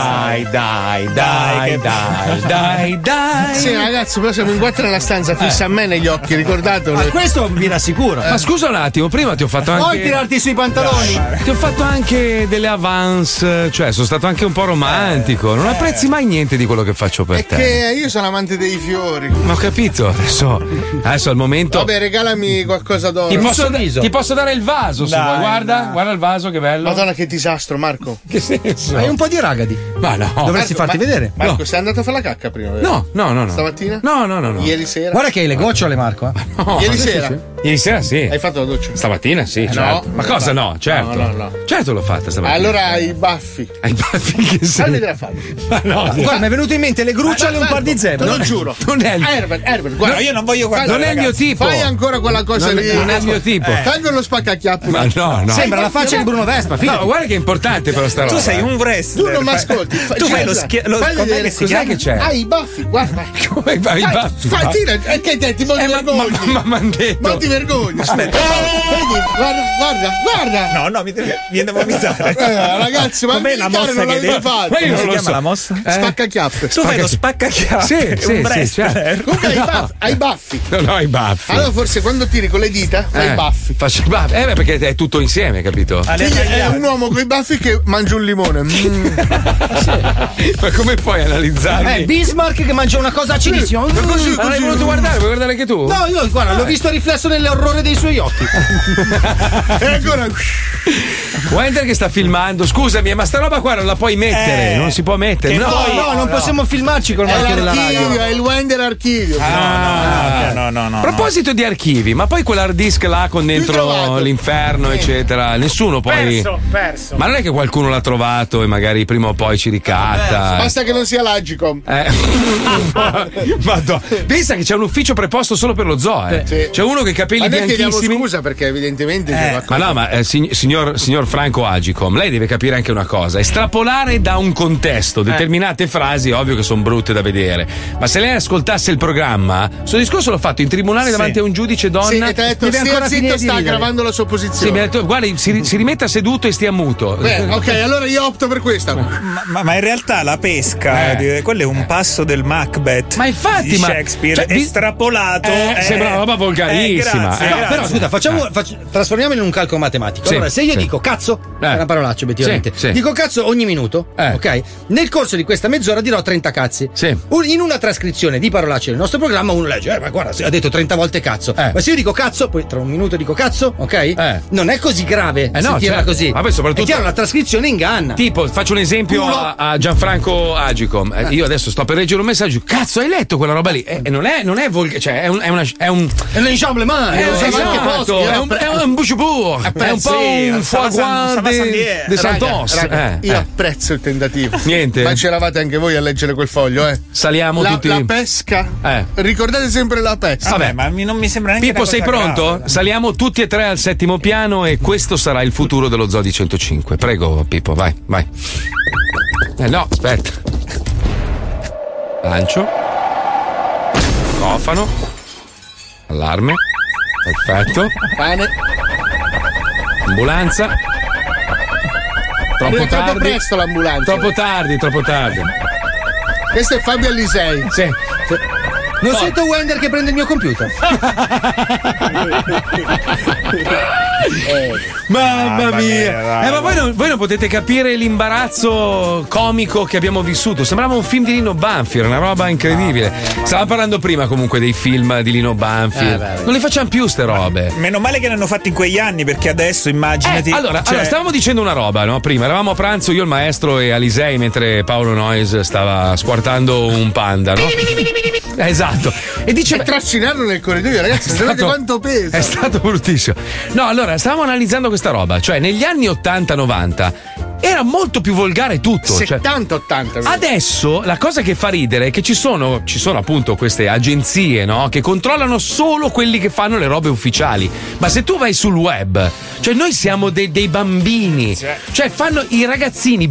[SPEAKER 2] dai, dai, dai, dai, dai, dai.
[SPEAKER 5] Sì, ragazzi, però siamo in quattro nella stanza fissa a me negli occhi, ricordatelo.
[SPEAKER 2] Ma
[SPEAKER 5] questo
[SPEAKER 2] mi rassicuro.
[SPEAKER 5] Eh.
[SPEAKER 2] Ma scusa un attimo, prima ti ho fatto anche.
[SPEAKER 5] Vuoi tirarti
[SPEAKER 2] sui
[SPEAKER 5] pantaloni?
[SPEAKER 2] Ti ho fatto anche delle avance, cioè sono stato anche un po' romantico. Non apprezzi mai niente di quello che faccio per te.
[SPEAKER 5] Che io sono amante dei fiori.
[SPEAKER 2] Ma ho capito, adesso, adesso al momento.
[SPEAKER 5] Vabbè, regalami qualcosa d'oro.
[SPEAKER 2] Ti posso, ti posso dare il vaso se
[SPEAKER 5] Dai,
[SPEAKER 2] vuoi. Guarda, guarda il vaso, che bello.
[SPEAKER 5] Madonna, che disastro, Marco.
[SPEAKER 2] [laughs] Che senso?
[SPEAKER 5] Hai un
[SPEAKER 2] po' di ragadi. Ma no.
[SPEAKER 5] Dovresti
[SPEAKER 7] farti vedere.
[SPEAKER 5] Marco,
[SPEAKER 7] No.
[SPEAKER 5] sei andato a fare la cacca prima? vero?
[SPEAKER 2] No, no, no, no.
[SPEAKER 5] Stamattina?
[SPEAKER 2] No, no, no, no.
[SPEAKER 5] Ieri sera?
[SPEAKER 7] Guarda che hai le gocciole, Marco. eh.
[SPEAKER 2] No.
[SPEAKER 5] Ieri
[SPEAKER 2] Sì, sì,
[SPEAKER 5] sera?
[SPEAKER 2] sì. Ieri sera sì.
[SPEAKER 5] Hai fatto la doccia?
[SPEAKER 2] Stamattina sì,
[SPEAKER 5] Eh,
[SPEAKER 2] certo.
[SPEAKER 5] no.
[SPEAKER 2] Ma cosa no? Certo.
[SPEAKER 5] No, no, no.
[SPEAKER 2] Certo l'ho fatta stamattina.
[SPEAKER 5] Allora hai i baffi.
[SPEAKER 2] Hai i baffi che sì.
[SPEAKER 5] Salve della fame.
[SPEAKER 2] Ma no,
[SPEAKER 7] Ah, guarda, mi è venuto in mente le grucciole e un par di
[SPEAKER 5] Te
[SPEAKER 7] zebre.
[SPEAKER 5] lo giuro.
[SPEAKER 2] Non è il-
[SPEAKER 5] Herbert, Herbert, guarda.
[SPEAKER 2] No, io non voglio guardare,
[SPEAKER 5] Fai-
[SPEAKER 2] ragazzi.
[SPEAKER 5] Fai ancora quella cosa
[SPEAKER 2] Non è-
[SPEAKER 5] lì.
[SPEAKER 2] non è il mio tipo.
[SPEAKER 5] Eh. Tolgo lo spaccacchiappi.
[SPEAKER 2] Ma no, no.
[SPEAKER 5] Sembra la faccia di Bruno
[SPEAKER 2] No,
[SPEAKER 5] Vespa. fidati.
[SPEAKER 2] guarda che è importante però sta roba. eh.
[SPEAKER 6] Tu sei un wrestler.
[SPEAKER 5] Tu non mi ascolti. Fa-
[SPEAKER 6] Tu fai lo
[SPEAKER 5] guarda,
[SPEAKER 6] schiavo. Lo...
[SPEAKER 5] fai
[SPEAKER 6] com'è
[SPEAKER 5] vedere
[SPEAKER 6] che si
[SPEAKER 5] cos'è
[SPEAKER 6] chiama?
[SPEAKER 5] che c'è. Hai i baffi,
[SPEAKER 6] [laughs]
[SPEAKER 5] guarda.
[SPEAKER 2] Come fai i
[SPEAKER 5] Fai-
[SPEAKER 2] baffi?
[SPEAKER 5] Fai, tira, eh, che te, ti voglio vergogni.
[SPEAKER 2] Ma mi hanno detto.
[SPEAKER 5] Ma ti vergogni.
[SPEAKER 6] Aspetta.
[SPEAKER 5] Eh, Vedi, guarda, guarda, guarda.
[SPEAKER 6] No, no, mi deve- viene da vomitare.
[SPEAKER 5] Eh, ragazzi, ma
[SPEAKER 6] Com'è la
[SPEAKER 5] militare
[SPEAKER 6] mossa
[SPEAKER 5] non
[SPEAKER 6] che
[SPEAKER 5] l'avevi
[SPEAKER 6] devi
[SPEAKER 5] fatto.
[SPEAKER 6] Ma io
[SPEAKER 5] Come
[SPEAKER 6] non
[SPEAKER 5] si
[SPEAKER 6] lo
[SPEAKER 5] chiama
[SPEAKER 6] so.
[SPEAKER 5] la mossa?
[SPEAKER 6] Eh?
[SPEAKER 5] Spaccachiappe.
[SPEAKER 6] Tu fai lo spaccacchiappe.
[SPEAKER 2] Sì,
[SPEAKER 6] [laughs]
[SPEAKER 2] sì,
[SPEAKER 6] un Eh.
[SPEAKER 2] sì,
[SPEAKER 6] wrestler.
[SPEAKER 2] certo.
[SPEAKER 5] Comunque hai i
[SPEAKER 2] No.
[SPEAKER 5] baffi- hai i baffi.
[SPEAKER 2] Non ho i baffi.
[SPEAKER 5] Allora forse quando tiri con le dita fai
[SPEAKER 2] Eh,
[SPEAKER 5] i baffi. eh,
[SPEAKER 2] Faccio i baffi. Eh, beh, perché è tutto insieme, capito?
[SPEAKER 5] Quindi è un uomo con i baffi che mangia un limone. Mm.
[SPEAKER 2] Ma come puoi analizzarmi? Eh,
[SPEAKER 7] Eh, Bismarck che mangia una cosa acidissima.
[SPEAKER 2] Ma così,
[SPEAKER 7] Mm.
[SPEAKER 2] così. L'hai voluto guardare? Vuoi guardare anche tu?
[SPEAKER 7] No, io guarda,
[SPEAKER 2] Ah,
[SPEAKER 7] l'ho
[SPEAKER 2] eh.
[SPEAKER 7] visto riflesso nell'orrore dei suoi occhi.
[SPEAKER 2] e ancora. Wender che sta filmando, scusami, eh, ma sta roba qua non la puoi mettere,
[SPEAKER 7] Eh.
[SPEAKER 2] non si può mettere.
[SPEAKER 7] Che
[SPEAKER 2] No,
[SPEAKER 7] poi- no, non possiamo filmarci col marchio della radio.
[SPEAKER 5] Archivio, è il Wender archivio.
[SPEAKER 2] Ah.
[SPEAKER 6] No, no, no.
[SPEAKER 2] A proposito di archivi, ma poi quell'hard disk là con dentro l'inferno, eccetera, nessuno poi.
[SPEAKER 5] Perso, perso.
[SPEAKER 2] Ma non è che qualcuno l'ha trovato e magari prima o poi ci ricatta.
[SPEAKER 5] Basta che non sia l'Agicom.
[SPEAKER 2] Eh. [laughs] Madonna. Pensa che c'è un ufficio preposto solo per lo zoo, eh.
[SPEAKER 5] Sì.
[SPEAKER 2] C'è uno che i [laughs] capelli
[SPEAKER 5] Ma noi chiediamo
[SPEAKER 2] bianchissimi.
[SPEAKER 5] scusa perché evidentemente c'è
[SPEAKER 2] Eh, ma
[SPEAKER 5] qualcosa.
[SPEAKER 2] no, ma eh, sig- signor, signor Franco Agicom, lei deve capire anche una cosa: estrapolare da un contesto determinate frasi, ovvio che sono brutte da vedere. Ma se lei ascoltasse il programma, questo discorso l'ho fatto in tribunale
[SPEAKER 5] Sì.
[SPEAKER 2] davanti a un giudice donna.
[SPEAKER 5] Sì, e ti ha detto,
[SPEAKER 2] Deve
[SPEAKER 5] stia
[SPEAKER 2] ancora
[SPEAKER 5] zitto,
[SPEAKER 2] finire di
[SPEAKER 5] sta
[SPEAKER 2] ridere.
[SPEAKER 5] aggravando la sua
[SPEAKER 2] Sì, mi ha
[SPEAKER 5] posizione.
[SPEAKER 2] detto, guarda, si, si rimetta seduto e stia muto.
[SPEAKER 5] Beh, ok, allora io opto per questa.
[SPEAKER 6] Ma, ma- ma in realtà la pesca, eh, quello è un passo del Macbeth. Ma
[SPEAKER 2] infatti,
[SPEAKER 6] di
[SPEAKER 2] ma-
[SPEAKER 6] Shakespeare
[SPEAKER 2] cioè, vi-
[SPEAKER 6] estrapolato.
[SPEAKER 2] Eh, sembra una roba
[SPEAKER 6] eh,
[SPEAKER 2] volgarissima,
[SPEAKER 6] grazie,
[SPEAKER 2] eh.
[SPEAKER 7] No,
[SPEAKER 6] grazie.
[SPEAKER 7] però scusa, facciamo, fac- trasformiamolo in un calcolo matematico.
[SPEAKER 2] Sì,
[SPEAKER 7] allora, se io
[SPEAKER 2] sì. Eh.
[SPEAKER 7] dico cazzo, è una parolaccia obiettivamente.
[SPEAKER 2] Sì, Eh. sì.
[SPEAKER 7] Dico cazzo ogni minuto, ok? Nel corso di questa mezz'ora dirò 30 cazzi. Un- in una trascrizione di parolacce del nostro programma, uno legge, eh, ma guarda, se- ha detto 30 volte cazzo.
[SPEAKER 2] Eh.
[SPEAKER 7] Ma se io dico cazzo, poi tra un minuto dico cazzo, ok? Non è così grave
[SPEAKER 2] Eh, no,
[SPEAKER 7] sentirla
[SPEAKER 2] certo.
[SPEAKER 7] così.
[SPEAKER 2] Ma poi soprattutto-
[SPEAKER 7] È chiaro, la trascrizione inganna.
[SPEAKER 2] Tipo, faccio un esempio
[SPEAKER 7] Culo.
[SPEAKER 2] a, a Gianfranco Agicom. Eh, Io adesso sto per leggere un messaggio. Cazzo, hai letto quella roba lì? Eh, E non è, non è volga- cioè, è un. È, una, è un.
[SPEAKER 7] È un enjamblement,
[SPEAKER 2] È,
[SPEAKER 7] lo
[SPEAKER 2] un-
[SPEAKER 7] usava anche
[SPEAKER 2] esatto,
[SPEAKER 7] Boschi, era
[SPEAKER 9] eh.
[SPEAKER 2] è un,
[SPEAKER 7] pre-
[SPEAKER 2] è un bouche-bourg. È un po'
[SPEAKER 5] eh, Sì,
[SPEAKER 2] un
[SPEAKER 5] stava
[SPEAKER 2] foie gras
[SPEAKER 5] San- stava San
[SPEAKER 2] de,
[SPEAKER 5] Diego.
[SPEAKER 2] de
[SPEAKER 5] Raga,
[SPEAKER 2] Santos.
[SPEAKER 5] raga,
[SPEAKER 2] Eh,
[SPEAKER 5] io
[SPEAKER 2] eh.
[SPEAKER 5] apprezzo il tentativo.
[SPEAKER 2] Niente.
[SPEAKER 5] Ma c'eravate anche voi a leggere quel foglio, eh?
[SPEAKER 2] Saliamo
[SPEAKER 5] la,
[SPEAKER 2] tutti.
[SPEAKER 5] La pesca.
[SPEAKER 2] Eh.
[SPEAKER 5] Ricordate sempre la pesca.
[SPEAKER 2] Vabbè, ma
[SPEAKER 6] non mi sembra
[SPEAKER 2] Pippo, sei pronto? Saliamo tutti e tre al settimo piano e questo sarà il futuro dello Zoo di 105. Prego, Pippo, vai, vai. Eh no, aspetta. Lancio. Cofano. Allarme. Perfetto.
[SPEAKER 5] Pane.
[SPEAKER 2] Ambulanza. Troppo
[SPEAKER 5] È troppo
[SPEAKER 2] tardi.
[SPEAKER 5] presto l'ambulanza.
[SPEAKER 2] Troppo tardi, troppo tardi.
[SPEAKER 5] Questo è Fabio Alisei.
[SPEAKER 2] Sì.
[SPEAKER 7] Non sento Wender che prende il mio
[SPEAKER 2] [laughs]
[SPEAKER 7] computer.
[SPEAKER 2] Mamma
[SPEAKER 6] Mamma mia,
[SPEAKER 2] mia! Eh, ma voi non, voi non potete capire l'imbarazzo comico che abbiamo vissuto. Sembrava un film di Lino Banfi, era una roba incredibile. Stavamo parlando prima comunque dei film di Lino Banfi.
[SPEAKER 6] Eh, beh, Eh, beh.
[SPEAKER 2] non li facciamo più ste robe.
[SPEAKER 6] Meno male che ne hanno fatti in quegli anni, perché adesso immaginati.
[SPEAKER 2] Eh, allora,
[SPEAKER 6] cioè-
[SPEAKER 2] allora, stavamo dicendo una roba, no? Prima eravamo a pranzo, io il maestro e Alisei, mentre Paolo Noyes stava squartando un panda, no? [laughs] Esatto. E dice.
[SPEAKER 5] trascinarlo nel corridoio, ragazzi,
[SPEAKER 2] È
[SPEAKER 5] sapete
[SPEAKER 2] stato-
[SPEAKER 5] quanto pesa.
[SPEAKER 2] È stato bruttissimo. No, allora, stavamo analizzando questa roba, cioè negli anni 80-90 Era molto più volgare tutto. cioè-
[SPEAKER 19] 70-80.
[SPEAKER 2] Adesso la cosa che fa ridere è che ci sono, ci sono appunto queste agenzie no? che controllano solo quelli che fanno le robe ufficiali. Ma se tu vai sul web, cioè noi siamo dei- dei bambini, cioè fanno i ragazzini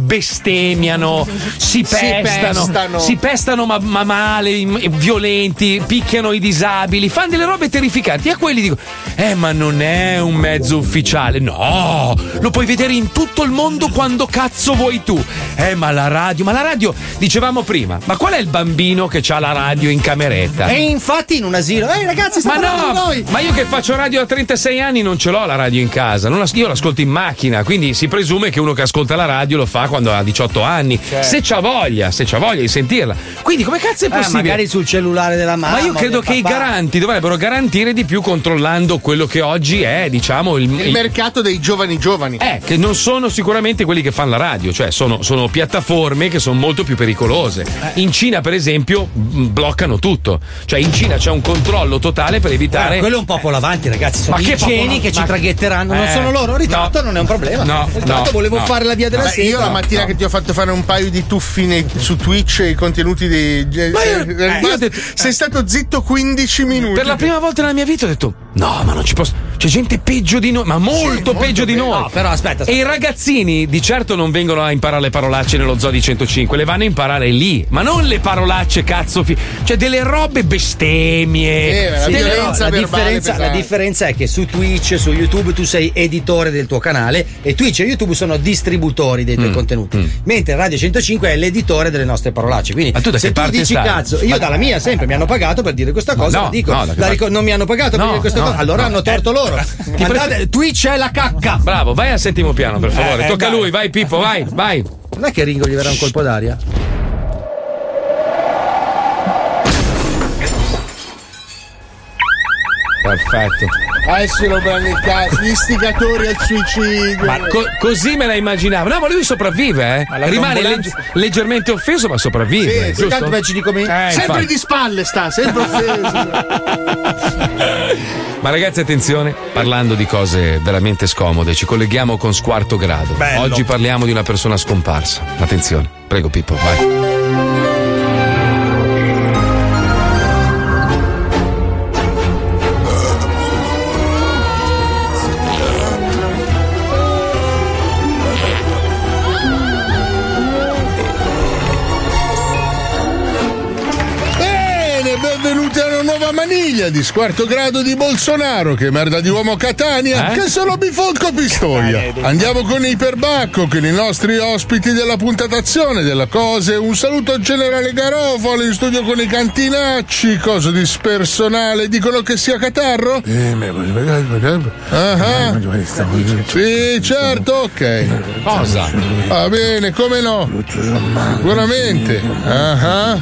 [SPEAKER 2] bestemmiano, si
[SPEAKER 19] Si
[SPEAKER 2] pestano, si
[SPEAKER 19] pestano.
[SPEAKER 2] pestano, ma, ma male, im- violenti, picchiano i disabili, fanno delle robe terrificanti. E a quelli dico: Eh, ma non è un mezzo ufficiale, no, lo puoi vedere in tutto il mondo quando cazzo vuoi tu. Eh, ma la radio, ma la radio, dicevamo prima, ma qual è il bambino che ha la radio in cameretta?
[SPEAKER 8] E infatti in un asilo. Ehi ragazzi, sta
[SPEAKER 2] Ma
[SPEAKER 8] parlando
[SPEAKER 2] no,
[SPEAKER 8] di Eh, noi.
[SPEAKER 2] ma io che faccio radio a 36 anni non ce l'ho la radio in casa, non as- io l'ascolto in macchina, quindi si presume che uno che ascolta la radio lo fa quando ha 18 anni, se c'ha voglia, se c'ha voglia di sentirla. Quindi come
[SPEAKER 7] Eh,
[SPEAKER 2] cazzo è
[SPEAKER 8] Ah,
[SPEAKER 2] possibile?
[SPEAKER 8] magari sul cellulare della mamma.
[SPEAKER 2] Ma io
[SPEAKER 8] o
[SPEAKER 2] credo
[SPEAKER 8] del
[SPEAKER 2] che i
[SPEAKER 8] papà.
[SPEAKER 2] garanti dovrebbero garantire di più controllando quello che oggi è, diciamo, il,
[SPEAKER 19] Il
[SPEAKER 2] il-
[SPEAKER 19] mercato dei giovani giovani.
[SPEAKER 2] Eh, che non sono sicuramente quelli che fanno la radio, cioè sono, sono piattaforme che sono molto più pericolose.
[SPEAKER 8] Eh.
[SPEAKER 2] In Cina, per esempio, mh, bloccano tutto. Cioè, in Cina c'è un controllo totale per evitare.
[SPEAKER 8] Guarda, quello è un popolo avanti, ragazzi. Sono
[SPEAKER 2] Ma
[SPEAKER 8] i
[SPEAKER 2] Cioè, che popolo-
[SPEAKER 8] geni che ci
[SPEAKER 2] ma-
[SPEAKER 8] traghetteranno. Non
[SPEAKER 2] Eh,
[SPEAKER 8] sono loro. Ritratto non è un problema.
[SPEAKER 2] No,
[SPEAKER 8] Ritratto
[SPEAKER 2] no,
[SPEAKER 8] volevo
[SPEAKER 2] no.
[SPEAKER 8] fare la via della
[SPEAKER 19] Beh,
[SPEAKER 8] seta.
[SPEAKER 19] Io la mattina che ti ho fatto fare un paio di tuffi nei- su Twitch e i contenuti dei. eh, eh, sei stato zitto 15 minuti.
[SPEAKER 2] Per la prima volta nella mia vita ho detto: No, ma non ci posso. C'è gente peggio di noi, ma molto peggio di noi.
[SPEAKER 8] No, però aspetta,
[SPEAKER 2] E i ragazzini di certo non vengono a imparare le parolacce nello zoo di 105, le vanno a imparare lì, ma non le parolacce cazzo, fi- cioè delle robe bestemmie.
[SPEAKER 8] Sì,
[SPEAKER 2] delle-
[SPEAKER 8] però la, differenza, la differenza è che su Twitch, su YouTube tu sei editore del tuo canale e Twitch e YouTube sono distributori dei tuoi
[SPEAKER 2] Mm,
[SPEAKER 8] contenuti, mentre Radio 105 è l'editore delle nostre parolacce. Quindi
[SPEAKER 2] Ma tu da
[SPEAKER 8] se
[SPEAKER 2] che
[SPEAKER 8] tu
[SPEAKER 2] parte
[SPEAKER 8] dici
[SPEAKER 2] stai?
[SPEAKER 8] cazzo, io
[SPEAKER 2] Ma-
[SPEAKER 8] dalla mia sempre mi hanno pagato per dire questa cosa,
[SPEAKER 2] no,
[SPEAKER 8] la dico,
[SPEAKER 2] no, da che
[SPEAKER 8] la
[SPEAKER 2] parte?
[SPEAKER 8] rico- non mi hanno pagato per
[SPEAKER 2] No,
[SPEAKER 8] dire questa
[SPEAKER 2] no, Eh,
[SPEAKER 8] cosa, allora
[SPEAKER 2] no.
[SPEAKER 8] hanno torto loro.
[SPEAKER 2] Ti
[SPEAKER 8] Andate-
[SPEAKER 2] prego-
[SPEAKER 8] Twitch è la cacca.
[SPEAKER 2] Bravo, vai al settimo piano, per favore.
[SPEAKER 8] Eh, eh,
[SPEAKER 2] Tocca a
[SPEAKER 8] dai.
[SPEAKER 2] lui, vai Pippo, vai, vai.
[SPEAKER 8] Non è che Ringo gli verrà un colpo d'aria?
[SPEAKER 2] Perfetto.
[SPEAKER 19] Adesso lo prendo il cazzo. Gli istigatori al suicidio.
[SPEAKER 2] Ma co- così me la immaginavo. No, ma lui sopravvive, eh.
[SPEAKER 19] la
[SPEAKER 2] Rimane
[SPEAKER 19] tombolanza-
[SPEAKER 2] legg- leggermente offeso, ma sopravvive.
[SPEAKER 19] Sì, sì,
[SPEAKER 2] giusto?
[SPEAKER 19] tanto invece di come-
[SPEAKER 2] Eh,
[SPEAKER 19] sempre
[SPEAKER 2] infatti.
[SPEAKER 19] di spalle sta,
[SPEAKER 2] [laughs]
[SPEAKER 19] sempre offeso.
[SPEAKER 2] Ma ragazzi, attenzione, parlando di cose veramente scomode, ci colleghiamo con Squarto Grado. Oggi parliamo di una persona scomparsa. Attenzione, prego Pippo, vai.
[SPEAKER 19] Bene, benvenuti alla nuova maniglia di squarto grado di Bolsonaro, che merda di uomo Catania,
[SPEAKER 20] Eh?
[SPEAKER 19] che sono bifolco Pistoia. Andiamo con Iperbacco, con i nostri ospiti della puntatazione della cose. Un saluto al generale Garofalo in studio con i cantinacci, cosa dispersonale, dicono che sia catarro? Ah ah. Sì, certo, ok.
[SPEAKER 2] Cosa?
[SPEAKER 19] Va bene, come no? Sicuramente. Ah ah.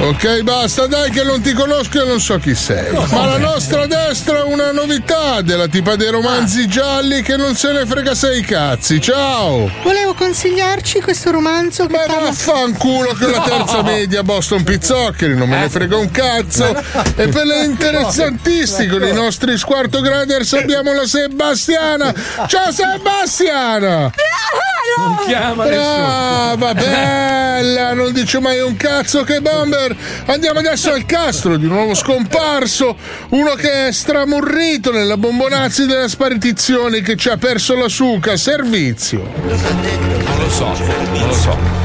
[SPEAKER 19] Ok, basta, dai che non ti conosco e non so chi sei. Ma la nostra destra è una novità della tipa dei romanzi gialli che non se ne frega sei cazzi. Ciao!
[SPEAKER 5] Volevo consigliarci questo romanzo che parla...
[SPEAKER 19] vaffanculo Con la terza media Boston Pizzoccheri, non
[SPEAKER 2] Eh.
[SPEAKER 19] me ne frega un cazzo. E per
[SPEAKER 2] [laughs]
[SPEAKER 19] le interessantisti con i nostri squarto graders abbiamo la Sebastiana. Ciao Sebastiana!
[SPEAKER 2] Non chiama
[SPEAKER 19] Brava, bella, non dice mai un cazzo che bomber. Andiamo adesso al castro di un nuovo scomparso, uno che è stramurrito nella bombonazzi della spartizione che ci ha perso la suca, servizio.
[SPEAKER 2] Non lo so, non lo so.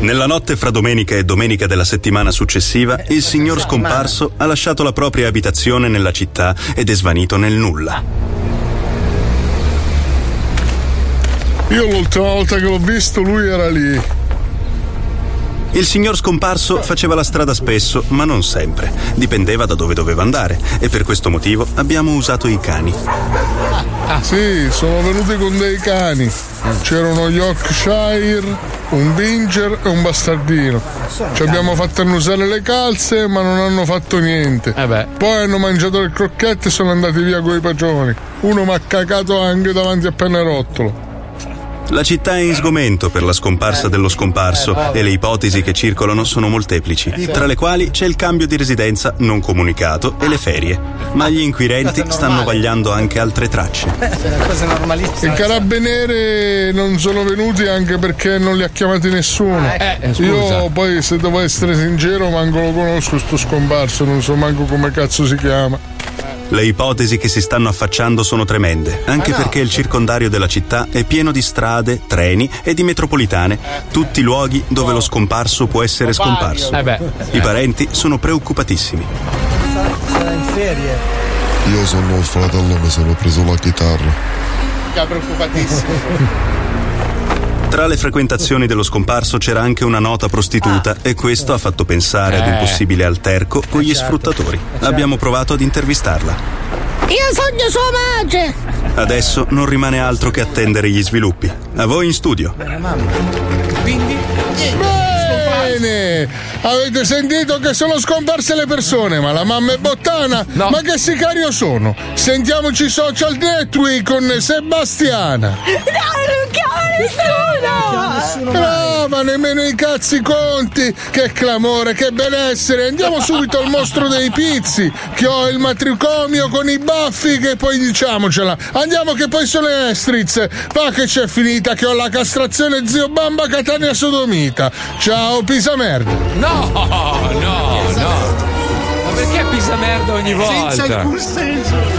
[SPEAKER 21] Nella notte fra domenica e domenica della settimana successiva, il signor scomparso ha lasciato la propria abitazione nella città ed è svanito nel nulla.
[SPEAKER 19] Io l'ultima volta che l'ho visto lui era lì.
[SPEAKER 21] Il signor scomparso faceva la strada spesso, ma non sempre. Dipendeva da dove doveva andare e per questo motivo abbiamo usato i cani.
[SPEAKER 19] Sì, sono venuti con dei cani. C'erano Yorkshire, un Binger e un bastardino. Ci abbiamo fatto annusare le calze, ma non hanno fatto niente.
[SPEAKER 21] Eh
[SPEAKER 19] Poi hanno mangiato le crocchette e sono andati via coi pagioni. Uno mi ha cacato anche davanti a Pennarottolo.
[SPEAKER 21] La città è in sgomento per la scomparsa dello scomparso e le ipotesi che circolano sono molteplici, tra le quali c'è il cambio di residenza non comunicato e le ferie. Ma gli inquirenti stanno vagliando anche altre tracce.
[SPEAKER 19] I carabinieri non sono venuti anche perché non li ha chiamati nessuno.
[SPEAKER 21] Eh, scusa.
[SPEAKER 19] Io poi se devo essere sincero manco lo conosco sto scomparso, non so manco come cazzo si chiama.
[SPEAKER 21] Le ipotesi che si stanno affacciando sono tremende, anche perché il circondario della città è pieno di strade, treni e di metropolitane, tutti luoghi dove lo scomparso può essere scomparso.
[SPEAKER 2] Eh beh.
[SPEAKER 21] I parenti sono preoccupatissimi.
[SPEAKER 22] Sarà in ferie.
[SPEAKER 23] Io sono il fratello, mi sono preso la chitarra.
[SPEAKER 19] preoccupatissimo.
[SPEAKER 21] Tra le frequentazioni dello scomparso c'era anche una nota prostituta e questo ha fatto pensare ad un
[SPEAKER 15] Ah. Eh.
[SPEAKER 21] possibile alterco con gli
[SPEAKER 15] certo.
[SPEAKER 21] sfruttatori. Abbiamo provato ad intervistarla.
[SPEAKER 12] Io sogno sua madre!
[SPEAKER 21] Adesso non rimane altro che attendere gli sviluppi. A voi in studio.
[SPEAKER 19] Bene! Avete sentito che sono scomparse le persone, ma la mamma è bottana! Ma che sicario sono? Sentiamoci social network con Sebastiana!
[SPEAKER 9] No, non chiama
[SPEAKER 10] [laughs]
[SPEAKER 9] nessuno!
[SPEAKER 19] Brava, eh. nemmeno i cazzi conti! Che clamore, che benessere! Andiamo subito al mostro dei pizzi! Che ho il matricomio con i baffi, che poi diciamocela! Andiamo che poi sono le Estriz! Va che c'è finita, che ho la castrazione zio Bamba Catania Sodomita! Ciao, Pisa Merda!
[SPEAKER 2] No, no, no. Ma perché pisa merda ogni volta?
[SPEAKER 9] senso!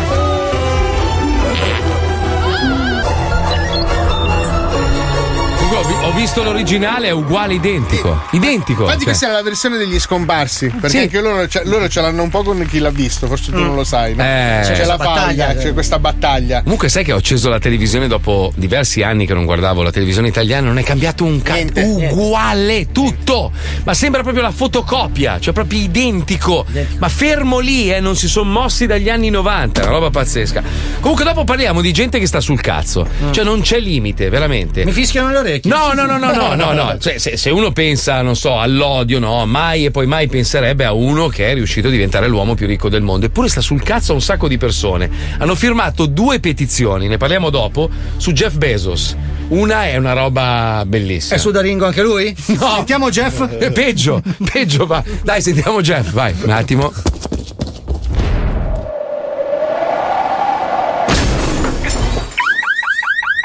[SPEAKER 2] Ugo, ho vi- ho visto l'originale, è uguale, identico. Identico.
[SPEAKER 5] Infatti,
[SPEAKER 2] cioè.
[SPEAKER 5] questa è la versione degli scomparsi. Perché
[SPEAKER 2] Sì. Mm.
[SPEAKER 5] anche loro, ce- loro ce l'hanno un po' con chi l'ha visto, forse tu non lo sai, no?
[SPEAKER 2] Eh.
[SPEAKER 8] Cioè,
[SPEAKER 5] c'è la battaglia, c'è questa battaglia.
[SPEAKER 2] Comunque sai che ho acceso la televisione dopo diversi anni che non guardavo la televisione italiana, non è cambiato un cazzo. Uguale tutto. Ma sembra proprio la fotocopia, cioè proprio identico. Ma fermo lì, eh, non si sono mossi dagli anni 90, una roba pazzesca. Comunque dopo parliamo di gente che sta sul cazzo.
[SPEAKER 5] Mm.
[SPEAKER 2] Cioè non c'è limite, veramente.
[SPEAKER 8] Mi fischiano le orecchie.
[SPEAKER 2] No, no, no, no, no,
[SPEAKER 8] [laughs]
[SPEAKER 2] no, no. Cioè, se, se uno pensa, non so, all'odio, no, mai e poi mai penserebbe a uno che è riuscito a diventare l'uomo più ricco del mondo. Eppure sta sul cazzo a un sacco di persone. Hanno firmato due petizioni, ne parliamo dopo, su Jeff Bezos. Una è una roba bellissima.
[SPEAKER 8] È sudaringo anche lui?
[SPEAKER 2] No.
[SPEAKER 8] Sentiamo Jeff.
[SPEAKER 2] Eh, peggio, peggio va. Dai, sentiamo Jeff, vai, un attimo.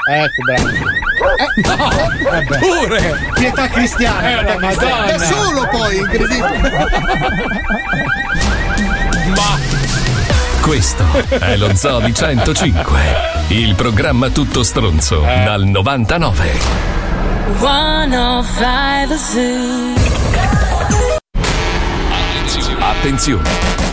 [SPEAKER 8] eh.
[SPEAKER 5] Ecco, bravo.
[SPEAKER 9] No!
[SPEAKER 2] Pure!
[SPEAKER 5] Pietà cristiana.
[SPEAKER 9] Eh, la Madonna.
[SPEAKER 5] Da solo poi, incredibile.
[SPEAKER 1] Questo è lo Zoo di 105, il programma tutto stronzo dal 99.
[SPEAKER 9] 105 The Zoo.
[SPEAKER 1] Attenzione!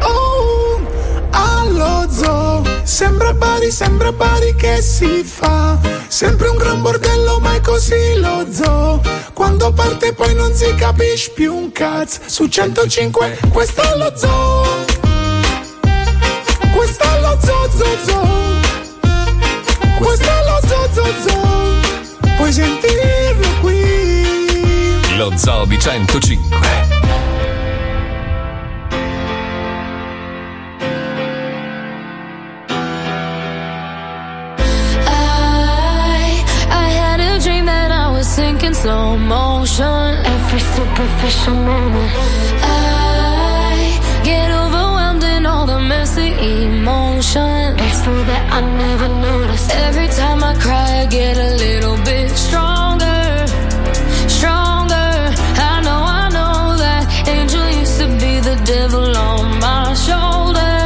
[SPEAKER 9] Oh, allo zoo. Sembra Bari, sembra Bari che si fa. Sempre un gran bordello, ma è così lo zoo. Quando parte poi non si capisce più un cazzo. Su 105, questo è lo zoo. Questo è lo zoo, zoo, zoo. Questo è lo zoo, zoo, zoo. Puoi sentirlo qui.
[SPEAKER 1] Lo Zoo di 105.
[SPEAKER 24] I I had a dream that I was sinking slow motion every superficial moment. I get overwhelmed in all the messy emotion. It's true that I never noticed. Every time I cry, I get a little bit stronger, stronger. I know, I know that angel used to be the devil on my shoulder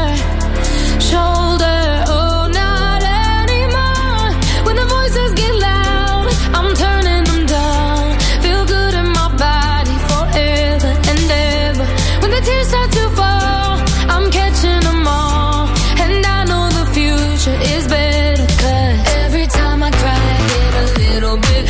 [SPEAKER 24] shoulder. Oh, not anymore. When the voices get loud, I'm turning them down. Feel good in my body forever and ever. When the tears start to fall, I'm catching them all. And I know the future is better. 'cause every time I cry, I get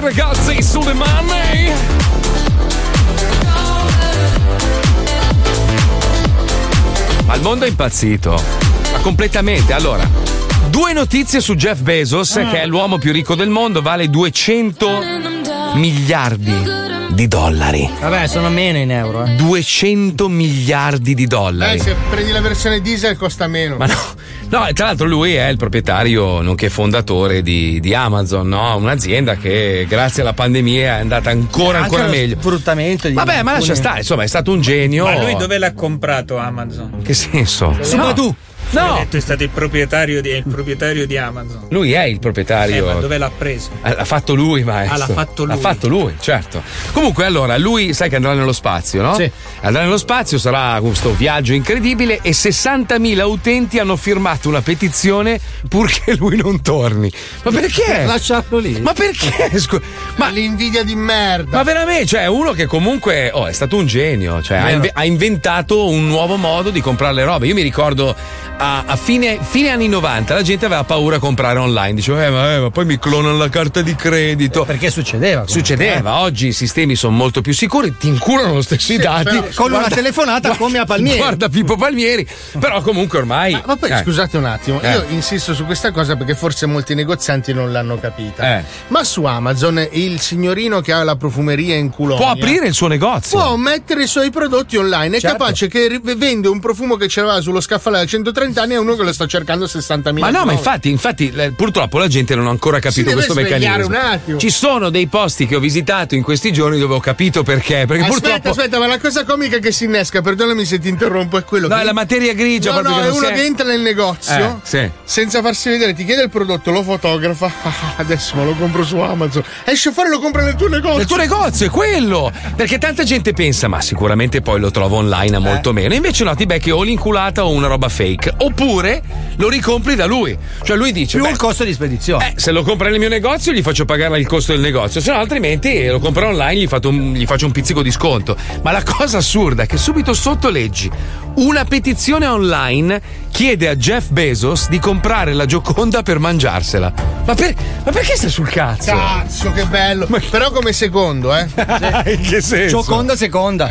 [SPEAKER 2] ragazzi sulle mani. Ma il mondo è impazzito. Ma completamente. Allora, due notizie su Jeff Bezos,
[SPEAKER 16] Mm.
[SPEAKER 2] che è l'uomo più ricco del mondo, vale 200 miliardi di dollari.
[SPEAKER 16] Vabbè, sono meno in euro. Eh.
[SPEAKER 2] 200 miliardi di dollari.
[SPEAKER 5] Dai, eh, se prendi la versione diesel costa meno.
[SPEAKER 2] Ma no. No, e tra l'altro lui è il proprietario, nonché fondatore di, di Amazon, no? Un'azienda che grazie alla pandemia è andata ancora,
[SPEAKER 16] Anche
[SPEAKER 2] ancora
[SPEAKER 16] lo
[SPEAKER 2] meglio.
[SPEAKER 16] Sfruttamento di
[SPEAKER 2] Vabbè, ma lascia
[SPEAKER 16] alcune-
[SPEAKER 2] stare, insomma, è stato un genio.
[SPEAKER 6] Ma lui dove l'ha comprato Amazon?
[SPEAKER 2] Che senso?
[SPEAKER 6] tu!
[SPEAKER 2] No!
[SPEAKER 6] Detto, è stato il proprietario di, è il proprietario di Amazon.
[SPEAKER 2] Lui è il
[SPEAKER 6] Eh, ma
[SPEAKER 2] proprietario.
[SPEAKER 6] dove l'ha preso?
[SPEAKER 2] Eh, L'ha fatto lui, maestro.
[SPEAKER 6] Ah, l'ha fatto lui.
[SPEAKER 2] L'ha fatto lui, certo. Comunque, allora, lui sai che andrà nello spazio, no? Sì. Andrà nello spazio, sarà questo viaggio incredibile e 60.000 utenti hanno firmato una petizione purché lui non torni. Ma
[SPEAKER 8] [laughs]
[SPEAKER 2] perché?
[SPEAKER 5] Lasciarlo
[SPEAKER 2] Eh, lì. Ma [laughs] perché? Scu- ma
[SPEAKER 5] l'invidia di merda.
[SPEAKER 2] Ma veramente, cioè, uno che comunque oh, è stato un genio, cioè, ha,
[SPEAKER 5] Vero.
[SPEAKER 2] inve- ha inventato un nuovo modo di comprare le robe. Io mi ricordo a, a fine, fine anni 90 la gente aveva paura a comprare online, diceva, "Eh, ma, eh, ma poi mi clonano la carta di credito. Perché succedeva?
[SPEAKER 8] Eh.
[SPEAKER 2] Succedeva, oggi i sistemi sono molto più sicuri, ti inculano lo stesso i dati.
[SPEAKER 8] però- con una telefonata come a Palmieri.
[SPEAKER 2] Guarda Pippo Palmieri, però comunque ormai...
[SPEAKER 5] Ma poi
[SPEAKER 2] eh.
[SPEAKER 5] scusate un attimo,
[SPEAKER 2] Eh.
[SPEAKER 5] io insisto su questa cosa perché forse molti negozianti non l'hanno capita.
[SPEAKER 2] Eh.
[SPEAKER 5] Ma su Amazon il signorino che ha la profumeria in Colonia
[SPEAKER 2] Può aprire il suo negozio.
[SPEAKER 5] Può mettere i suoi prodotti online. È
[SPEAKER 2] Certo.
[SPEAKER 5] capace che ri- vende un profumo che c'era sullo scaffale da 130 anni a uno che lo sta cercando a 60.000.
[SPEAKER 2] Ma no, ma infatti, infatti, eh, purtroppo la gente non ha ancora capito
[SPEAKER 5] deve
[SPEAKER 2] questo
[SPEAKER 5] svegliare
[SPEAKER 2] meccanismo.
[SPEAKER 5] un attimo.
[SPEAKER 2] Ci sono dei posti che ho visitato in questi giorni dove ho capito perché. Perché
[SPEAKER 5] aspetta,
[SPEAKER 2] purtroppo.
[SPEAKER 5] aspetta, ma la cosa comica che si innesca, perdonami se ti interrompo, è quello
[SPEAKER 2] No,
[SPEAKER 5] che.
[SPEAKER 2] è la materia grigia
[SPEAKER 5] No,
[SPEAKER 2] proprio
[SPEAKER 5] no,
[SPEAKER 2] che
[SPEAKER 5] è
[SPEAKER 2] non
[SPEAKER 5] uno
[SPEAKER 2] si è-
[SPEAKER 5] che entra nel negozio.
[SPEAKER 2] Eh, sì.
[SPEAKER 5] Senza farsi vedere, ti chiede il prodotto, lo fotografa. [laughs] Ah, adesso me lo compro su Amazon. Esce fuori e lo compra nel tuo negozio.
[SPEAKER 2] Nel tuo negozio è quello! Perché tanta gente pensa, ma sicuramente poi lo trovo online a molto meno. Invece no, ti becchi o l'inculata o una roba fake. Oppure lo ricompri da lui. Cioè lui dice. Più il costo di spedizione. Eh, se lo compra nel mio negozio, gli faccio pagare il costo del negozio, se no altrimenti lo compro online, gli, fatto un- gli faccio un pizzico di sconto. Ma la cosa assurda è che subito sotto leggi una petizione online chiede a Jeff Bezos di comprare la Gioconda per mangiarsela. Ma, per- ma perché stai sul cazzo?
[SPEAKER 5] Cazzo, che bello! Però come secondo, eh?
[SPEAKER 2] [laughs] In che senso?
[SPEAKER 5] Gioconda seconda.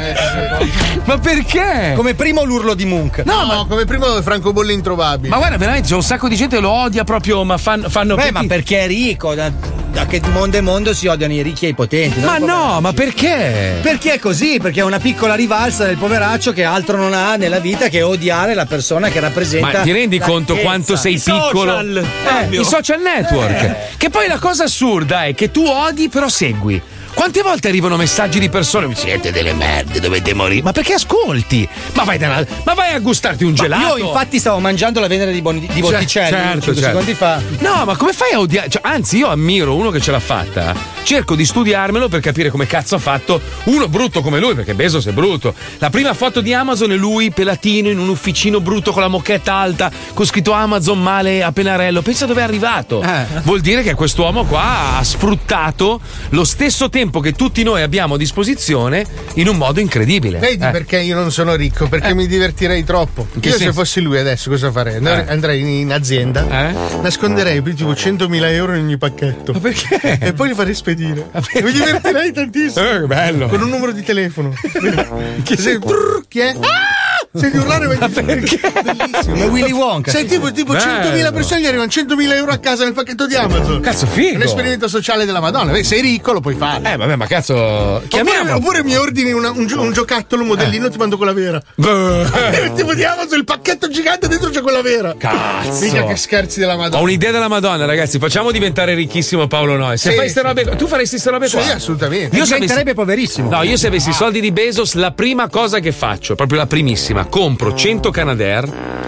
[SPEAKER 2] Ma perché?
[SPEAKER 5] Come primo l'urlo di Munch. No, come primo Franco Bolle introvabile.
[SPEAKER 2] Ma guarda, veramente c'è un sacco di gente che lo odia proprio, ma fan- fanno.
[SPEAKER 5] Beh,
[SPEAKER 2] ma
[SPEAKER 8] perché è ricco? Da, da che mondo e mondo si odiano i ricchi e i potenti.
[SPEAKER 2] Ma no, ma perché?
[SPEAKER 8] Perché è così? Perché è una piccola rivalsa del poveraccio che altro non ha nella vita che odiare la persona che rappresenta.
[SPEAKER 2] Ma ti rendi
[SPEAKER 8] la
[SPEAKER 2] conto
[SPEAKER 8] ricchezza.
[SPEAKER 2] quanto sei piccolo? Eh, I social network.
[SPEAKER 8] Eh.
[SPEAKER 2] Che poi la cosa assurda è che tu odi, però segui. Quante volte arrivano messaggi di persone? Siete delle merde, dovete morire. Ma perché ascolti? Ma vai, da una- ma vai a gustarti un
[SPEAKER 8] Ma
[SPEAKER 2] gelato.
[SPEAKER 8] Io infatti stavo mangiando la venere di, Boni- di Botticelli
[SPEAKER 2] Certo,
[SPEAKER 8] cinque
[SPEAKER 2] certo.
[SPEAKER 8] secondi fa.
[SPEAKER 2] No, ma come fai a odiare? Cioè, anzi, io ammiro uno che ce l'ha fatta. Cerco di studiarmelo per capire come cazzo ha fatto uno brutto come lui, perché Bezos è brutto. La prima foto di Amazon è lui pelatino in un ufficino brutto con la mocchetta alta, con scritto Amazon male a Penarello. Pensa dove è arrivato.
[SPEAKER 5] Eh.
[SPEAKER 2] Vuol dire che quest'uomo qua ha sfruttato lo stesso tempo che tutti noi abbiamo a disposizione in un modo incredibile.
[SPEAKER 5] Vedi
[SPEAKER 2] Eh.
[SPEAKER 5] perché io non sono ricco? Perché mi divertirei troppo.
[SPEAKER 2] che
[SPEAKER 5] io se
[SPEAKER 2] senso?
[SPEAKER 5] fossi lui adesso cosa farei? Andrei,
[SPEAKER 2] Eh.
[SPEAKER 5] andrei in, in azienda, nasconderei più tipo 100.000 euro in ogni pacchetto. Ma
[SPEAKER 2] perché?
[SPEAKER 5] E poi li farei spedire. Mi divertirei tantissimo.
[SPEAKER 2] Eh, che bello.
[SPEAKER 5] Con un numero di
[SPEAKER 2] [laughs]
[SPEAKER 5] telefono. che sei... Brrr, chi
[SPEAKER 2] Oh.
[SPEAKER 5] è? Ah! Senti urlare ma perché? Bellissimo.
[SPEAKER 8] È Willy Wonka.
[SPEAKER 5] Sei tipo, tipo
[SPEAKER 8] Bello.
[SPEAKER 5] 100.000 persone gli arrivano 100.000 euro a casa nel pacchetto di Amazon.
[SPEAKER 2] Cazzo, figo.
[SPEAKER 5] È Un esperimento sociale della Madonna. Vedi, sei ricco, lo puoi fare.
[SPEAKER 2] Eh, vabbè, ma cazzo.
[SPEAKER 5] Oppure,
[SPEAKER 2] Chiamiamo. Eh.
[SPEAKER 5] oppure mi ordini una- un, gio- un giocattolo, un modellino, ti mando quella vera. Il [laughs] tipo di Amazon, il pacchetto gigante dentro c'è quella vera.
[SPEAKER 2] Cazzo.
[SPEAKER 5] Mica che scherzi della
[SPEAKER 2] Ho
[SPEAKER 5] Madonna.
[SPEAKER 2] un'idea della Madonna, ragazzi. Facciamo diventare ricchissimo Paolo Noi. Se
[SPEAKER 5] Sì.
[SPEAKER 2] fai ste robe, tu faresti ste robe qua?
[SPEAKER 5] Sì, assolutamente.
[SPEAKER 2] Io se avessi-
[SPEAKER 8] poverissimo.
[SPEAKER 2] No, io se avessi i soldi di Bezos, la prima cosa che faccio, proprio la primissima, compro 100 Canadair,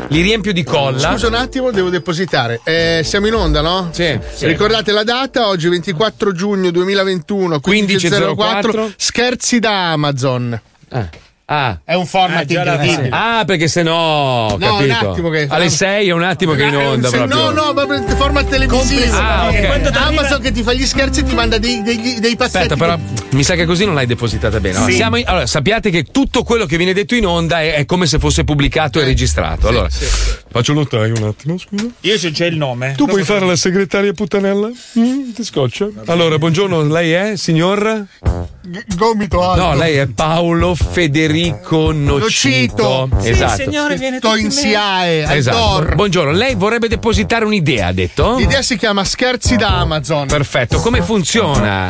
[SPEAKER 2] li riempio di colla.
[SPEAKER 5] Scusa un attimo, devo depositare. Eh, siamo in onda, no? Sì,
[SPEAKER 2] sì.
[SPEAKER 5] Ricordate la data? Oggi 24 giugno 2021, 15.04.
[SPEAKER 2] 15.04.
[SPEAKER 5] Scherzi da Amazon.
[SPEAKER 2] Ah.
[SPEAKER 5] È un format incredibile.
[SPEAKER 2] Ah, perché se no, ho
[SPEAKER 5] No, un
[SPEAKER 2] capito.
[SPEAKER 5] attimo che- Eh,
[SPEAKER 2] Alle 6 è un attimo che è in
[SPEAKER 9] Eh,
[SPEAKER 2] onda
[SPEAKER 5] Se no,
[SPEAKER 2] proprio.
[SPEAKER 5] no, ma per- format televisivo.
[SPEAKER 2] Ah, ok. Quando
[SPEAKER 5] Amazon che ti fa gli scherzi e ti manda dei, dei, dei passetti.
[SPEAKER 2] Aspetta, però mi sa che così non l'hai depositata bene. Allora,
[SPEAKER 5] Sì.
[SPEAKER 2] siamo in-
[SPEAKER 5] Eh.
[SPEAKER 2] allora, sappiate che tutto quello che viene detto in onda è, è come se fosse pubblicato e registrato. Allora,
[SPEAKER 3] Faccio notaio un attimo, scusa.
[SPEAKER 6] Io se c'è il nome.
[SPEAKER 3] Tu puoi fare la segretaria puttanella? Mm, ti scoccia? Allora, buongiorno, lei è signor?
[SPEAKER 9] Gomito alto.
[SPEAKER 2] No, lei è Paolo Federico Nocito.
[SPEAKER 9] Nocito. Sì,
[SPEAKER 2] Esatto.
[SPEAKER 9] signore, viene Sto tutti in in me. SIAE, al
[SPEAKER 2] Esatto.
[SPEAKER 9] DOR.
[SPEAKER 2] Buongiorno, lei vorrebbe depositare un'idea, ha detto?
[SPEAKER 9] L'idea si chiama Scherzi da Amazon.
[SPEAKER 2] Perfetto, come funziona?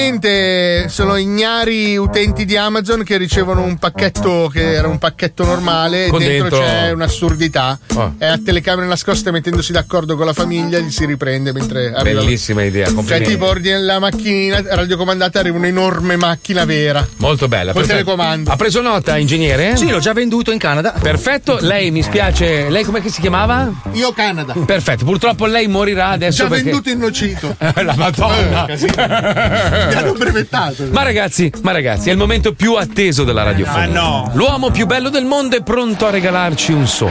[SPEAKER 9] Praticamente sono ignari utenti di Amazon che ricevono un pacchetto che era un pacchetto normale e
[SPEAKER 2] Con
[SPEAKER 9] dentro,
[SPEAKER 2] dentro-
[SPEAKER 9] c'è un'assurdità.
[SPEAKER 2] Ah.
[SPEAKER 9] È a telecamere nascoste mettendosi d'accordo con la famiglia gli si riprende mentre arriva.
[SPEAKER 2] Bellissima idea,
[SPEAKER 9] Cioè
[SPEAKER 2] complimenti.
[SPEAKER 9] tipo ordini la macchinina radiocomandata arriva un'enorme macchina vera.
[SPEAKER 2] Molto bella.
[SPEAKER 9] Col
[SPEAKER 2] perfetto.
[SPEAKER 9] telecomando.
[SPEAKER 2] Ha preso nota, ingegnere?
[SPEAKER 9] Sì,
[SPEAKER 2] l'ho già venduto in Canada. Perfetto, lei mi spiace. Lei com'è che si chiamava?
[SPEAKER 9] Io Canada.
[SPEAKER 2] Perfetto, purtroppo lei morirà adesso
[SPEAKER 9] Già
[SPEAKER 2] perché...
[SPEAKER 9] venduto innocito.
[SPEAKER 2] La Madonna.
[SPEAKER 9] [laughs] Mi hanno brevettato.
[SPEAKER 2] Ma ragazzi, ma ragazzi, è il momento più atteso della radiofonia.
[SPEAKER 6] Ma no.
[SPEAKER 2] L'uomo più bello del mondo è pronto a regalarci un sogno.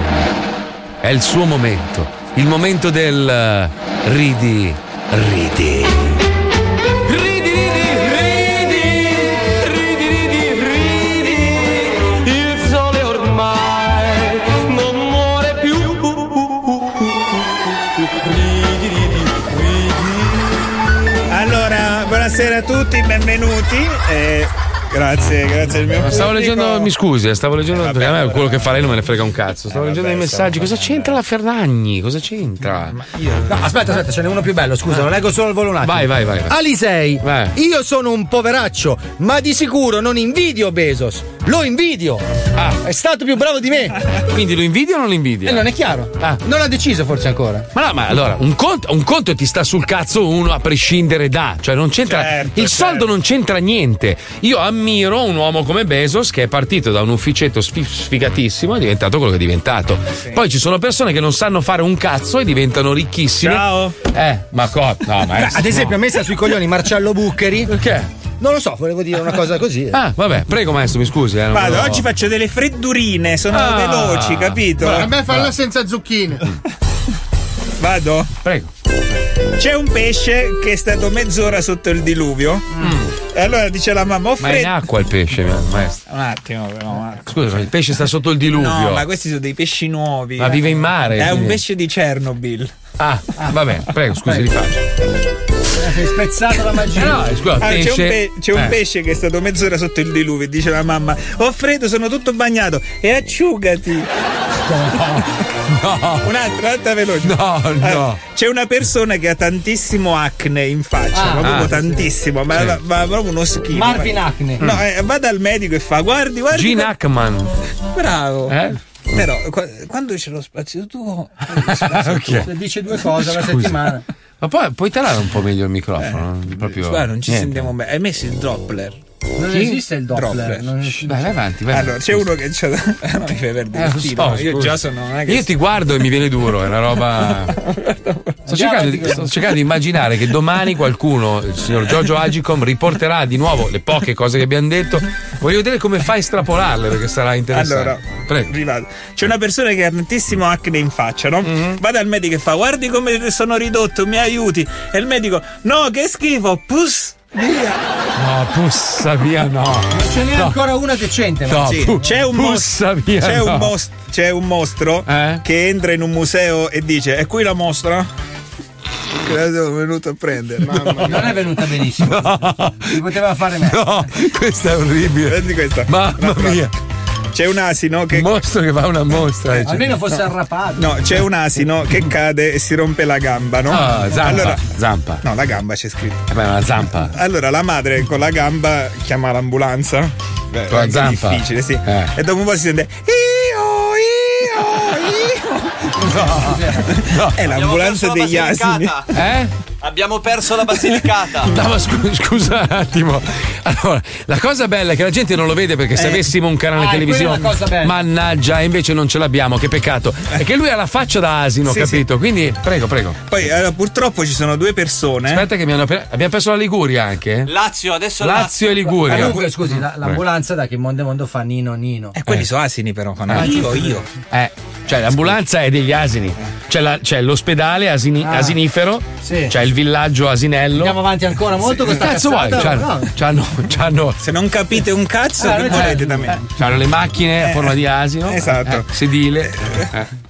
[SPEAKER 2] È il suo momento, il momento del eh, ridi, ridi.
[SPEAKER 10] Ridi, ridi, ridi, ridi, ridi, ridi, il sole ormai non muore più. Ridi, ridi,
[SPEAKER 6] Allora, buonasera a tutti, benvenuti. Eh, grazie, grazie al mio pubblico.
[SPEAKER 2] Stavo leggendo, mi scusi, eh, stavo leggendo perché a me quello che fa lei non me ne frega un cazzo. Stavo leggendo dei messaggi. Cosa c'entra la Ferragni? Cosa c'entra?
[SPEAKER 8] No, aspetta, aspetta, ce n'è uno più bello, scusa, lo leggo solo al volo un attimo.
[SPEAKER 2] Eh. Vai, vai, vai. Eh. vai.
[SPEAKER 8] Alisei,
[SPEAKER 2] Vai.
[SPEAKER 8] io sono un poveraccio, ma di sicuro non invidio Bezos. Lo invidio. È stato più bravo di me.
[SPEAKER 2] Ah. Quindi lo invidia o non lo invidia?
[SPEAKER 8] E
[SPEAKER 2] Ah. Eh,
[SPEAKER 8] non è chiaro. Non ha deciso forse ancora.
[SPEAKER 2] Ma no, ma allora, un conto, un conto ti sta sul cazzo uno a prescindere da, cioè non c'entra.
[SPEAKER 6] Certo,
[SPEAKER 2] il soldo non c'entra niente. Io ammiro un uomo come Bezos che è partito da un ufficetto sfi- sfigatissimo e è diventato quello che è diventato. Poi ci sono persone che non sanno fare un cazzo e diventano ricchissime. Ciao. Eh, ma co-
[SPEAKER 6] [laughs]
[SPEAKER 2] no, ma
[SPEAKER 8] Ad esempio, a me sta sui coglioni Marcello Buccheri.
[SPEAKER 2] Perché?
[SPEAKER 8] Non lo so, volevo dire una cosa così. eh.
[SPEAKER 2] Ah, vabbè, prego maestro, mi scusi. Eh, non
[SPEAKER 6] Vado,
[SPEAKER 2] volevo-
[SPEAKER 6] oggi faccio delle freddurine, sono
[SPEAKER 2] Ah.
[SPEAKER 6] veloci, capito?
[SPEAKER 2] Bravo, A me
[SPEAKER 9] falla senza zucchine.
[SPEAKER 2] Mm.
[SPEAKER 6] Vado?
[SPEAKER 2] Prego.
[SPEAKER 6] C'è un pesce che è stato mezz'ora sotto il diluvio. E allora dice la mamma, ho
[SPEAKER 2] Mm. Ma è in
[SPEAKER 6] freddo.
[SPEAKER 2] acqua il pesce, maestro.
[SPEAKER 6] Un attimo, però, Marco.
[SPEAKER 2] Scusa, ma il pesce sta sotto il diluvio.
[SPEAKER 6] No, ma questi sono dei pesci nuovi. eh.
[SPEAKER 2] Ma vive in mare,
[SPEAKER 6] È un
[SPEAKER 2] quindi.
[SPEAKER 6] pesce di Chernobyl.
[SPEAKER 2] Ah, va bene, prego, scusi, rifaccio.
[SPEAKER 8] Hai spezzato la magia.
[SPEAKER 2] Eh no, scusa,
[SPEAKER 6] Allora, Ah, c'è un,
[SPEAKER 2] pesce-
[SPEAKER 6] c'è un
[SPEAKER 2] eh.
[SPEAKER 6] pesce che è stato mezz'ora sotto il diluvio e dice la mamma: Ho freddo, sono tutto bagnato e acciugati.
[SPEAKER 2] No,
[SPEAKER 6] un'altra, un'altra veloce.
[SPEAKER 2] No,
[SPEAKER 6] no. C'è una persona che ha tantissimo acne in faccia,
[SPEAKER 8] Ah,
[SPEAKER 6] proprio
[SPEAKER 8] ah, sì,
[SPEAKER 6] tantissimo, ma, ma- ma proprio uno schifo.
[SPEAKER 8] Marvin Acne.
[SPEAKER 6] No, eh, va dal medico e fa: Guardi, guardi.
[SPEAKER 2] Gene Hackman.
[SPEAKER 6] Bravo.
[SPEAKER 2] Eh?
[SPEAKER 6] Però qua- quando c'è lo spazio
[SPEAKER 2] [laughs]
[SPEAKER 6] tuo,
[SPEAKER 2] Ok.
[SPEAKER 8] Se dice due cose alla
[SPEAKER 2] Scusa.
[SPEAKER 8] settimana.
[SPEAKER 2] Ma poi puoi tarare un po' meglio il microfono? Proprio.
[SPEAKER 6] Guarda, Eh, non ci
[SPEAKER 2] niente.
[SPEAKER 6] sentiamo bene. Hai messo il Doppler?
[SPEAKER 8] Non
[SPEAKER 6] Sì?
[SPEAKER 8] esiste il Doppler, non-
[SPEAKER 2] Shh, Vai, vai avanti, vai. Eh,
[SPEAKER 6] Allora, c'è uno che c'ha. [laughs] no, mi fai perdere il filo, no, Io già sono. non è che-
[SPEAKER 2] Io ti guardo e mi viene duro, è
[SPEAKER 6] [laughs]
[SPEAKER 2] una roba. Sto cercando, di, sto cercando di immaginare che domani qualcuno, il signor Giorgio Agicom, riporterà di nuovo le poche cose che abbiamo detto. Voglio vedere come fa a estrapolarle, perché sarà interessante.
[SPEAKER 6] Allora, rivado. C'è una persona che ha tantissimo acne in faccia, no?
[SPEAKER 2] Mm-hmm.
[SPEAKER 6] Va dal medico e fa: Guardi come sono ridotto, mi aiuti. E il medico: No, che schifo, pus. Via.
[SPEAKER 2] No, pussa via, no.
[SPEAKER 8] Ce n'è
[SPEAKER 2] No.
[SPEAKER 8] ancora una decente, ma
[SPEAKER 2] No,
[SPEAKER 8] sì.
[SPEAKER 2] pu-
[SPEAKER 6] C'è un, mos-
[SPEAKER 2] pussa via,
[SPEAKER 6] c'è un
[SPEAKER 2] no. Eh?
[SPEAKER 6] mos- c'è un mostro che entra in un museo e dice: E qui la mostra? Che sono venuto a prendere.
[SPEAKER 8] Non è venuta benissimo. Si poteva fare meglio.
[SPEAKER 2] No, questa è orribile.
[SPEAKER 6] Prendi questa.
[SPEAKER 2] Mamma
[SPEAKER 6] Un'altra.
[SPEAKER 2] mia.
[SPEAKER 6] C'è un asino che. Un
[SPEAKER 2] mostro che fa una mostra. eh, cioè.
[SPEAKER 8] Almeno fosse arrapato.
[SPEAKER 6] No, c'è un asino che cade e si rompe la gamba, no?
[SPEAKER 2] Ah, zampa,
[SPEAKER 6] Allora,
[SPEAKER 2] zampa.
[SPEAKER 6] no, la gamba c'è scritto.
[SPEAKER 2] Eh, Beh, una zampa.
[SPEAKER 6] Allora la madre con la gamba chiama l'ambulanza. Beh,
[SPEAKER 2] Con la
[SPEAKER 6] Eh, è
[SPEAKER 2] zampa.
[SPEAKER 6] difficile, sì.
[SPEAKER 2] Eh.
[SPEAKER 6] E dopo un po' si sente io, io, io. È l'ambulanza degli asini.
[SPEAKER 2] Eh?
[SPEAKER 25] Abbiamo perso la Basilicata.
[SPEAKER 2] No, ma scu- scusa un attimo. Allora, la cosa bella è che la gente non lo vede perché se
[SPEAKER 25] Eh.
[SPEAKER 2] avessimo un
[SPEAKER 25] Ah,
[SPEAKER 2] canale
[SPEAKER 25] è
[SPEAKER 2] televisivo,
[SPEAKER 25] quella la cosa bella.
[SPEAKER 2] mannaggia, invece non ce l'abbiamo, che peccato. È che lui ha la faccia da asino,
[SPEAKER 6] Sì,
[SPEAKER 2] capito? Quindi, prego, prego.
[SPEAKER 6] Poi allora, purtroppo ci sono due persone.
[SPEAKER 2] Aspetta che mi hanno appena- Abbiamo perso la Liguria anche?
[SPEAKER 25] Lazio, adesso
[SPEAKER 2] Lazio Eh, e Liguria.
[SPEAKER 8] Ma comunque, scusi, la- l'ambulanza da che mondo è mondo fa Nino Nino.
[SPEAKER 6] E Eh, quelli sono asini, però, con
[SPEAKER 2] Eh.
[SPEAKER 6] dico io.
[SPEAKER 2] Eh, cioè l'ambulanza è degli asini. C'è, la- c'è l'ospedale asini-
[SPEAKER 8] Ah.
[SPEAKER 2] asinifero,
[SPEAKER 8] Sì.
[SPEAKER 2] c'è il villaggio asinello.
[SPEAKER 8] Andiamo avanti ancora molto con
[SPEAKER 2] Che
[SPEAKER 8] sta
[SPEAKER 2] cazzo vuoi?
[SPEAKER 8] cazzata,
[SPEAKER 2] C'hanno,
[SPEAKER 8] no?
[SPEAKER 2] c'hanno- c'hanno-
[SPEAKER 6] Se non capite un cazzo,
[SPEAKER 8] Ah,
[SPEAKER 6] che
[SPEAKER 8] noi
[SPEAKER 6] volete
[SPEAKER 8] c'è-
[SPEAKER 6] da me?
[SPEAKER 2] c'hanno le macchine a
[SPEAKER 6] Eh.
[SPEAKER 2] forma di asino,
[SPEAKER 6] Esatto.
[SPEAKER 2] eh, sedile. Eh.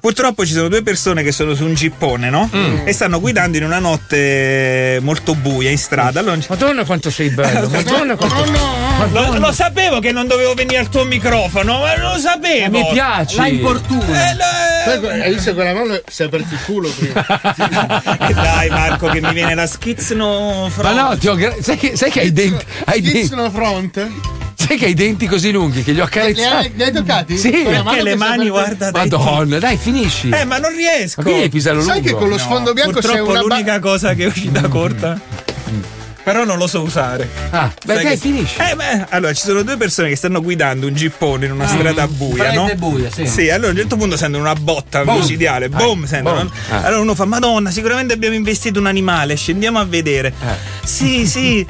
[SPEAKER 6] Purtroppo ci sono due persone che sono su un gippone, no? E stanno guidando in una notte molto buia in strada. Madonna quanto sei [laughs] bello!
[SPEAKER 12] Madonna, quanto-
[SPEAKER 6] Lo, lo sapevo che non dovevo venire al tuo microfono, ma lo sapevo!
[SPEAKER 12] Mi piace. La importuna.
[SPEAKER 6] Eh, la-
[SPEAKER 9] Poi que- Hai visto quella mano? Si è aperto il culo prima.
[SPEAKER 6] Eh, [laughs]
[SPEAKER 2] [laughs]
[SPEAKER 6] dai Marco che mi viene la schizno
[SPEAKER 2] Ma no, ti ho gra- sai, che, sai che hai i denti. Hai i denti-
[SPEAKER 9] Schizno front?
[SPEAKER 2] sai che hai i denti così lunghi che li ho
[SPEAKER 9] Le
[SPEAKER 2] accarezzati.
[SPEAKER 9] hai, li hai toccati?
[SPEAKER 2] Sì,
[SPEAKER 9] Con la mano che si è aperta-
[SPEAKER 2] Madonna, dai, finisci.
[SPEAKER 9] Eh, ma non riesco.
[SPEAKER 2] Ma quindi è pisello
[SPEAKER 9] Sai
[SPEAKER 2] lungo.
[SPEAKER 9] che con lo sfondo bianco c'è
[SPEAKER 6] Purtroppo
[SPEAKER 9] una ba-
[SPEAKER 6] l'unica cosa che è
[SPEAKER 12] Mm.
[SPEAKER 6] uscita corta. Però non lo so usare.
[SPEAKER 2] Ah,
[SPEAKER 6] beh,
[SPEAKER 9] dai,
[SPEAKER 6] finisci. Eh, beh, allora ci sono due persone che stanno guidando un gippone in una
[SPEAKER 12] Ah.
[SPEAKER 6] strada buia, no?
[SPEAKER 12] Fredda e buia, sì.
[SPEAKER 6] allora a un certo punto sentono una botta
[SPEAKER 12] Boom.
[SPEAKER 6] micidiale,
[SPEAKER 12] Ah,
[SPEAKER 6] boom, sentono.
[SPEAKER 12] boom. Ah.
[SPEAKER 6] Allora uno fa: "Madonna, sicuramente abbiamo investito un animale, scendiamo a vedere".
[SPEAKER 12] Ah.
[SPEAKER 6] Sì,
[SPEAKER 12] [laughs]
[SPEAKER 6] sì.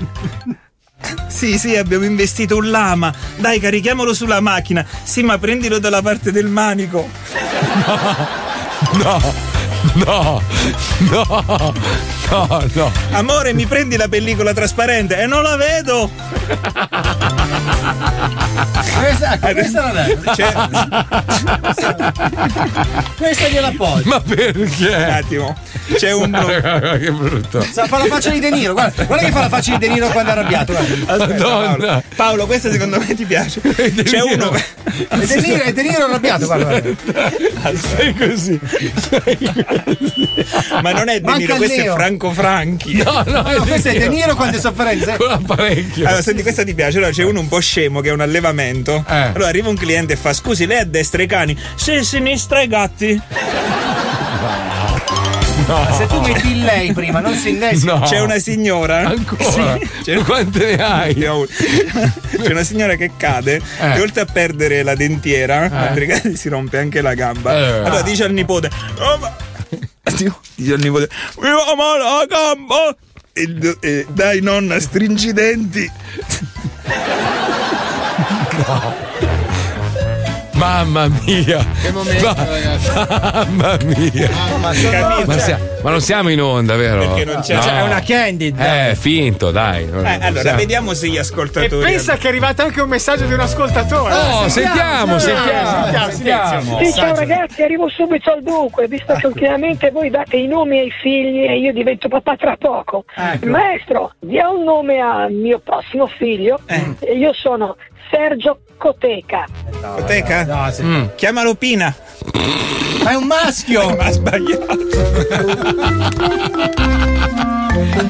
[SPEAKER 6] Sì, sì, abbiamo investito un lama. Dai, carichiamolo sulla macchina. Sì, ma prendilo dalla parte del manico.
[SPEAKER 12] [laughs]
[SPEAKER 2] No, no, no, no, no.
[SPEAKER 6] Amore, mi prendi la pellicola trasparente? E non la vedo!
[SPEAKER 8] Eh,
[SPEAKER 12] Questa,
[SPEAKER 8] esatto,
[SPEAKER 9] Eh,
[SPEAKER 12] questa non è.
[SPEAKER 9] cioè,
[SPEAKER 8] Cioè, Questa gliela appoggio.
[SPEAKER 2] Ma perché?
[SPEAKER 6] Un attimo. C'è un
[SPEAKER 2] blu. che brutto.
[SPEAKER 8] Sa, fa la faccia di De Niro, guarda, guarda che fa la faccia di De Niro quando è arrabbiato. guarda.
[SPEAKER 6] Aspetta, Paolo. Paolo, questa secondo me ti
[SPEAKER 2] [laughs]
[SPEAKER 6] piace. C'è [laughs] uno.
[SPEAKER 8] È De Niro, è De Niro arrabbiato, guarda. guarda.
[SPEAKER 6] Sei così. Ma non è De
[SPEAKER 8] Manca
[SPEAKER 6] Niro,
[SPEAKER 8] il
[SPEAKER 6] questo è
[SPEAKER 8] Leo.
[SPEAKER 6] Franco Franchi.
[SPEAKER 8] No, no, è No, De questo è De Niro. Niro quando è sofferenza. Con
[SPEAKER 2] l'apparecchio.
[SPEAKER 6] Allora, senti, questa ti piace. Allora, c'è
[SPEAKER 2] Eh.
[SPEAKER 6] uno un po' scemo che è un allevamento. Allora arriva un cliente e fa: Scusi, lei è a destra i cani? Sì, a sinistra i gatti.
[SPEAKER 8] Ma Se tu metti il lei prima, non si innesca.
[SPEAKER 6] C'è una signora.
[SPEAKER 8] Ancora?
[SPEAKER 6] C'è...
[SPEAKER 2] Quante ne hai? Eh.
[SPEAKER 6] Ne ho una. [laughs] C'è una signora che cade e oltre a perdere la dentiera, mentre cade si rompe anche la gamba.
[SPEAKER 2] Eh.
[SPEAKER 6] Allora dice al nipote: "Oh, ma- [laughs] Dio, dice al nipote: Mi va male la gamba! E do- e dai nonna, stringi i denti.
[SPEAKER 2] Mamma mia.
[SPEAKER 9] Che momento, ragazzi.
[SPEAKER 2] Mamma mia.
[SPEAKER 9] Mamma
[SPEAKER 2] Ma,
[SPEAKER 9] mia.
[SPEAKER 2] sia- ma non siamo in onda, vero?
[SPEAKER 6] Perché non c'è- Cioè, è una candid.
[SPEAKER 2] Eh, finto, dai. Non-
[SPEAKER 6] Eh,
[SPEAKER 2] non
[SPEAKER 6] allora,
[SPEAKER 2] siamo-
[SPEAKER 6] vediamo se gli
[SPEAKER 12] E
[SPEAKER 6] ascoltatori.
[SPEAKER 12] pensa che è arrivato anche un messaggio di un ascoltatore.
[SPEAKER 2] Oh, sentiamo, sentiamo, sentiamo.
[SPEAKER 12] Sì,
[SPEAKER 26] Sì, ciao ragazzi, arrivo subito al dunque, visto
[SPEAKER 15] Ecco.
[SPEAKER 26] che ultimamente voi date i nomi ai figli e io divento papà tra poco.
[SPEAKER 15] Ecco.
[SPEAKER 26] Maestro, dia un nome al mio prossimo figlio,
[SPEAKER 15] Eh.
[SPEAKER 26] e io sono Sergio Coteca.
[SPEAKER 6] Coteca?
[SPEAKER 21] Mm.
[SPEAKER 6] Chiamalo Pina.
[SPEAKER 8] Ma è un
[SPEAKER 6] [laughs]
[SPEAKER 8] maschio!
[SPEAKER 6] Ma ha sbagliato.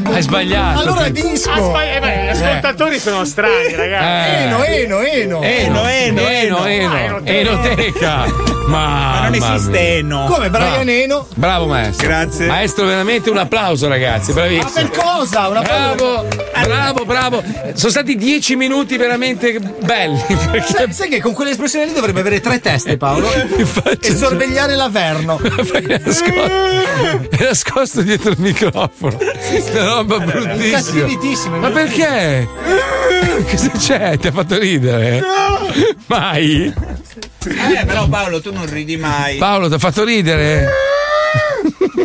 [SPEAKER 2] Hai sbagliato.
[SPEAKER 12] Allora disco.
[SPEAKER 2] Ah,
[SPEAKER 12] gli ascoltatori sono strani, ragazzi.
[SPEAKER 2] Eh.
[SPEAKER 12] Eno, eno, eno.
[SPEAKER 2] Eno, Eno, Eno, Eno, Enoteca.
[SPEAKER 6] [laughs]
[SPEAKER 2] Ma
[SPEAKER 6] Ah, non esiste Eno.
[SPEAKER 8] Come Brian
[SPEAKER 2] Bravo.
[SPEAKER 8] Eno?
[SPEAKER 2] Bravo maestro.
[SPEAKER 6] Grazie.
[SPEAKER 2] Maestro, veramente un applauso, ragazzi.
[SPEAKER 8] Ma
[SPEAKER 2] Bravissimo.
[SPEAKER 8] per cosa? Una
[SPEAKER 2] Bravo, bravo, bravo. Sono stati dieci minuti veramente belli.
[SPEAKER 8] Sai, sai che con quell'espressione lì dovrebbe avere tre teste,
[SPEAKER 2] [laughs]
[SPEAKER 8] Paolo?
[SPEAKER 2] cioè.
[SPEAKER 8] e sorvegliare l'averno.
[SPEAKER 2] È nascosto dietro il microfono. Una roba
[SPEAKER 12] cattivitissimo,
[SPEAKER 2] bruttissima. Ma
[SPEAKER 15] [laughs]
[SPEAKER 12] è
[SPEAKER 2] perché? Cosa c'è? Ti ha fatto ridere? Mai?
[SPEAKER 6] Eh, però Paolo, tu non ridi mai.
[SPEAKER 2] Paolo, ti ha fatto ridere?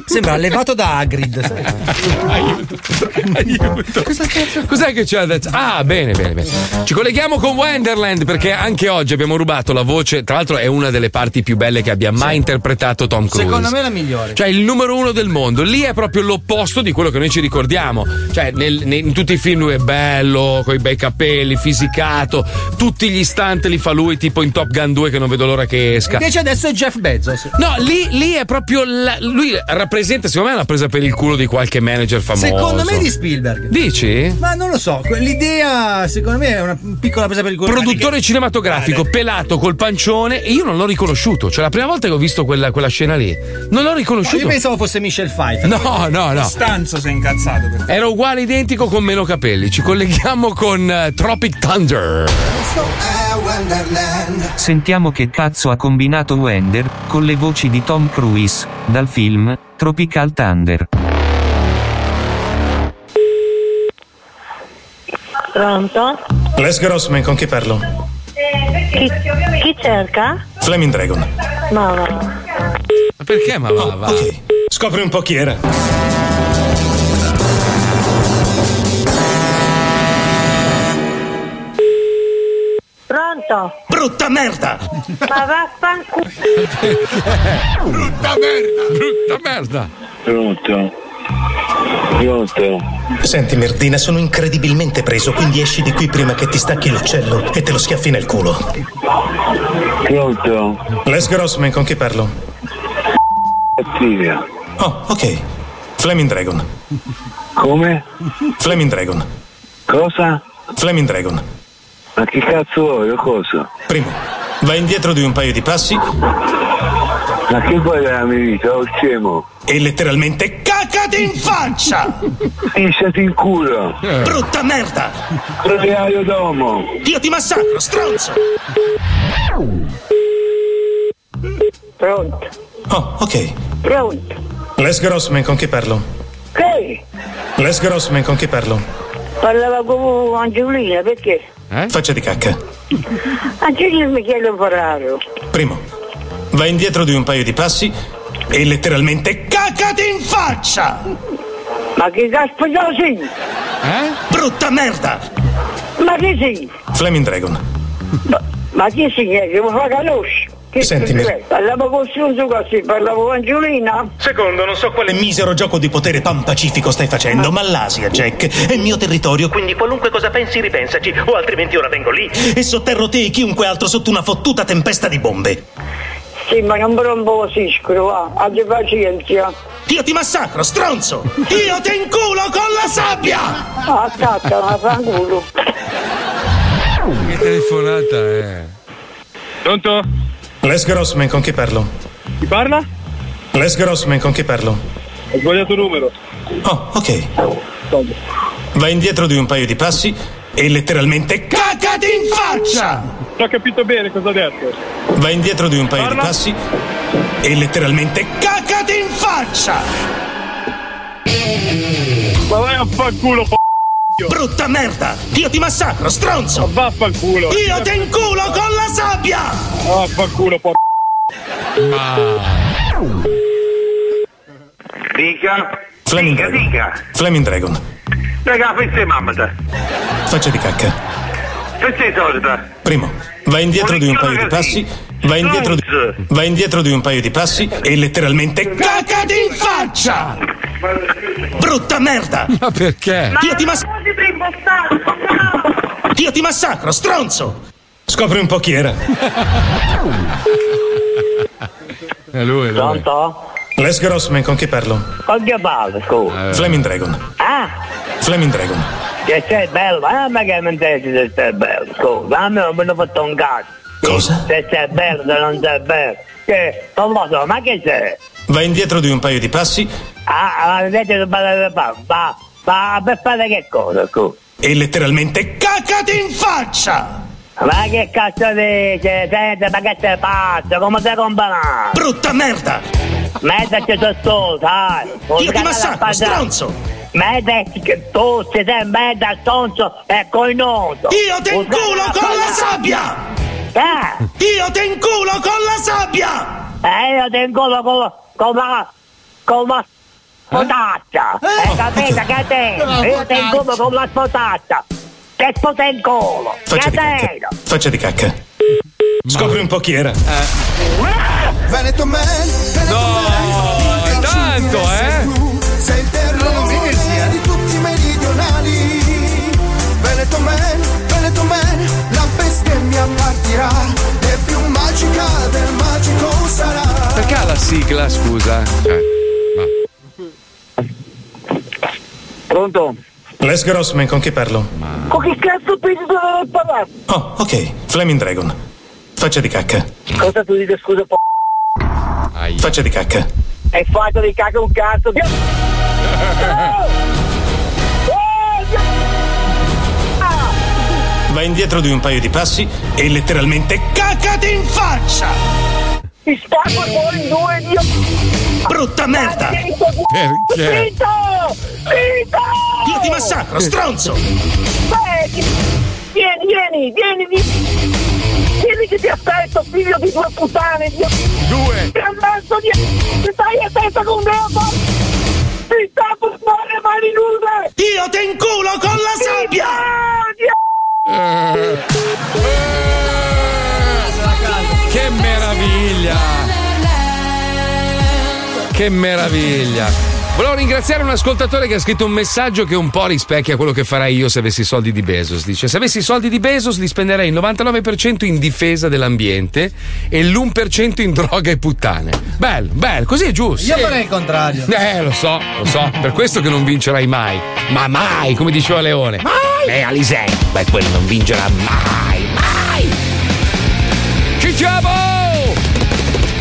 [SPEAKER 8] Sembra allevato da Hagrid.
[SPEAKER 2] Cos'è che c'è adesso? Ah, bene, bene, bene. Ci colleghiamo con Wonderland perché anche oggi abbiamo rubato la voce. Tra l'altro, è una delle parti più belle che abbia mai interpretato Tom Cruise.
[SPEAKER 8] Secondo me è la migliore.
[SPEAKER 2] Cioè, il numero uno del mondo. Lì è proprio l'opposto di quello che noi ci ricordiamo. Cioè, nel- ne- in tutti i film lui è bello, con i bei capelli, fisicato. Tutti gli stunt li fa lui, tipo in Top Gun 2, che non vedo l'ora che esca.
[SPEAKER 8] Invece adesso è Jeff Bezos.
[SPEAKER 2] Cioè. No, lì, lì è proprio. la- lui rappresenta, secondo me, una presa per il culo di qualche manager famoso.
[SPEAKER 8] Secondo me è di Spielberg.
[SPEAKER 2] Dici?
[SPEAKER 8] Ma non lo so, que- l'idea secondo me è una piccola presa per il culo.
[SPEAKER 2] Produttore
[SPEAKER 8] Eh,
[SPEAKER 2] cinematografico, pelato col pancione, e io non l'ho riconosciuto. Cioè, la prima volta che ho visto quella, quella scena lì, non l'ho riconosciuto.
[SPEAKER 8] Io pensavo fosse Michelle Pfeiffer.
[SPEAKER 2] No, no, no.
[SPEAKER 6] Stanzo si è incazzato. per-
[SPEAKER 2] Era uguale identico con meno capelli. Ci colleghiamo con eh, Tropic Thunder.
[SPEAKER 21] Sentiamo che cazzo ha combinato Wender con le voci di Tom Cruise dal film Tropical Thunder.
[SPEAKER 26] Pronto?
[SPEAKER 15] Les Grossman, con chi parlo?
[SPEAKER 26] Chi, chi cerca?
[SPEAKER 15] Flaming Dragon. Oh,
[SPEAKER 26] No, no.
[SPEAKER 2] Ma perché? Ma va, va.
[SPEAKER 15] Scopri un po' chi era.
[SPEAKER 26] Pronto? Pronto?
[SPEAKER 15] Brutta merda!
[SPEAKER 26] Ma vaffanculo.
[SPEAKER 15] [laughs] Brutta merda! Brutta merda!
[SPEAKER 14] Pronto? Pronto?
[SPEAKER 15] Senti, Merdina, sono incredibilmente preso, quindi esci di qui prima che ti stacchi l'uccello e te lo schiaffi nel culo.
[SPEAKER 14] Pronto?
[SPEAKER 15] Les Grossman, con chi parlo?
[SPEAKER 14] Attivia.
[SPEAKER 15] Oh, ok. Flaming Dragon.
[SPEAKER 14] Come?
[SPEAKER 15] Flaming Dragon.
[SPEAKER 14] Cosa?
[SPEAKER 15] Flaming Dragon.
[SPEAKER 14] Ma che cazzo vuoi o cosa?
[SPEAKER 15] Primo, vai indietro di un paio di passi
[SPEAKER 14] Ma che vuoi dalla mia vita? Lo scemo.
[SPEAKER 15] e letteralmente cacati in faccia!
[SPEAKER 14] Pisciati in culo.
[SPEAKER 15] Brutta merda!
[SPEAKER 14] Proviario d'uomo.
[SPEAKER 15] Io ti massacro, stronzo!
[SPEAKER 26] Pronto?
[SPEAKER 15] Oh, ok.
[SPEAKER 26] Pronto?
[SPEAKER 15] Les Grossman, con chi parlo?
[SPEAKER 26] Che?
[SPEAKER 15] Les Grossman, con chi parlo?
[SPEAKER 26] Parlava con Angelina, perché?
[SPEAKER 15] Faccia di cacca.
[SPEAKER 26] Angelina mi chiede Ferraro.
[SPEAKER 15] Primo, vai indietro di un paio di passi e letteralmente cacati in faccia!
[SPEAKER 26] Ma che caspita sei?
[SPEAKER 15] Eh? Brutta merda!
[SPEAKER 26] Ma chi sei?
[SPEAKER 15] Flaming Dragon.
[SPEAKER 26] Ma chi sei? Che mi fa conoscere? Che
[SPEAKER 15] Senti, mi-
[SPEAKER 26] Parlavo con Suso così, parlavo con Angelina.
[SPEAKER 15] Secondo, non so quale misero gioco di potere pan-pacifico stai facendo, ma l'Asia, Jack, è mio territorio, quindi qualunque cosa pensi ripensaci, o altrimenti ora vengo lì e sotterro te e chiunque altro sotto una fottuta tempesta di bombe.
[SPEAKER 26] Sì, ma non rompo così, scuro, va. Abbi pazienza.
[SPEAKER 15] Io ti massacro, stronzo! Io ti inculo con la sabbia!
[SPEAKER 26] Ah, cazzo, ma fanculo.
[SPEAKER 2] Che telefonata è?
[SPEAKER 15] Pronto? Les Grossman, con chi parlo? Chi parla? Les Grossman, con chi parlo? Ho sbagliato numero. Oh, ok. Vai indietro di un paio di passi e letteralmente cacati in faccia!
[SPEAKER 17] Non ho capito bene cosa ha detto.
[SPEAKER 15] Vai indietro di un paio di passi e letteralmente cacati in faccia!
[SPEAKER 17] Ma vai a fanculo, f***o!
[SPEAKER 15] Brutta merda! Io ti massacro, stronzo!
[SPEAKER 17] Ma vaffanculo!
[SPEAKER 15] Io ti inculo con la sabbia!
[SPEAKER 17] Ah, fanculo, po'.
[SPEAKER 15] Ah!
[SPEAKER 27] Dica.
[SPEAKER 15] Flaming
[SPEAKER 27] dica,
[SPEAKER 15] Dragon.
[SPEAKER 27] dica.
[SPEAKER 15] Flaming Dragon,
[SPEAKER 27] Raga, questa è mamma te.
[SPEAKER 15] faccia di cacca.
[SPEAKER 27] Questa è solita.
[SPEAKER 15] Primo, vai indietro di un paio di passi. Vai indietro, di, vai indietro di un paio di passi e letteralmente cacati in faccia! Brutta merda! Ma perché? Io ti, mas- io ti massacro, stronzo! Scopri un po' chi era. È lui, è lui. Pronto? Les Grossman, con chi parlo?
[SPEAKER 17] Con che parlo, scusa?
[SPEAKER 15] Flaming Dragon.
[SPEAKER 17] Ah,
[SPEAKER 15] Flaming Dragon.
[SPEAKER 17] che sei bello, ah, ma che mi dici se sei bello, scusa, a me non me ne fatto un cazzo.
[SPEAKER 15] Cosa?
[SPEAKER 17] Se sei bello, se non sei bello. Che, non lo so, ma che sei?
[SPEAKER 15] Vai indietro di un paio di passi
[SPEAKER 17] Ah, ah, vedete, va, va, va, va, per fare che cosa, scusa?
[SPEAKER 15] e letteralmente cacati in faccia!
[SPEAKER 17] Ma che cazzo dice? Senti, ma che sei pazzo? Come sei combinato?
[SPEAKER 15] Brutta merda!
[SPEAKER 17] Merda ci sono tu, sai!
[SPEAKER 15] Io ti massacro, stronzo!
[SPEAKER 17] Merda, che tu sei sei merda, stronzo e coinoso!
[SPEAKER 15] Io ti inculo con la sabbia!
[SPEAKER 17] Eh!
[SPEAKER 15] Io ti inculo con la sabbia!
[SPEAKER 17] Eh, io ti inculo con... con la... con
[SPEAKER 15] Eh?
[SPEAKER 17] la... spotaccia! Hai capito che te? Io ti inculo con la spotaccia! Che spota in culo!
[SPEAKER 15] Faccia
[SPEAKER 17] Che
[SPEAKER 15] di cacca.
[SPEAKER 17] te?
[SPEAKER 15] Faccia di cacca. Scopri un po' chi era. Eh,
[SPEAKER 10] Veneto Man, Veneto Man, è tanto, eh! Sei il terrore di tutti i meridionali. Veneto Man, Veneto Man, la bestemmia partirà. E più magica del magico sarà.
[SPEAKER 2] Perché ha la sigla, scusa?
[SPEAKER 15] cioè, Pronto? Les Grossman, con chi parlo?
[SPEAKER 26] Con che cazzo pensi di aver parlato?
[SPEAKER 15] Oh, ok. Flaming Dragon. Faccia di cacca.
[SPEAKER 26] Cosa tu dici, scusa, po'?
[SPEAKER 15] Faccia di cacca.
[SPEAKER 26] Hai fatto di cacca un cazzo.
[SPEAKER 15] Va indietro di un paio di passi e letteralmente cacati in faccia!
[SPEAKER 26] Ti spacco il cuore in due, Dio!
[SPEAKER 15] Brutta merda!
[SPEAKER 26] Perché? Zitto! Zitto!
[SPEAKER 15] Io ti massacro, stronzo!
[SPEAKER 26] Vieni, vieni, vieni, vieni! Vieni che ti aspetto, figlio di due puttane, Dio! Due! Ti ammazzo, Dio! Ti stai a testa con me, ma... Ti sta per fare mani nude!
[SPEAKER 15] Io ti inculo con la sabbia!
[SPEAKER 26] Dio!
[SPEAKER 2] Che meraviglia! Che meraviglia! Volevo ringraziare un ascoltatore che ha scritto un messaggio che un po' rispecchia quello che farei io se avessi i soldi di Bezos. Dice: Se avessi i soldi di Bezos li spenderei il 99% in difesa dell'ambiente e l'1% in droga e puttane. Bello, bello, così è giusto.
[SPEAKER 8] Io farei il contrario.
[SPEAKER 2] Eh, lo so, lo so. Per questo che non vincerai mai. Ma mai, come diceva Leone. Mai! Eh, Alisei, beh, quello non vincerà mai, mai! Ci siamo!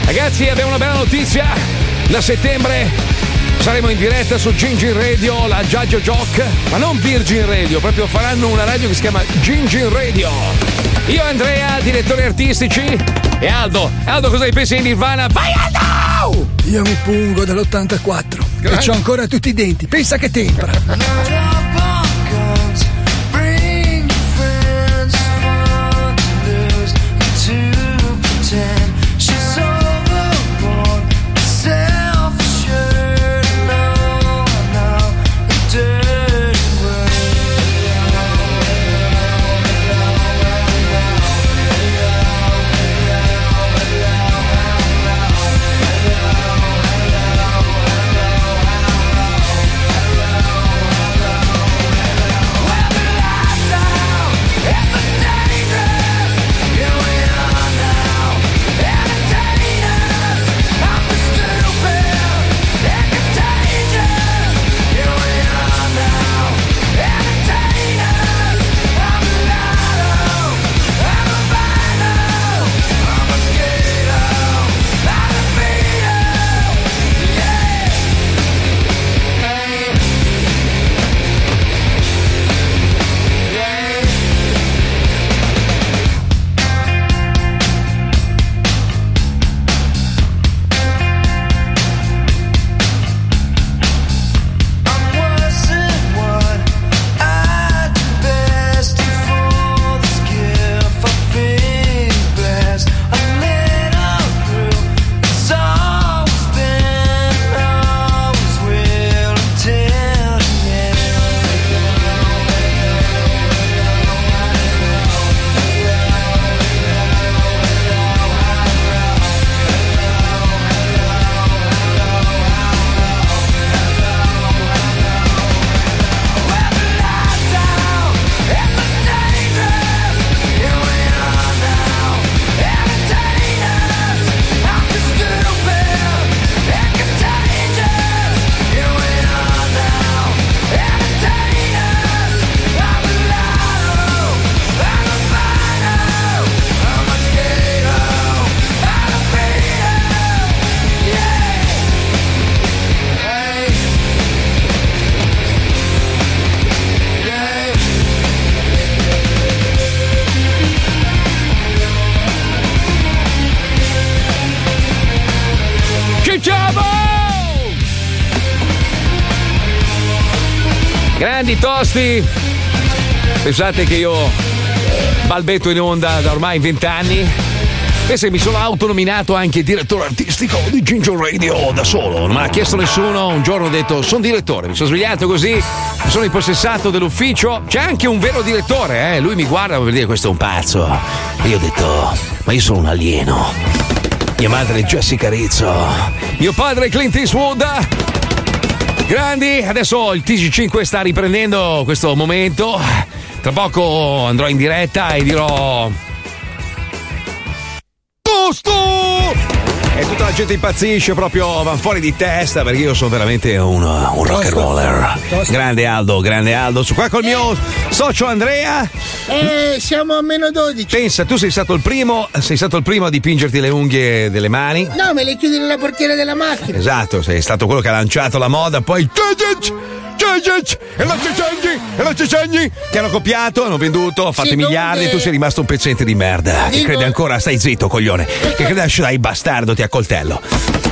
[SPEAKER 2] Ragazzi, abbiamo una bella notizia. Da settembre saremo in diretta su Gingin Radio, la Giaggio Jock, ma non Virgin Radio, proprio faranno una radio che si chiama Gingin Radio. Io Andrea, direttori artistici, e Aldo. Aldo, cosa ne pensi di Nirvana? Vai Aldo!
[SPEAKER 4] Io mi pungo dall'84 e
[SPEAKER 2] Grande.
[SPEAKER 4] ho ancora tutti i denti. Pensa che tempra.
[SPEAKER 2] Cicciamo! Grandi tosti! Pensate che io balbetto in onda da ormai 20 anni e se mi sono autonominato anche direttore artistico di Ginger Radio da solo, non me l'ha chiesto nessuno, un giorno ho detto sono direttore, mi sono svegliato così, mi sono impossessato dell'ufficio, c'è anche un vero direttore, eh? lui mi guarda per dire questo è un pazzo e io ho detto ma io sono un alieno, mia madre è Jessica Rizzo, mio padre è Clint Eastwood, Grandi, adesso il TG5 sta riprendendo questo momento. Tra poco andrò in diretta e dirò. Posto! E tutta la gente impazzisce, proprio van fuori di testa perché io sono veramente un, un rock and roller. Grande Aldo, grande Aldo. Su qua col mio socio Andrea.
[SPEAKER 9] Eh, siamo a meno 12.
[SPEAKER 2] Pensa, tu sei stato il primo, sei stato il primo a dipingerti le unghie delle mani.
[SPEAKER 9] No, me le chiudi nella portiera della macchina.
[SPEAKER 2] Esatto, sei stato quello che ha lanciato la moda, poi Gigic, Gigic, e la Cicciagni, e la Cicciagni, ti hanno copiato, hanno venduto, hanno fatto
[SPEAKER 9] Sì,
[SPEAKER 2] miliardi e
[SPEAKER 9] dove-
[SPEAKER 2] tu sei rimasto un pezzente di merda. Che
[SPEAKER 9] Dico-
[SPEAKER 2] crede ancora, stai zitto coglione, che crede dai bastardo ti accoltello.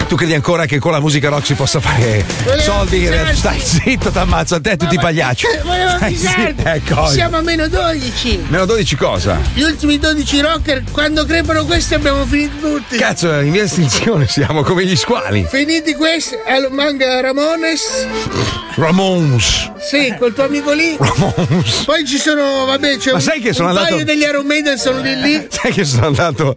[SPEAKER 2] Tu credi ancora che con la musica rock si possa fare
[SPEAKER 9] Volevo
[SPEAKER 2] soldi? eh,
[SPEAKER 9] avvisarti.
[SPEAKER 2] Stai zitto, t'ammazzo a te e tutti i pagliacci.
[SPEAKER 9] Volevo
[SPEAKER 2] Stai
[SPEAKER 9] avvisarti.
[SPEAKER 2] zitto, ecco.
[SPEAKER 9] Siamo a meno 12.
[SPEAKER 2] Meno 12 cosa?
[SPEAKER 9] Gli ultimi 12 rocker, quando crepano questi abbiamo finito tutti.
[SPEAKER 2] Cazzo, in via estinzione siamo come gli squali.
[SPEAKER 9] Finiti questi, al manga Ramones.
[SPEAKER 2] Ramons.
[SPEAKER 9] Sì, col tuo amico lì.
[SPEAKER 2] Ramones.
[SPEAKER 9] Poi ci sono, Oh, vabbè, c'è
[SPEAKER 2] Ma
[SPEAKER 9] un,
[SPEAKER 2] sai che sono
[SPEAKER 9] un
[SPEAKER 2] andato-
[SPEAKER 9] paio degli Iron Maiden sono lì lì.
[SPEAKER 2] Sai che sono andato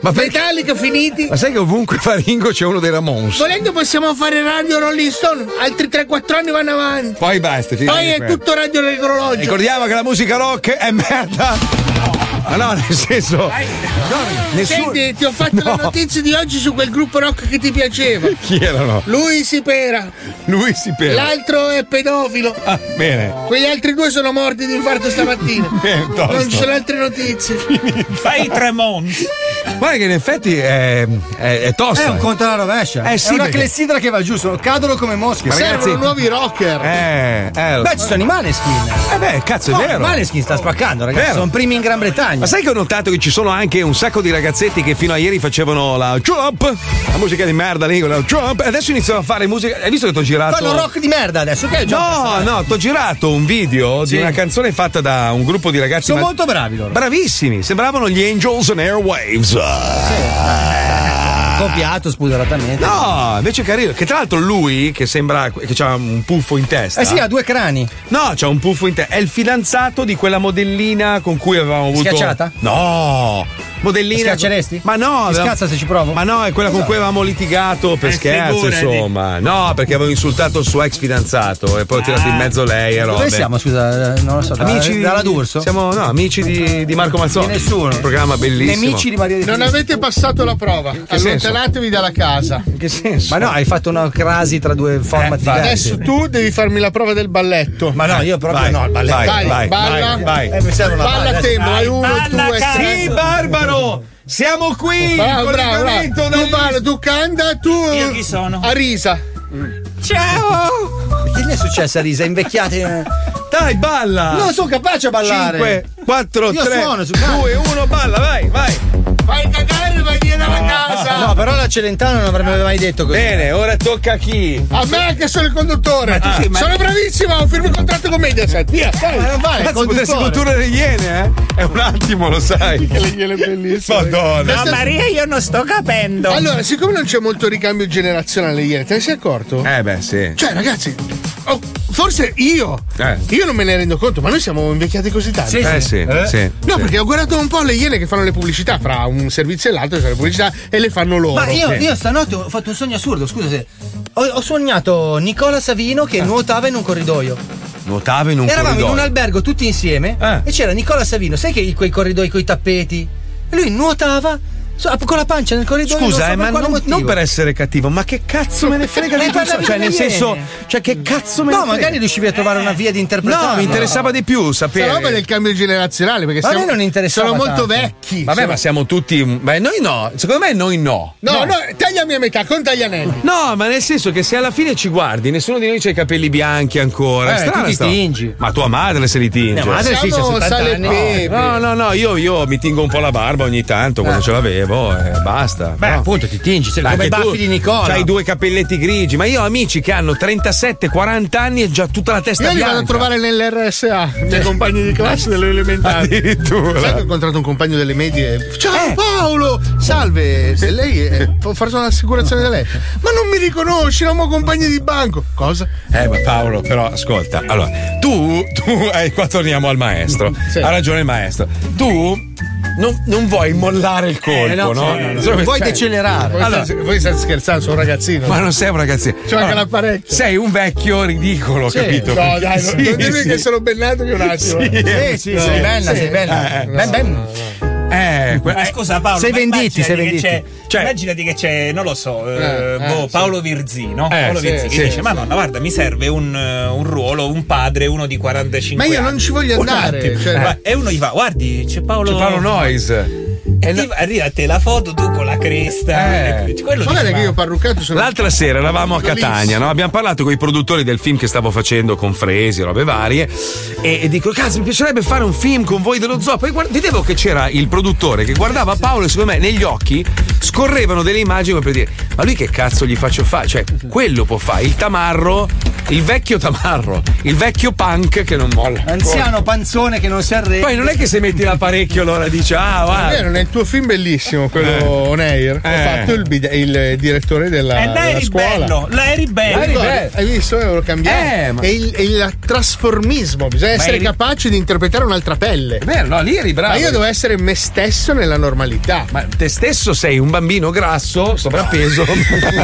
[SPEAKER 2] Ma perché?
[SPEAKER 9] Metallica finiti.
[SPEAKER 2] Ma sai che ovunque Faringo c'è uno dei Ramons?
[SPEAKER 9] Volendo possiamo fare Radio Rolling Stone, altri 3-4 anni vanno avanti.
[SPEAKER 2] Poi basta, finito
[SPEAKER 9] Poi
[SPEAKER 2] di
[SPEAKER 9] è
[SPEAKER 2] quello.
[SPEAKER 9] tutto Radio Retrologio.
[SPEAKER 2] Ricordiamo che la musica rock è merda. Ma no, nel senso. nessuno-
[SPEAKER 9] Senti, ti ho fatto
[SPEAKER 2] No.
[SPEAKER 9] la notizia di oggi su quel gruppo rock che ti
[SPEAKER 8] [laughs]
[SPEAKER 9] piaceva.
[SPEAKER 2] Chi erano?
[SPEAKER 9] Lui si pera,
[SPEAKER 2] Lui si perde.
[SPEAKER 9] l'altro è pedofilo.
[SPEAKER 2] Ah, bene.
[SPEAKER 9] Quegli altri due sono morti di infarto stamattina.
[SPEAKER 2] Bene, tosto.
[SPEAKER 9] non ci sono altre notizie. Fai i tre monti.
[SPEAKER 2] Guarda che in effetti è, è, è tosta.
[SPEAKER 9] È un
[SPEAKER 2] conto alla rovescia. Eh sì,
[SPEAKER 8] Cioè, è una
[SPEAKER 2] perché-
[SPEAKER 8] clessidra che va giù, sono, cadono come mosche.
[SPEAKER 2] Ma ragazzi-
[SPEAKER 8] rocker.
[SPEAKER 2] Eh, eh, lo-
[SPEAKER 8] Beh, ci sono i Maneskin.
[SPEAKER 2] Eh beh, cazzo, è
[SPEAKER 8] No,
[SPEAKER 2] vero.
[SPEAKER 8] Maneskin sta spaccando, ragazzi.
[SPEAKER 2] Vero.
[SPEAKER 8] Sono primi in Gran Bretagna.
[SPEAKER 2] Ma sai che ho notato che ci sono anche un sacco di ragazzetti che fino a ieri facevano la chop, la musica di merda lì, quella chop, e adesso iniziano a fare musica. Hai visto che t'ho girato?
[SPEAKER 8] Fanno rock di merda adesso, ok? Già
[SPEAKER 2] No,
[SPEAKER 8] passare.
[SPEAKER 2] no, t'ho girato un video
[SPEAKER 8] Sì.
[SPEAKER 2] di una canzone fatta da un gruppo di ragazzi.
[SPEAKER 8] Sono
[SPEAKER 2] ma-
[SPEAKER 8] molto bravi loro.
[SPEAKER 2] Bravissimi, sembravano gli Angels and Airwaves.
[SPEAKER 8] Ah. Copiato spudoratamente.
[SPEAKER 2] No, invece è carino. Che tra l'altro lui, che sembra che ha un puffo in testa.
[SPEAKER 8] Eh sì, ha due crani.
[SPEAKER 2] No, c'ha un puffo in testa. È il fidanzato di quella modellina con cui avevamo avuto.
[SPEAKER 8] Schiacciata?
[SPEAKER 2] No! Modellina.
[SPEAKER 8] Ti schiacceresti?
[SPEAKER 2] Ma no!
[SPEAKER 8] Ti
[SPEAKER 2] avevamo-
[SPEAKER 8] scazza se ci provo?
[SPEAKER 2] Ma no, è quella con cui avevamo litigato per
[SPEAKER 8] Eh,
[SPEAKER 2] scherzo,
[SPEAKER 8] figurati.
[SPEAKER 2] insomma. No, perché avevo insultato il suo ex fidanzato e poi ho tirato in
[SPEAKER 8] Ah.
[SPEAKER 2] mezzo lei e robe.
[SPEAKER 8] Dove siamo, scusa? eh, Non lo so. da-
[SPEAKER 2] Amici-
[SPEAKER 8] dalla D'Urso?
[SPEAKER 2] Siamo, no, amici di, di Marco Mazzoni.
[SPEAKER 8] Di nessuno.
[SPEAKER 2] Un programma bellissimo.
[SPEAKER 8] Nemici di Maria De
[SPEAKER 5] Non
[SPEAKER 8] Filippi.
[SPEAKER 5] avete passato la prova. Allontanatevi dalla casa.
[SPEAKER 2] che senso?
[SPEAKER 8] Ma no, hai fatto una crasi tra due
[SPEAKER 2] Eh,
[SPEAKER 8] format diversi.
[SPEAKER 5] Adesso tu devi farmi la prova del balletto.
[SPEAKER 8] Ma no, io proprio
[SPEAKER 5] Vai,
[SPEAKER 8] no, il balletto.
[SPEAKER 5] vai,
[SPEAKER 8] Dai,
[SPEAKER 5] vai,
[SPEAKER 8] balla.
[SPEAKER 5] vai, vai.
[SPEAKER 8] Eh, mi serve una
[SPEAKER 5] Balla
[SPEAKER 8] palla.
[SPEAKER 5] a tempo, vai,
[SPEAKER 8] Dai,
[SPEAKER 5] uno,
[SPEAKER 8] balla,
[SPEAKER 5] due,
[SPEAKER 8] cazzo.
[SPEAKER 5] tre.
[SPEAKER 8] Sì,
[SPEAKER 2] Barbaro! Siamo qui!
[SPEAKER 5] Bravo, bravo, bravo.
[SPEAKER 8] collegamento
[SPEAKER 5] Tu parla, tu canta, tu.
[SPEAKER 2] Uh,
[SPEAKER 5] Io chi sono? Arisa.
[SPEAKER 8] Ciao! Che gli è successo a Risa? Invecchiate.
[SPEAKER 2] Dai, balla!
[SPEAKER 8] Non sono capace a ballare.
[SPEAKER 2] 5, 4,
[SPEAKER 8] Io
[SPEAKER 2] 3,
[SPEAKER 8] suono su
[SPEAKER 2] 2, 1, balla, vai, vai! Ah,
[SPEAKER 5] Fai cagare, vai via dalla casa.
[SPEAKER 8] No, però la Celentano non avrebbe mai detto così.
[SPEAKER 2] Bene, ora tocca a chi?
[SPEAKER 5] A me che sono il conduttore.
[SPEAKER 8] Ma tu sei- ma-
[SPEAKER 5] Sono bravissimo, ho firmato il contratto con Mediaset. Via, dai.
[SPEAKER 8] Ma non vale,
[SPEAKER 5] Cazzo,
[SPEAKER 8] il
[SPEAKER 2] Potresti
[SPEAKER 5] conduttore.
[SPEAKER 2] condurre le iene, eh? È un attimo, lo sai.
[SPEAKER 5] Che le iene bellissime.
[SPEAKER 2] Madonna.
[SPEAKER 5] Questa-
[SPEAKER 9] io non sto capendo.
[SPEAKER 5] Allora, siccome non c'è molto ricambio generazionale ieri, te ne sei accorto?
[SPEAKER 2] Eh beh, sì.
[SPEAKER 5] Cioè, ragazzi, oh, forse io,
[SPEAKER 2] Eh.
[SPEAKER 5] io non me ne rendo conto, ma noi siamo invecchiati così tanto.
[SPEAKER 2] Sì, Eh, sì. sì, sì,
[SPEAKER 5] No,
[SPEAKER 2] sì.
[SPEAKER 5] perché ho guardato un po' le iene che fanno le pubblicità fra un servizio e l'altro, c'è le pubblicità e le fanno loro.
[SPEAKER 8] Ma io,
[SPEAKER 5] Sì.
[SPEAKER 8] io stanotte ho fatto un sogno assurdo, scusa se. Ho, ho sognato Nicola Savino che nuotava in un corridoio.
[SPEAKER 2] Nuotava Eh. in un
[SPEAKER 8] Eravamo
[SPEAKER 2] corridoio. Eh.
[SPEAKER 8] in un albergo tutti insieme e c'era Nicola Savino, sai che quei corridoi coi tappeti? E lui nuotava so- con la pancia nel corridoio.
[SPEAKER 2] Scusa,
[SPEAKER 8] so
[SPEAKER 2] eh,
[SPEAKER 8] per
[SPEAKER 2] ma
[SPEAKER 8] quale
[SPEAKER 2] non,
[SPEAKER 8] motivo.
[SPEAKER 2] non per essere cattivo, ma che cazzo me ne frega di
[SPEAKER 8] Ne
[SPEAKER 2] tutto?
[SPEAKER 8] parlavi
[SPEAKER 2] Cioè,
[SPEAKER 8] come
[SPEAKER 2] nel
[SPEAKER 8] viene.
[SPEAKER 2] senso, cioè, che cazzo me ne
[SPEAKER 8] No,
[SPEAKER 2] frega?
[SPEAKER 8] magari riuscivi a trovare una via di interpretare.
[SPEAKER 2] No, mi interessava di più sapere.
[SPEAKER 5] Sta roba del cambio generazionale, perché
[SPEAKER 2] Ma a me
[SPEAKER 5] siamo,
[SPEAKER 2] non
[SPEAKER 5] sono molto vecchi.
[SPEAKER 2] Vabbè,
[SPEAKER 5] Sono-
[SPEAKER 2] ma siamo tutti. Beh, noi no. Secondo me, noi no.
[SPEAKER 5] No, no, tagliami a metà con taglianelli.
[SPEAKER 2] No, ma nel senso che se alla fine ci guardi, nessuno di noi ha i capelli bianchi ancora.
[SPEAKER 5] Eh,
[SPEAKER 2] È strana
[SPEAKER 5] tu ti
[SPEAKER 2] sta-
[SPEAKER 5] tingi.
[SPEAKER 2] Ma tua madre se li tinge.
[SPEAKER 5] Mia madre sì, c'ha Siamo 70 sale e anni. pepe.
[SPEAKER 2] No, no, no, io, io mi tingo un po' la barba ogni tanto
[SPEAKER 5] Eh.
[SPEAKER 2] quando ce l'avevo e basta. Beh,
[SPEAKER 8] appunto ti tingi, sei
[SPEAKER 2] Anche
[SPEAKER 8] come i baffi
[SPEAKER 2] tu
[SPEAKER 8] di Nicola.
[SPEAKER 2] C'hai due capelletti grigi, ma io ho amici che hanno 37, 40 anni e già tutta la testa
[SPEAKER 5] Io li
[SPEAKER 2] bianca.
[SPEAKER 5] vado a trovare nell'RSA, i miei compagni di classe delle elementari.
[SPEAKER 2] Addirittura.
[SPEAKER 5] Sai che ho incontrato un compagno delle medie. Ciao Paolo! Salve! Se lei è- ho fatto un'assicurazione da lei. Ma non mi riconosci, eravamo compagni di banco. Cosa?
[SPEAKER 2] Eh, ma Paolo, però ascolta, allora, tu, [laughs] tu, eh, qua torniamo
[SPEAKER 5] [laughs]
[SPEAKER 2] al maestro. Ha ragione il maestro. Tu non, non vuoi mollare il colpo,
[SPEAKER 5] Eh,
[SPEAKER 2] no?
[SPEAKER 5] no, sì, no, no.
[SPEAKER 2] Solo che-
[SPEAKER 5] Vuoi
[SPEAKER 2] cioè-
[SPEAKER 5] decelerare. Voi
[SPEAKER 2] Allora,
[SPEAKER 5] state- voi state scherzando, sono un ragazzino.
[SPEAKER 2] ma non sei un ragazzino.
[SPEAKER 5] C'ho anche l'apparecchio.
[SPEAKER 2] Sei un vecchio ridicolo,
[SPEAKER 5] Sì. No,
[SPEAKER 2] capito? Perché-
[SPEAKER 5] dai, non- non dirmi che sono bennato che un attimo.
[SPEAKER 2] Sì,
[SPEAKER 5] Sì, sì, sei bella, sei bella. Ben, ben.
[SPEAKER 2] Eh,
[SPEAKER 5] que-
[SPEAKER 6] Ma scusa Paolo,
[SPEAKER 5] sei
[SPEAKER 6] ma
[SPEAKER 5] venditi,
[SPEAKER 6] immaginati
[SPEAKER 5] sei
[SPEAKER 6] che
[SPEAKER 5] venditi. Cioè-
[SPEAKER 6] c'è-
[SPEAKER 2] Cioè,
[SPEAKER 6] Immaginati che c'è, non lo so, eh,
[SPEAKER 5] Eh, eh,
[SPEAKER 6] boh,
[SPEAKER 5] sì.
[SPEAKER 6] Paolo Virzì, no?
[SPEAKER 5] Eh,
[SPEAKER 6] Paolo
[SPEAKER 5] sì,
[SPEAKER 6] Virzì che
[SPEAKER 5] sì,
[SPEAKER 6] dice,
[SPEAKER 5] sì.
[SPEAKER 6] madonna, guarda, mi serve un, eh, un ruolo, un padre, uno di 45
[SPEAKER 5] Ma
[SPEAKER 6] anni.
[SPEAKER 5] io non ci voglio
[SPEAKER 6] Un
[SPEAKER 5] andare,
[SPEAKER 6] attimo.
[SPEAKER 5] cioè-
[SPEAKER 6] Ma- e uno gli fa, guardi, c'è Paolo...
[SPEAKER 5] C'è Paolo Noyes.
[SPEAKER 6] E ti- arriva a te la foto, tu con la cresta.
[SPEAKER 2] Eh.
[SPEAKER 6] e Quello
[SPEAKER 5] Ma guarda
[SPEAKER 6] dice,
[SPEAKER 5] che
[SPEAKER 6] ma-
[SPEAKER 5] io parruccato sono.
[SPEAKER 2] L'altra sera eravamo a
[SPEAKER 5] Bellissimo.
[SPEAKER 2] Catania, no? abbiamo parlato con i produttori del film che stavo facendo con Fresi, robe varie. E, e dico: Cazzo, mi piacerebbe fare un film con voi dello zoo. Poi guard- vedevo che c'era il produttore che guardava Paolo e secondo me negli occhi scorrevano delle immagini come per dire: Ma lui che cazzo gli faccio fare? Cioè, quello può fare il tamarro, il vecchio tamarro, il vecchio punk che non molla.
[SPEAKER 8] Anziano panzone che non si arrende.
[SPEAKER 2] Poi non è che se metti l'apparecchio allora dici: Ah, guarda.
[SPEAKER 5] È vero, nel nel tuo film bellissimo, quello
[SPEAKER 9] Eh.
[SPEAKER 5] On Air, ho
[SPEAKER 9] Eh.
[SPEAKER 5] fatto il, bid- il direttore della,
[SPEAKER 9] Eh, lei
[SPEAKER 5] della
[SPEAKER 9] eri
[SPEAKER 5] scuola.
[SPEAKER 9] bello, lei eri bello.
[SPEAKER 5] Ti ricordi?
[SPEAKER 9] Lei eri bello.
[SPEAKER 5] Hai visto? Io lo cambiato.
[SPEAKER 9] Eh, ma-
[SPEAKER 5] E il, e il trasformismo, bisogna
[SPEAKER 9] Ma
[SPEAKER 5] essere
[SPEAKER 9] eri-
[SPEAKER 5] capaci di interpretare un'altra pelle.
[SPEAKER 2] Vero, no, lì eri bravo.
[SPEAKER 5] Ma io devo essere me stesso nella normalità.
[SPEAKER 2] Ma te stesso sei un bambino grasso, sovrappeso. [laughs]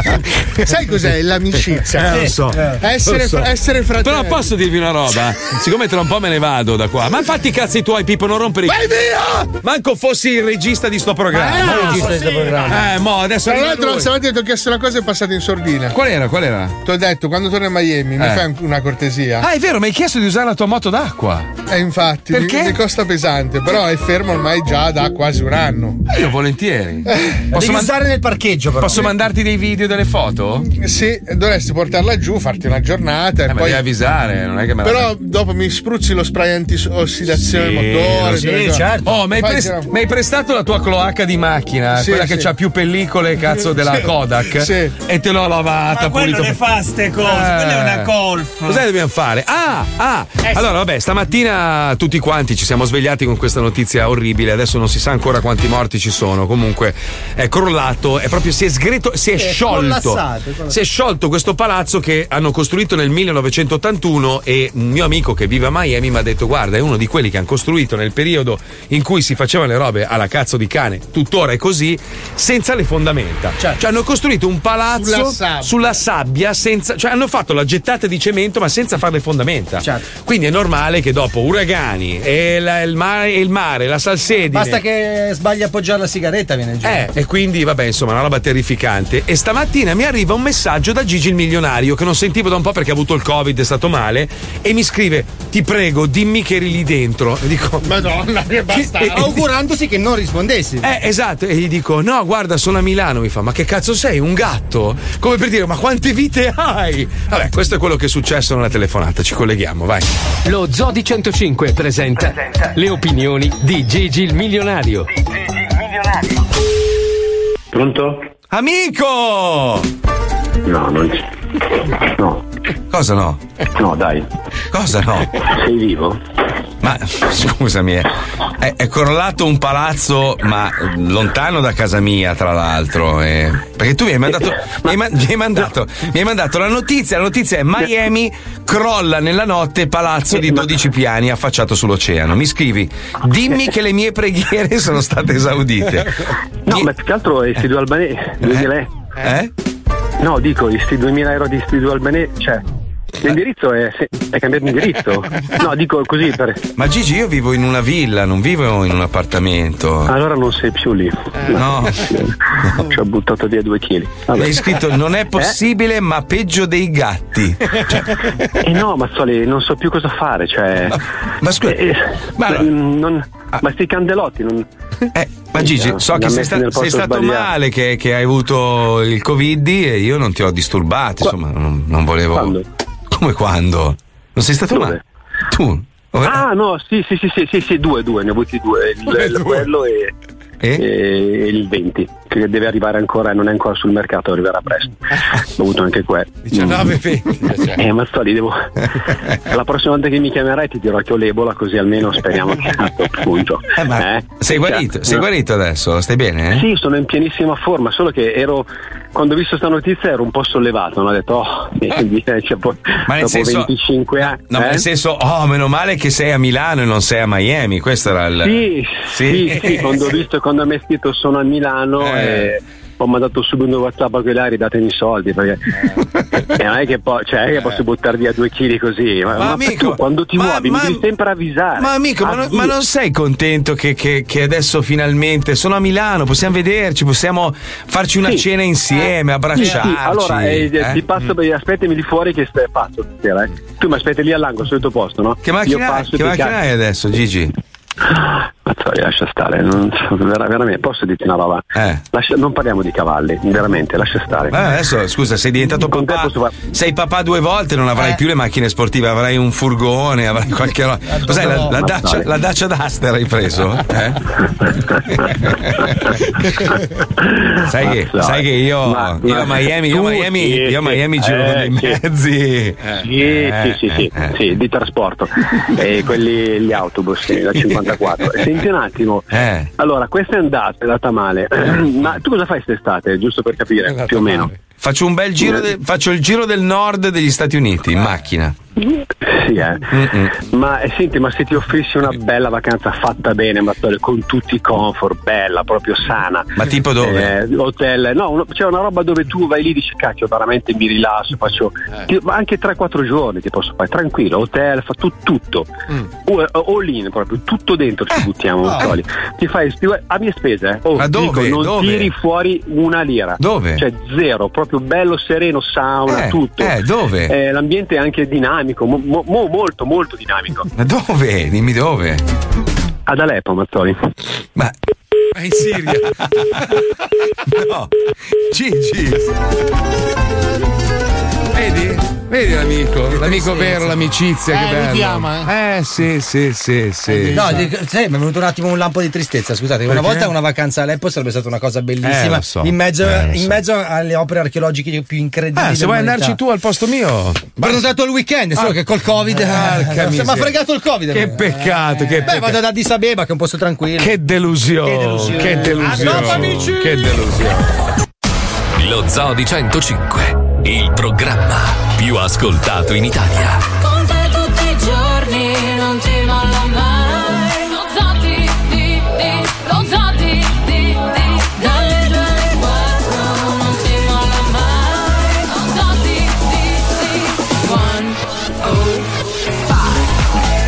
[SPEAKER 5] Sai cos'è l'amicizia?
[SPEAKER 2] Eh, lo so.
[SPEAKER 5] Eh, essere-
[SPEAKER 2] Lo so.
[SPEAKER 5] essere fratelli.
[SPEAKER 2] Però posso dirvi una roba? Siccome tra un po' me ne vado da qua. Ma fatti i cazzi tuoi, Pippo, non rompere i.
[SPEAKER 5] Vai via! Ah,
[SPEAKER 2] Manco fossi il regista di sto programma.
[SPEAKER 5] Ma è regista di sto programma.
[SPEAKER 2] Eh, mo, adesso.
[SPEAKER 5] Tra
[SPEAKER 2] arriva
[SPEAKER 5] l'altro,
[SPEAKER 2] lui.
[SPEAKER 5] stamattina ti ho chiesto una cosa e è passata in sordina.
[SPEAKER 2] Qual era? Qual era?
[SPEAKER 5] Ti ho detto, quando torni a Miami, mi
[SPEAKER 2] Eh.
[SPEAKER 5] fai un- una cortesia.
[SPEAKER 2] Ah, è vero, mi hai chiesto di usare la tua moto d'acqua.
[SPEAKER 5] Eh, infatti,
[SPEAKER 2] Perché?
[SPEAKER 5] Mi, mi costa pesante, però è fermo ormai già da quasi un anno.
[SPEAKER 2] Eh, Io volentieri. Posso
[SPEAKER 5] devi
[SPEAKER 2] mandare
[SPEAKER 5] nel parcheggio,
[SPEAKER 2] però. Posso mandarti dei video, delle foto?
[SPEAKER 5] Sì, dovresti portarla giù, farti una giornata e
[SPEAKER 2] Eh, ma
[SPEAKER 5] poi.
[SPEAKER 2] devi avvisare, non è che me la-
[SPEAKER 5] Però dopo mi spruzzi lo spray antiossidazione
[SPEAKER 2] Sì,
[SPEAKER 5] del motore.
[SPEAKER 2] lo so.
[SPEAKER 5] delle cose.
[SPEAKER 2] Oh, mi hai,
[SPEAKER 5] Fai
[SPEAKER 2] pres-
[SPEAKER 5] girare-
[SPEAKER 2] mi hai prestato la tua cloaca di macchina,
[SPEAKER 5] Sì,
[SPEAKER 2] quella
[SPEAKER 5] sì.
[SPEAKER 2] che ha più pellicole, cazzo, della [laughs]
[SPEAKER 5] Sì.
[SPEAKER 2] Kodak.
[SPEAKER 5] Sì.
[SPEAKER 2] E te l'ho
[SPEAKER 9] Ah.
[SPEAKER 2] lavata,
[SPEAKER 5] Ma quello
[SPEAKER 2] pulito.
[SPEAKER 5] le fa ste cose, quella è una
[SPEAKER 6] golf.
[SPEAKER 2] Cos'è dobbiamo fare? Ah, ah.
[SPEAKER 6] Eh
[SPEAKER 2] Allora, vabbè, stamattina tutti quanti ci siamo svegliati con questa notizia orribile. Adesso non si sa ancora quanti morti ci sono. Comunque è crollato, è proprio si è sgreto, si è,
[SPEAKER 7] È collassato,
[SPEAKER 2] sciolto.
[SPEAKER 7] è collassato.
[SPEAKER 2] Si è sciolto questo palazzo che hanno costruito nel 1981 e un mio amico che vive a Miami mi ha detto "Guarda, è uno di quelli che hanno costruito nel periodo in cui si facevano le robe alla cazzo di cane. Tuttora è così, senza le fondamenta. Cioè hanno costruito un palazzo
[SPEAKER 5] Sulla sabbia.
[SPEAKER 2] sulla sabbia senza, cioè hanno fatto la gettata di cemento ma senza fare le fondamenta. Quindi è normale che dopo uragani e la- il, mare, e il mare, la salsedine.
[SPEAKER 8] Basta che sbagli a appoggiare la sigaretta, viene giù.
[SPEAKER 2] Eh, e quindi vabbè, insomma, una roba terrificante. E stamattina mi arriva un messaggio da Gigi il milionario che non sentivo da un po' perché ha avuto il Covid, è stato male e mi scrive "Ti prego, dimmi che eri lì dentro". E dico
[SPEAKER 5] Madonna, che
[SPEAKER 2] bastardo.
[SPEAKER 8] Augurandosi che non rispondessi.
[SPEAKER 2] eh, esatto, e gli dico: No, guarda, sono a Milano. Mi fa: Ma che cazzo sei? Un gatto? Come per dire, ma quante vite hai? Vabbè, questo è quello che è successo nella telefonata. Ci colleghiamo, vai.
[SPEAKER 19] Lo Zodi 105 presenta, le opinioni di Gigi il milionario.
[SPEAKER 2] Pronto? Amico!
[SPEAKER 7] No, non c'è. No.
[SPEAKER 2] Cosa no?
[SPEAKER 7] No, dai.
[SPEAKER 2] Cosa no?
[SPEAKER 7] Sei vivo?
[SPEAKER 2] Ma scusami, eh, è, è crollato un palazzo, ma eh, lontano da casa mia, tra l'altro. eh. Perché tu mi hai mandato. Mi hai, ma- mi hai mandato mi hai mandato la notizia. La notizia è Miami crolla nella notte palazzo di 12 piani affacciato sull'oceano. Mi scrivi: dimmi che le mie preghiere sono state esaudite.
[SPEAKER 7] No, ma più che altro è sti due albanesi. 2000 eh? No, dico, sti 2000 euro di sti due albanesi, cioè... L'indirizzo è, se- è cambiato indirizzo. No, dico così per...
[SPEAKER 2] Ma Gigi, io vivo in una villa, non vivo in un appartamento.
[SPEAKER 7] Allora non sei più lì.
[SPEAKER 2] No.
[SPEAKER 7] Ci ho buttato via due chili. Vabbè.
[SPEAKER 2] Mi hai scritto: Non è
[SPEAKER 7] Eh?
[SPEAKER 2] possibile, ma peggio dei gatti.
[SPEAKER 7] Eh no, Mazzoli, non so più cosa fare, cioè. Ma,
[SPEAKER 2] scusa. Ah.
[SPEAKER 7] ma, non- ma sti candelotti non.
[SPEAKER 2] Eh,
[SPEAKER 7] Eh,
[SPEAKER 2] Ma Gigi, so che sei, sta- sei stato male, che, che hai avuto il Covid e io non ti ho disturbato, insomma, non, non volevo. Come quando? Non sei stato male? Tu?
[SPEAKER 7] Ah, no, sì, sì, sì, sì, sì, sì, due, due, ne ho avuti due. Il, il- quello e,
[SPEAKER 2] Eh?
[SPEAKER 7] e il 20, che deve arrivare ancora, non è ancora sul mercato, arriverà
[SPEAKER 2] [laughs]
[SPEAKER 7] presto. Ho avuto anche quello.
[SPEAKER 2] 19, 20.
[SPEAKER 7] Eh, Mazzoli,
[SPEAKER 2] [laughs]
[SPEAKER 7] devo. La prossima volta che mi chiamerai ti dirò che ho l'ebola, così almeno speriamo
[SPEAKER 2] [laughs]
[SPEAKER 7] che a questo punto. eh?
[SPEAKER 2] Sei guarito,
[SPEAKER 7] Cioè,
[SPEAKER 2] sei
[SPEAKER 7] no.
[SPEAKER 2] guarito adesso? Stai bene? eh?
[SPEAKER 7] Sì, sono in pienissima forma, solo che ero. Quando ho visto sta notizia ero un po' sollevato, no? ho detto, oh, [laughs] eh, cioè, po-
[SPEAKER 2] Ma nel
[SPEAKER 7] dopo
[SPEAKER 2] senso-
[SPEAKER 7] 25 anni.
[SPEAKER 2] No, ma
[SPEAKER 7] eh?
[SPEAKER 2] nel senso, oh, meno male che sei a Milano e non sei a Miami. Questo era il.
[SPEAKER 7] Sì, sì, sì,
[SPEAKER 2] [laughs]
[SPEAKER 7] quando ho visto, quando mi è scritto sono a Milano
[SPEAKER 2] Eh.
[SPEAKER 7] e ho mandato subito un WhatsApp a quell'aria, datemi i soldi perché Eh, [laughs] non è che, po- cioè, non è che
[SPEAKER 2] Eh.
[SPEAKER 7] posso buttare via due chili così. Ma, ma tu quando ti muovi mi devi sempre avvisare.
[SPEAKER 2] Ma amico, ma non,
[SPEAKER 7] Avvisi.
[SPEAKER 2] ma non sei contento che, che- che adesso finalmente sono a Milano, possiamo vederci, possiamo farci una
[SPEAKER 7] Sì.
[SPEAKER 2] cena insieme, abbracciarci.
[SPEAKER 7] Sì, allora eh,
[SPEAKER 2] eh?
[SPEAKER 7] ti passo, beh, aspettami lì fuori che stai pazzo stasera, eh. Tu mi aspetti lì all'angolo, al solito posto, no?
[SPEAKER 2] Che macchina,
[SPEAKER 7] Io
[SPEAKER 2] hai-
[SPEAKER 7] passo e
[SPEAKER 2] che
[SPEAKER 7] ti
[SPEAKER 2] macchina
[SPEAKER 7] chiamo.
[SPEAKER 2] hai adesso, Gigi?
[SPEAKER 7] Mazzoli, lascia stare, non, vera- veramente, posso dirti una roba? Lascia- non parliamo di cavalli, veramente, lascia
[SPEAKER 2] [laughs]
[SPEAKER 7] stare.
[SPEAKER 2] Eh, adesso scusa, sei diventato papà. Sei papà due volte, non avrai più le macchine sportive, avrai un furgone, avrai qualche roba. Cos'è la, la,
[SPEAKER 7] Ma
[SPEAKER 2] Dacia,
[SPEAKER 7] dai.
[SPEAKER 2] la Dacia d'Aster hai preso?
[SPEAKER 7] [laughs]
[SPEAKER 2] Eh? sai, che,
[SPEAKER 7] Mazzoli.
[SPEAKER 2] sai che io,
[SPEAKER 7] Ma-
[SPEAKER 2] io
[SPEAKER 7] ma-
[SPEAKER 2] a Miami, io a
[SPEAKER 7] tu
[SPEAKER 2] Miami,
[SPEAKER 7] sì,
[SPEAKER 2] io a
[SPEAKER 7] sì.
[SPEAKER 2] Miami giro
[SPEAKER 7] Eh,
[SPEAKER 2] con dei
[SPEAKER 7] sì.
[SPEAKER 2] mezzi.
[SPEAKER 7] Sì,
[SPEAKER 2] Eh, [laughs]
[SPEAKER 7] sì, sì, sì, sì, di trasporto. E quelli, gli autobus, sì, la 54. Senti, Senti un attimo.
[SPEAKER 2] Eh.
[SPEAKER 7] Allora, questa è andata, è andata male. [clears throat] Ma tu cosa fai quest'estate, giusto per capire, più o meno?
[SPEAKER 2] Faccio un bel giro, de- faccio il giro del nord degli Stati Uniti in macchina.
[SPEAKER 7] Sì, eh. Ma eh, senti, ma se ti offrissi una bella vacanza fatta bene, Matteo, con tutti i comfort, bella, proprio sana.
[SPEAKER 2] Ma tipo dove?
[SPEAKER 7] Eh, hotel, no, uno- c'è una roba dove tu vai lì e dici cacchio, veramente mi rilasso, faccio ti- ma anche 3-4 giorni ti posso fare, tranquillo, hotel, fa tu- tutto. O- eh, All in proprio, tutto dentro ci buttiamo, Mattoli. Ti fai ti vai- a mie spese, eh. Oh,
[SPEAKER 2] Eh, oh. Ma
[SPEAKER 7] dico,
[SPEAKER 2] dove?
[SPEAKER 7] non
[SPEAKER 2] Dove?
[SPEAKER 7] tiri fuori una lira.
[SPEAKER 2] Dove?
[SPEAKER 7] Cioè zero, proprio bello, sereno, sauna,
[SPEAKER 2] Eh,
[SPEAKER 7] tutto.
[SPEAKER 2] eh, dove?
[SPEAKER 7] Eh, l'ambiente è anche dinamico, mo- mo- mo- molto, molto dinamico.
[SPEAKER 2] Ma dove? Dimmi dove.
[SPEAKER 7] Ad Aleppo, Mazzoli.
[SPEAKER 2] Ma
[SPEAKER 7] Ma in
[SPEAKER 9] [laughs]
[SPEAKER 7] Siria.
[SPEAKER 2] no, Gigi. Vedi? Vedi l'amico, l'amico vero, l'amicizia,
[SPEAKER 8] Eh,
[SPEAKER 2] che
[SPEAKER 8] lui
[SPEAKER 2] bello.
[SPEAKER 8] ti ama,
[SPEAKER 2] eh? sì, sì, sì, sì.
[SPEAKER 8] No, dico- sai, mi è venuto un attimo un lampo di tristezza. Scusate, una
[SPEAKER 2] Perché?
[SPEAKER 8] volta una vacanza a Aleppo sarebbe stata una cosa bellissima.
[SPEAKER 2] Eh, lo so.
[SPEAKER 8] in, mezzo,
[SPEAKER 2] Eh, lo
[SPEAKER 8] in
[SPEAKER 2] so.
[SPEAKER 8] mezzo alle opere archeologiche più incredibili.
[SPEAKER 2] Ah, se vuoi andarci tu al posto mio.
[SPEAKER 8] Prenotato il weekend, solo
[SPEAKER 2] Ah.
[SPEAKER 8] che col Covid.
[SPEAKER 2] Porca
[SPEAKER 8] eh, mi ha
[SPEAKER 2] miseria.
[SPEAKER 8] fregato il Covid. Eh,
[SPEAKER 2] Che peccato, che
[SPEAKER 8] Beh,
[SPEAKER 2] peccato.
[SPEAKER 8] vado ad Addis Abeba, che è un posto tranquillo.
[SPEAKER 2] Che delusione, che delusione.
[SPEAKER 8] Ah, no, amici!
[SPEAKER 2] Che delusione.
[SPEAKER 1] Lo Zoo di 105, il programma più ascoltato in Italia.
[SPEAKER 28] Con te tutti i giorni non ti molla mai Lo zati di di, lo zati di di Dalle due alle quattro non ti molla mai Lo zati di di One, oh, five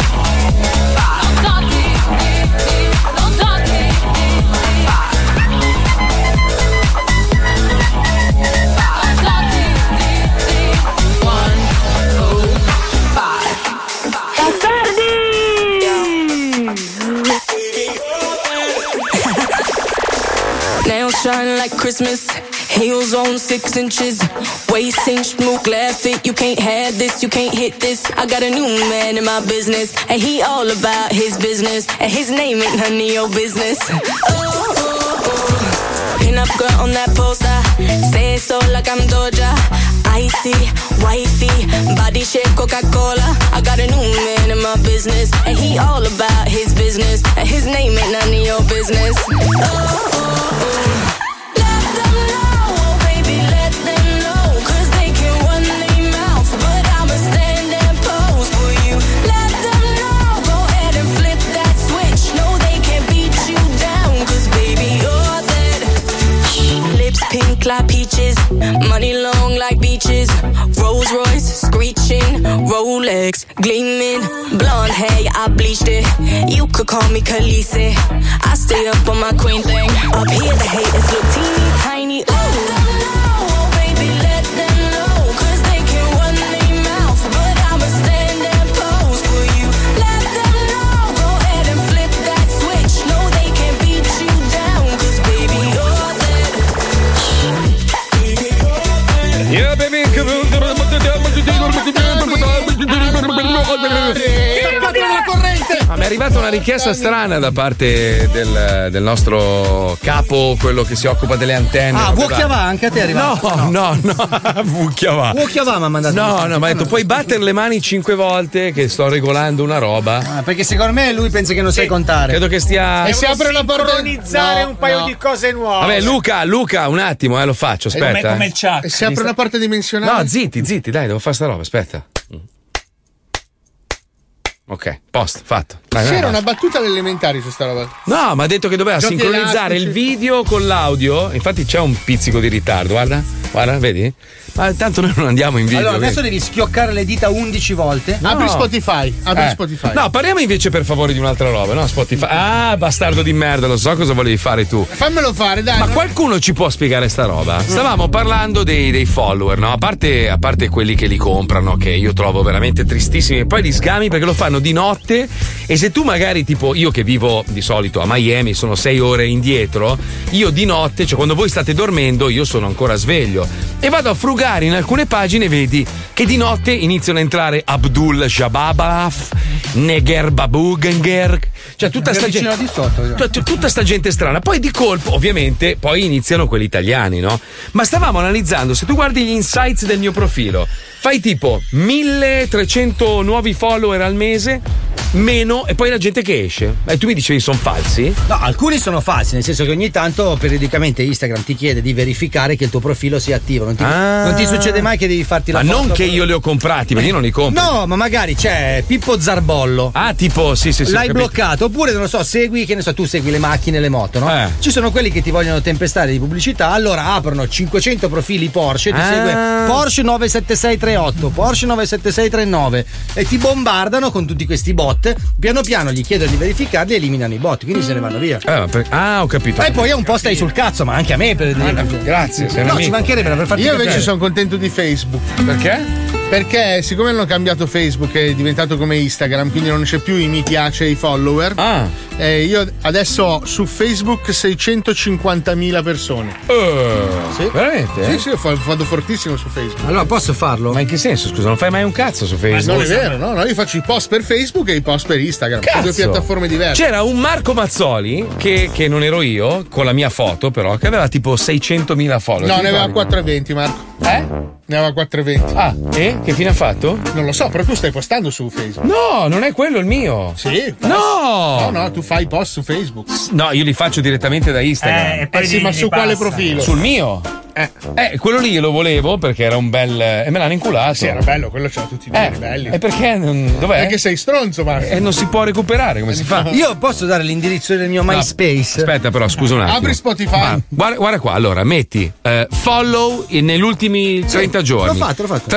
[SPEAKER 28] Lo zati di di, lo zati di di Lo zati di di One, oh, five Nails shine like Christmas. Heels on six inches. Waist inch, move, laugh it. You can't have this, you can't hit this. I got a new man in my business. And he all about his business. And his name ain't none of your business. Oh, oh, oh. Pin up girl on that poster. Say it so like I'm Doja. Icy, wifey, body shape Coca Cola. I got a new man in my business. And he all about his business. And his name ain't none of your business. Oh, oh. Baby, let them know, 'cause they can run their mouth, but I'ma stand and pose for you. Let them know, go ahead and flip that switch. No, they can't beat you down, 'cause baby, you're that. Lips pink like peaches, money long like beaches. Rolls Royce screeching, Rolex gleaming, blonde hair I bleached it. You could call me Khaleesi. I stay up on my queen thing. Up here the haters look teeny tiny. Ooh. Baby, let them know, 'cause they can run their mouth, but I'ma stand and pose for you. Let them know, go ahead and flip that switch. No, they can't beat you down, 'cause baby, you're that.
[SPEAKER 2] Yeah, baby. Ah, mi è arrivata una richiesta strana da parte del, del nostro capo, quello che si occupa delle antenne.
[SPEAKER 8] Ah,
[SPEAKER 2] vabbè,
[SPEAKER 8] Vuocchiava
[SPEAKER 2] va.
[SPEAKER 8] anche a te è arrivato?
[SPEAKER 2] No, no, no. [laughs] Vuocchiava.
[SPEAKER 8] Vuocchiava mi ha mandato.
[SPEAKER 2] No, no, ma ha detto puoi battere le mani cinque volte che sto regolando una roba.
[SPEAKER 8] Ah, perché secondo me lui pensa che non sai contare.
[SPEAKER 2] Credo che stia.
[SPEAKER 12] E si apre la porta. Sincronizzare
[SPEAKER 8] No,
[SPEAKER 12] un paio
[SPEAKER 8] no.
[SPEAKER 12] di cose nuove.
[SPEAKER 2] Vabbè, Luca, Luca, un attimo, eh, lo faccio, aspetta. eh.
[SPEAKER 12] chat.
[SPEAKER 5] Si apre una parte dimensionale.
[SPEAKER 2] No, zitti, zitti, dai, devo fare sta roba, aspetta. Mm. Ok, post, fatto. Dai, vai,
[SPEAKER 5] C'era
[SPEAKER 2] vai.
[SPEAKER 5] una battuta alle elementari su sta roba.
[SPEAKER 2] No, ma ha detto che doveva
[SPEAKER 5] Giochi
[SPEAKER 2] sincronizzare
[SPEAKER 5] elastici.
[SPEAKER 2] il video con l'audio. Infatti c'è un pizzico di ritardo, guarda, guarda, vedi? Ma tanto noi non andiamo in video.
[SPEAKER 8] Allora, adesso
[SPEAKER 2] vedi?
[SPEAKER 8] devi schioccare le dita 11 volte.
[SPEAKER 2] No.
[SPEAKER 8] Apri
[SPEAKER 5] Spotify, apri
[SPEAKER 2] Eh.
[SPEAKER 5] Spotify.
[SPEAKER 2] No, parliamo invece per favore di un'altra roba, no? Spotify. Ah, bastardo di merda, lo so cosa volevi fare tu.
[SPEAKER 5] Fammelo fare, dai.
[SPEAKER 2] Ma qualcuno ci può spiegare sta roba? Stavamo parlando dei, dei follower, no? A parte, a parte quelli che li comprano, che io trovo veramente tristissimi, e poi li sgami perché lo fanno di notte. E se tu magari, tipo, io che vivo di solito a Miami, sono sei ore indietro, io di notte, cioè quando voi state dormendo, io sono ancora sveglio. E vado a frugare in alcune pagine, e vedi che di notte iniziano a entrare Abdul Shababaf, Neger Babugenger, cioè tutta sta gente.
[SPEAKER 8] di sotto.
[SPEAKER 2] Tut- tut- tutta sta gente strana. Poi di colpo, ovviamente, poi iniziano quelli italiani, no? Ma stavamo analizzando, se tu guardi gli insights del mio profilo, fai tipo 1300 nuovi follower al mese, meno e poi la gente che esce. E tu mi dicevi sono falsi?
[SPEAKER 8] No, alcuni sono falsi, nel senso che ogni tanto periodicamente Instagram ti chiede di verificare che il tuo profilo sia attivo. Non ti,
[SPEAKER 2] Ah.
[SPEAKER 8] non ti succede mai che devi farti la
[SPEAKER 2] Ma
[SPEAKER 8] foto
[SPEAKER 2] non che io li ho comprati, perché io non li compro.
[SPEAKER 8] No, ma magari c'è Pippo Zarbollo.
[SPEAKER 2] Ah, tipo, sì, sì, sì. ho
[SPEAKER 8] L'hai
[SPEAKER 2] capito.
[SPEAKER 8] bloccato, oppure non lo so, segui, che ne so, tu segui le macchine, le moto, no?
[SPEAKER 2] Eh.
[SPEAKER 8] Ci sono quelli che ti vogliono tempestare di pubblicità, allora aprono 500 profili Porsche, ti
[SPEAKER 2] Ah.
[SPEAKER 8] segue Porsche 97638, Porsche 97639 e ti bombardano con tutti questi bot. Piano piano gli chiedono di verificarli e eliminano i bot, quindi se ne vanno via.
[SPEAKER 2] Ah, per- ah, ho capito. Ah,
[SPEAKER 8] E poi un Eh, po' stai sul cazzo, ma anche a me per
[SPEAKER 2] Grazie, sei un
[SPEAKER 8] No,
[SPEAKER 2] amico.
[SPEAKER 8] ci mancherebbe per farti
[SPEAKER 5] Io invece
[SPEAKER 8] piacere.
[SPEAKER 5] sono contento di Facebook.
[SPEAKER 2] Perché?
[SPEAKER 5] Perché siccome hanno cambiato Facebook è diventato come Instagram, quindi non c'è più i mi piace e i follower.
[SPEAKER 2] Ah.
[SPEAKER 5] eh, io adesso ho su Facebook 650.000 persone. Sì.
[SPEAKER 2] Uh, Veramente? eh?
[SPEAKER 5] Sì, sì, io fa- vado fortissimo su Facebook.
[SPEAKER 8] Allora posso farlo?
[SPEAKER 2] Ma in che senso? Scusa, non fai mai un cazzo su
[SPEAKER 5] Ma
[SPEAKER 2] Facebook.
[SPEAKER 5] non è vero, no? no? Io faccio i post per Facebook e i post per Instagram. Sono Due
[SPEAKER 2] Cazzo! Cioè,
[SPEAKER 5] piattaforme diverse.
[SPEAKER 2] C'era un Marco Mazzoli, che, che non ero io, con la mia foto però, che aveva tipo 600.000 follower.
[SPEAKER 5] No,
[SPEAKER 2] Ti
[SPEAKER 5] ne aveva
[SPEAKER 2] ricordi?
[SPEAKER 5] 420, Marco. Eh? Ne aveva 420.
[SPEAKER 2] Ah, e? Che fine ha fatto?
[SPEAKER 5] Non lo so, però tu stai postando su Facebook.
[SPEAKER 2] No, non è quello il mio.
[SPEAKER 5] Sì?
[SPEAKER 2] No!
[SPEAKER 5] No, no, tu fai post su Facebook.
[SPEAKER 2] No, io li faccio direttamente da Instagram.
[SPEAKER 5] Eh, e poi Eh sì, li- ma li su quale passa. profilo?
[SPEAKER 2] Sul mio. Eh. quello lì io lo volevo perché era un bel. e me l'hanno inculato. Ah, Sì, era
[SPEAKER 5] bello, quello c'era tutti i
[SPEAKER 2] eh,
[SPEAKER 5] belli.
[SPEAKER 2] E perché? Non, dov'è?
[SPEAKER 5] Perché sei stronzo, Marco.
[SPEAKER 2] E eh, non si può recuperare, come si fa?
[SPEAKER 8] Io posso dare l'indirizzo del mio
[SPEAKER 2] No,
[SPEAKER 8] MySpace?
[SPEAKER 2] Aspetta, però, scusa un attimo.
[SPEAKER 5] Apri Spotify.
[SPEAKER 2] Ah, guarda, guarda qua, allora metti eh, follow in- negli ultimi 30 giorni.
[SPEAKER 8] l'ho fatto, l'ho fatto.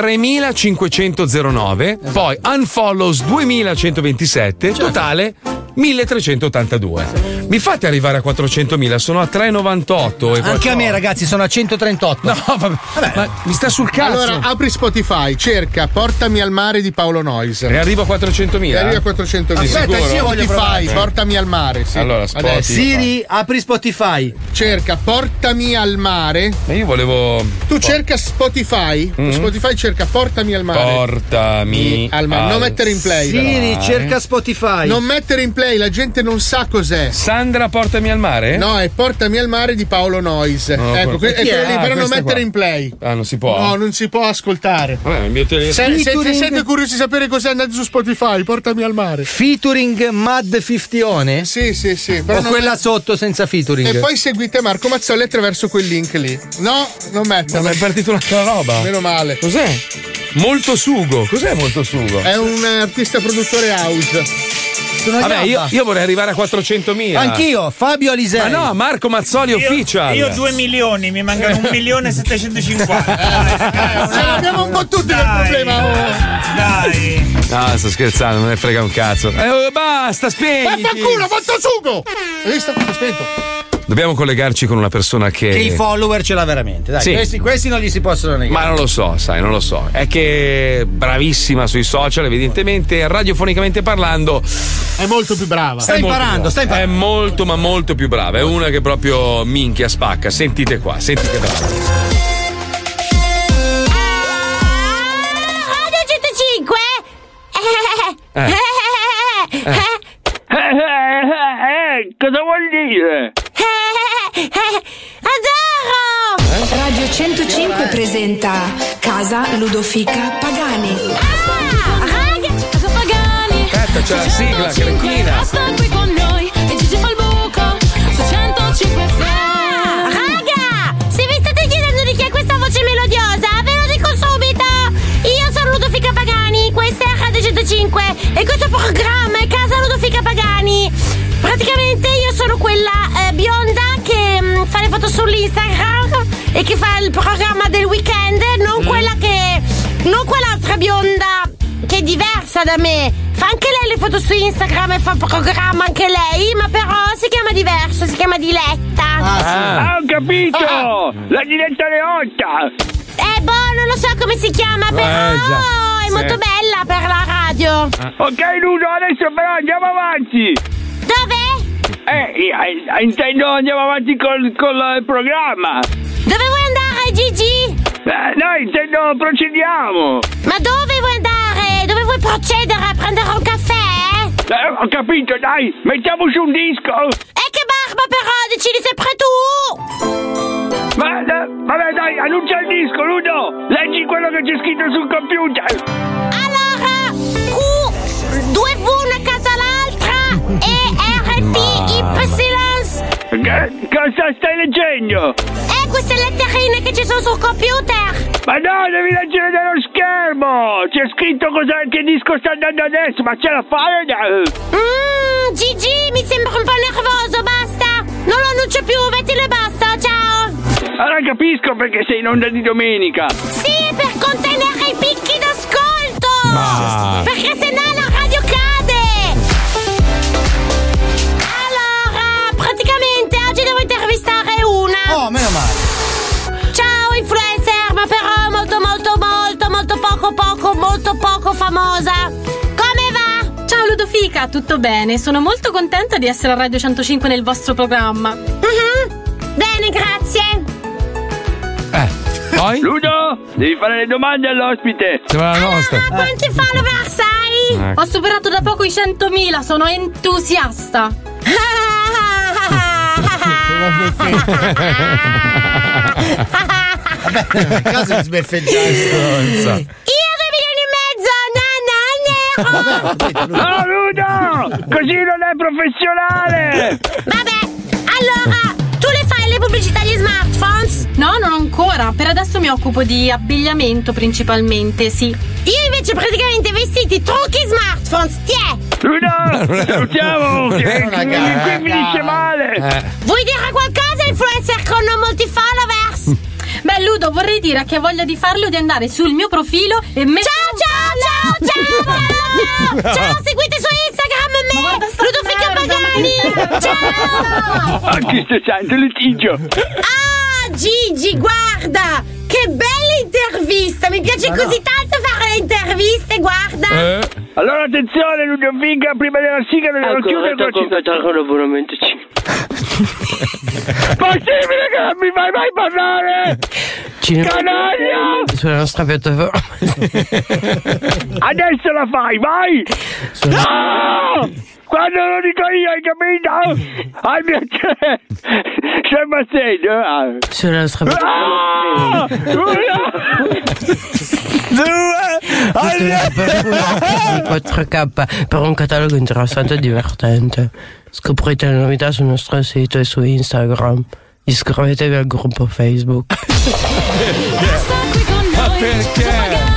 [SPEAKER 2] 3509, poi unfollows 2127, totale 1382. Mi fate arrivare a 400.000, sono a 398 e
[SPEAKER 8] Anche a me, ragazzi, sono a 138.
[SPEAKER 2] No, vabbè. Ma mi sta sul cazzo.
[SPEAKER 5] Allora, apri Spotify, cerca Portami al mare di Paolo Nois.
[SPEAKER 2] E arrivo a 400.000.
[SPEAKER 5] E arriva a 400.000.
[SPEAKER 2] Aspetta, sì, io voglio
[SPEAKER 5] Spotify,
[SPEAKER 2] provare.
[SPEAKER 5] Portami al mare. Eh, Sì.
[SPEAKER 2] Allora,
[SPEAKER 5] Adesso.
[SPEAKER 2] Spotify. Siri,
[SPEAKER 8] apri Spotify.
[SPEAKER 5] Cerca Portami al mare.
[SPEAKER 2] Ma io volevo.
[SPEAKER 5] Tu cerca Spotify.
[SPEAKER 2] Mm.
[SPEAKER 5] Spotify cerca Portami al mare.
[SPEAKER 2] Portami.
[SPEAKER 5] al mare. Non mettere in play. però.
[SPEAKER 8] Spotify.
[SPEAKER 5] Non mettere in play, la gente non sa cos'è.
[SPEAKER 2] Sandra, portami al mare?
[SPEAKER 5] No, è Portami al mare di Paolo Nois.
[SPEAKER 2] No,
[SPEAKER 5] ecco, que-
[SPEAKER 2] quello- E
[SPEAKER 5] è
[SPEAKER 2] chi è?
[SPEAKER 5] quello lì,
[SPEAKER 2] Ah,
[SPEAKER 5] però non
[SPEAKER 2] questa
[SPEAKER 5] mettere
[SPEAKER 2] qua.
[SPEAKER 5] in play.
[SPEAKER 2] Ah, non si può.
[SPEAKER 5] No, non si può ascoltare.
[SPEAKER 2] Vabbè, il mio
[SPEAKER 5] Se,
[SPEAKER 2] telefono.
[SPEAKER 5] se- se
[SPEAKER 8] Featuring-
[SPEAKER 5] siete curiosi di sapere cos'è, andate su Spotify, portami al mare.
[SPEAKER 8] Featuring Mad 50one?
[SPEAKER 5] Sì, sì, sì. però
[SPEAKER 8] O
[SPEAKER 5] non-
[SPEAKER 8] quella sotto senza featuring?
[SPEAKER 5] E poi seguite Marco Mazzoli attraverso quel link lì. No, non metterlo.
[SPEAKER 2] Ma è partita un'altra roba.
[SPEAKER 5] Meno male.
[SPEAKER 2] Cos'è? Molto sugo. Cos'è molto sugo?
[SPEAKER 5] È un eh, artista produttore house. Sono
[SPEAKER 2] Vabbè, io, io vorrei arrivare a 400.000.
[SPEAKER 8] Anch'io, Fabio Alisei.
[SPEAKER 2] Ma no, Marco Mazzoli official.
[SPEAKER 6] Io 2 milioni, mi mancano 1 milione e 750.
[SPEAKER 5] abbiamo un po' tutti che problema.
[SPEAKER 6] Dai.
[SPEAKER 2] No, sto scherzando, non ne frega un cazzo. Eh, oh, basta, spegni.
[SPEAKER 5] Vaffanculo, fatto sugo! Hai visto? Aspetta.
[SPEAKER 2] Dobbiamo collegarci con una persona che.
[SPEAKER 8] Che i follower ce l'ha veramente. Dai,
[SPEAKER 2] Eh. Sì.
[SPEAKER 8] questi, questi non gli si possono negare.
[SPEAKER 2] Ma non lo so, sai, non lo so. È che è bravissima sui social, evidentemente, radiofonicamente parlando.
[SPEAKER 5] È molto più brava.
[SPEAKER 2] È molto brava. È molto, ma molto più brava. È una che proprio minchia spacca. Sentite qua, sentite brava.
[SPEAKER 11] 105?
[SPEAKER 2] Eh.
[SPEAKER 14] Eh.
[SPEAKER 25] Eh,
[SPEAKER 11] cosa vuol dire? Adoro! Eh? Radio 105 presenta Casa Ludofica Pagani. Ah, raga, Casa Pagani.
[SPEAKER 28] Certo,
[SPEAKER 2] Aspetta, c'è la sigla, crettina.
[SPEAKER 11] Resta qui con noi e Gigi fa il buco su 105 Ah, raga! Se vi state chiedendo di chi è questa voce melodiosa, ve lo dico subito! Io sono Ludofica Pagani, questa è Radio 105 e questo programma è Casa Ludofica Pagani. Praticamente io sono quella eh, bionda che mm, fa le foto sull'Instagram e che fa il programma del weekend, non
[SPEAKER 25] Mm.
[SPEAKER 11] quella che. non quell'altra bionda che è diversa da me. Fa anche lei le foto su Instagram e fa programma anche lei, ma però si chiama diverso, si chiama Diletta.
[SPEAKER 25] Ah, ho capito!
[SPEAKER 8] Ah,
[SPEAKER 25] La diretta Leotta!
[SPEAKER 11] Eh, boh, non lo so come si chiama, però
[SPEAKER 25] Eh, già.
[SPEAKER 11] è
[SPEAKER 25] Sì. Ah.
[SPEAKER 11] molto bella per la radio.
[SPEAKER 8] Ah.
[SPEAKER 25] Ok, Ludo, adesso però andiamo avanti!
[SPEAKER 11] Dove?
[SPEAKER 25] Eh, eh, eh, intendo andiamo avanti col, col, eh, programma!
[SPEAKER 11] Dove vuoi andare, Gigi?
[SPEAKER 25] Eh, no, intendo procediamo!
[SPEAKER 11] Ma dove vuoi andare? Dove vuoi procedere a prendere un caffè?
[SPEAKER 25] Eh, ho capito, dai, mettiamo su un disco!
[SPEAKER 11] E che barba però, decidi sempre tu!
[SPEAKER 25] Ma, eh, vabbè, dai, annuncia il disco, Ludo! Leggi quello che c'è scritto sul computer!
[SPEAKER 11] Allora, Q, 2V, una casa
[SPEAKER 25] Che- cosa stai leggendo?
[SPEAKER 11] Eh, queste letterine che ci sono sul computer!
[SPEAKER 25] Ma no, devi leggere dallo schermo! C'è scritto cosa, che disco sta andando adesso, ma ce la fai? No.
[SPEAKER 11] Mmm, Gigi, mi sembra un po' nervoso, basta! Non lo annuncio più, mettilo e basta, ciao!
[SPEAKER 25] Allora capisco perché sei in onda di domenica!
[SPEAKER 11] Sì, per contenere i picchi d'ascolto!
[SPEAKER 25] Ma-
[SPEAKER 11] Perché se no la radio cade! Allora, praticamente oggi devo intervistare una. Oh, meno male. Ciao influencer, ma però molto molto molto molto poco poco molto poco famosa. Come va?
[SPEAKER 12] Ciao Ludofica, tutto bene? Sono molto contenta di essere a Radio 105 nel vostro programma.
[SPEAKER 11] Mm-hmm. Bene, grazie.
[SPEAKER 2] Poi?
[SPEAKER 25] Ludo, devi fare le domande all'ospite!
[SPEAKER 2] Sembra la nostra.
[SPEAKER 11] ah, Eh,
[SPEAKER 12] Quanti follower sai?
[SPEAKER 2] Ecco.
[SPEAKER 12] Ho superato da poco i 100.000, sono entusiasta.
[SPEAKER 9] Vabbè, caso di sbeffeggiare.
[SPEAKER 11] Io 2 milioni e mezzo, nanna, nero!
[SPEAKER 25] No, Ludo! Così non è
[SPEAKER 11] Eh,
[SPEAKER 25] professionale!
[SPEAKER 12] Allora, tu le fai le pubblicità agli smartphones? No, non ancora. Per adesso mi occupo di abbigliamento principalmente, sì. Io invece praticamente vestiti, trucchi smartphones, ti è!
[SPEAKER 11] [laughs]
[SPEAKER 25] Ludo, salutiamo!
[SPEAKER 11] È
[SPEAKER 25] Che
[SPEAKER 11] una
[SPEAKER 25] qui
[SPEAKER 11] gara,
[SPEAKER 25] qui finisce male!
[SPEAKER 29] Eh.
[SPEAKER 11] Ecco,
[SPEAKER 12] Vuoi dire qualcosa, influencer con non molti followers? Beh, Ludo, vorrei dire che ho voglia di farlo di andare sul mio profilo e mettere. Ciao, ciao, ciao, ciao!
[SPEAKER 11] Ciao, seguite su Instagram me! Ludofica Pagani! Ciao!
[SPEAKER 25] Ah, Cristo santo, litigio!
[SPEAKER 11] Ah, Gigi, guarda! Che bella intervista! Mi piace così tanto fare le interviste, guarda!
[SPEAKER 25] Allora attenzione, Ludovica, prima della sigla dobbiamo
[SPEAKER 29] Ecco,
[SPEAKER 25] chiudere con
[SPEAKER 29] veramente
[SPEAKER 25] Possibile che non mi fai mai parlare! Canaglia!
[SPEAKER 29] Sulla nostra piattaforma. [laughs]
[SPEAKER 25] Adesso la fai, vai! No! Quando lo dico io, hai capito? Hai [laughs] piacere! Sembra serio! eh?
[SPEAKER 29] Sulla nostra
[SPEAKER 25] Ah!
[SPEAKER 29] piattaforma. 4K per un catalogo interessante e divertente. Scoprite le novità sul nostro sito e su Instagram. Iscrivetevi al gruppo Facebook.
[SPEAKER 11] Resta qui con noi, perché?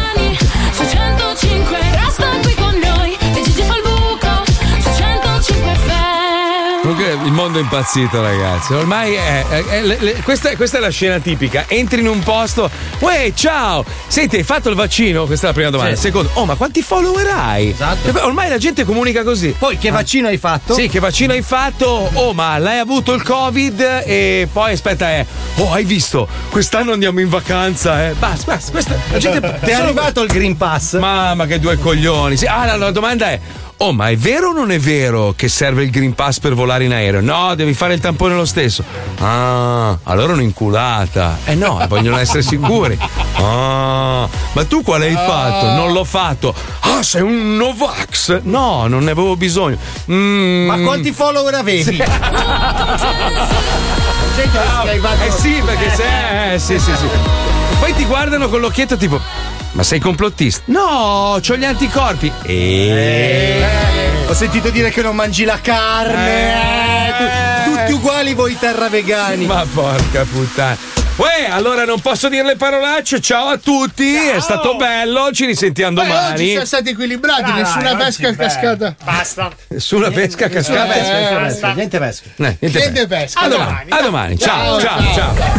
[SPEAKER 11] Pagani, su 105, resta qui con noi, e Gigi fa il buco, su 105 FM.
[SPEAKER 2] Comunque il mondo è impazzito, ragazzi. Ormai è. è- è- le- le- questa, questa è la scena tipica. Entri in un posto. Uè, ciao! Senti, hai fatto il vaccino? Questa è la prima domanda.
[SPEAKER 8] Sì.
[SPEAKER 2] Secondo, oh, ma quanti follower hai? Esatto. Ormai la gente comunica così. Poi
[SPEAKER 8] Che vaccino hai fatto?
[SPEAKER 2] Sì, che vaccino hai fatto? Oh, ma l'hai avuto il Covid? E poi aspetta, eh. Oh, hai visto? Quest'anno andiamo in vacanza, eh. Basta, basta. Questa, la [laughs] gente,
[SPEAKER 8] Ti è arrivato
[SPEAKER 2] il Green Pass? Mamma, che due coglioni. Sì, ah, la, la domanda è. Oh, ma è vero o non è vero che serve il Green Pass per volare in aereo? No, devi fare il tampone lo stesso. Ah, allora è un'inculata. Eh no, vogliono essere sicuri. Ah, ma tu quale hai fatto? Non l'ho fatto. Ah, sei un Novax? No, non ne avevo bisogno. Mm. Ma
[SPEAKER 8] quanti follower avevi?
[SPEAKER 2] eh sì, perché se. Eh, sì, sì, sì. Poi ti guardano con l'occhietto tipo. Ma sei complottista? No, c'ho gli anticorpi. E...
[SPEAKER 8] Ho sentito dire che non mangi la carne. eh, tu- tutti uguali voi terra vegani.
[SPEAKER 2] Ma porca puttana. Uè, allora non posso dire le parolacce. Ciao a tutti, è stato bello. Ci risentiamo
[SPEAKER 9] Poi oggi
[SPEAKER 2] domani.
[SPEAKER 9] siamo stati equilibrati, Dai, nessuna oggi pesca è bello. cascata.
[SPEAKER 5] Basta.
[SPEAKER 2] Sulla pesca
[SPEAKER 9] Niente
[SPEAKER 2] cascata.
[SPEAKER 8] pesca,
[SPEAKER 2] Eh,
[SPEAKER 8] niente pesca.
[SPEAKER 2] niente pesca.
[SPEAKER 9] Niente pesca.
[SPEAKER 2] A domani, a domani. Ciao, ciao, ciao.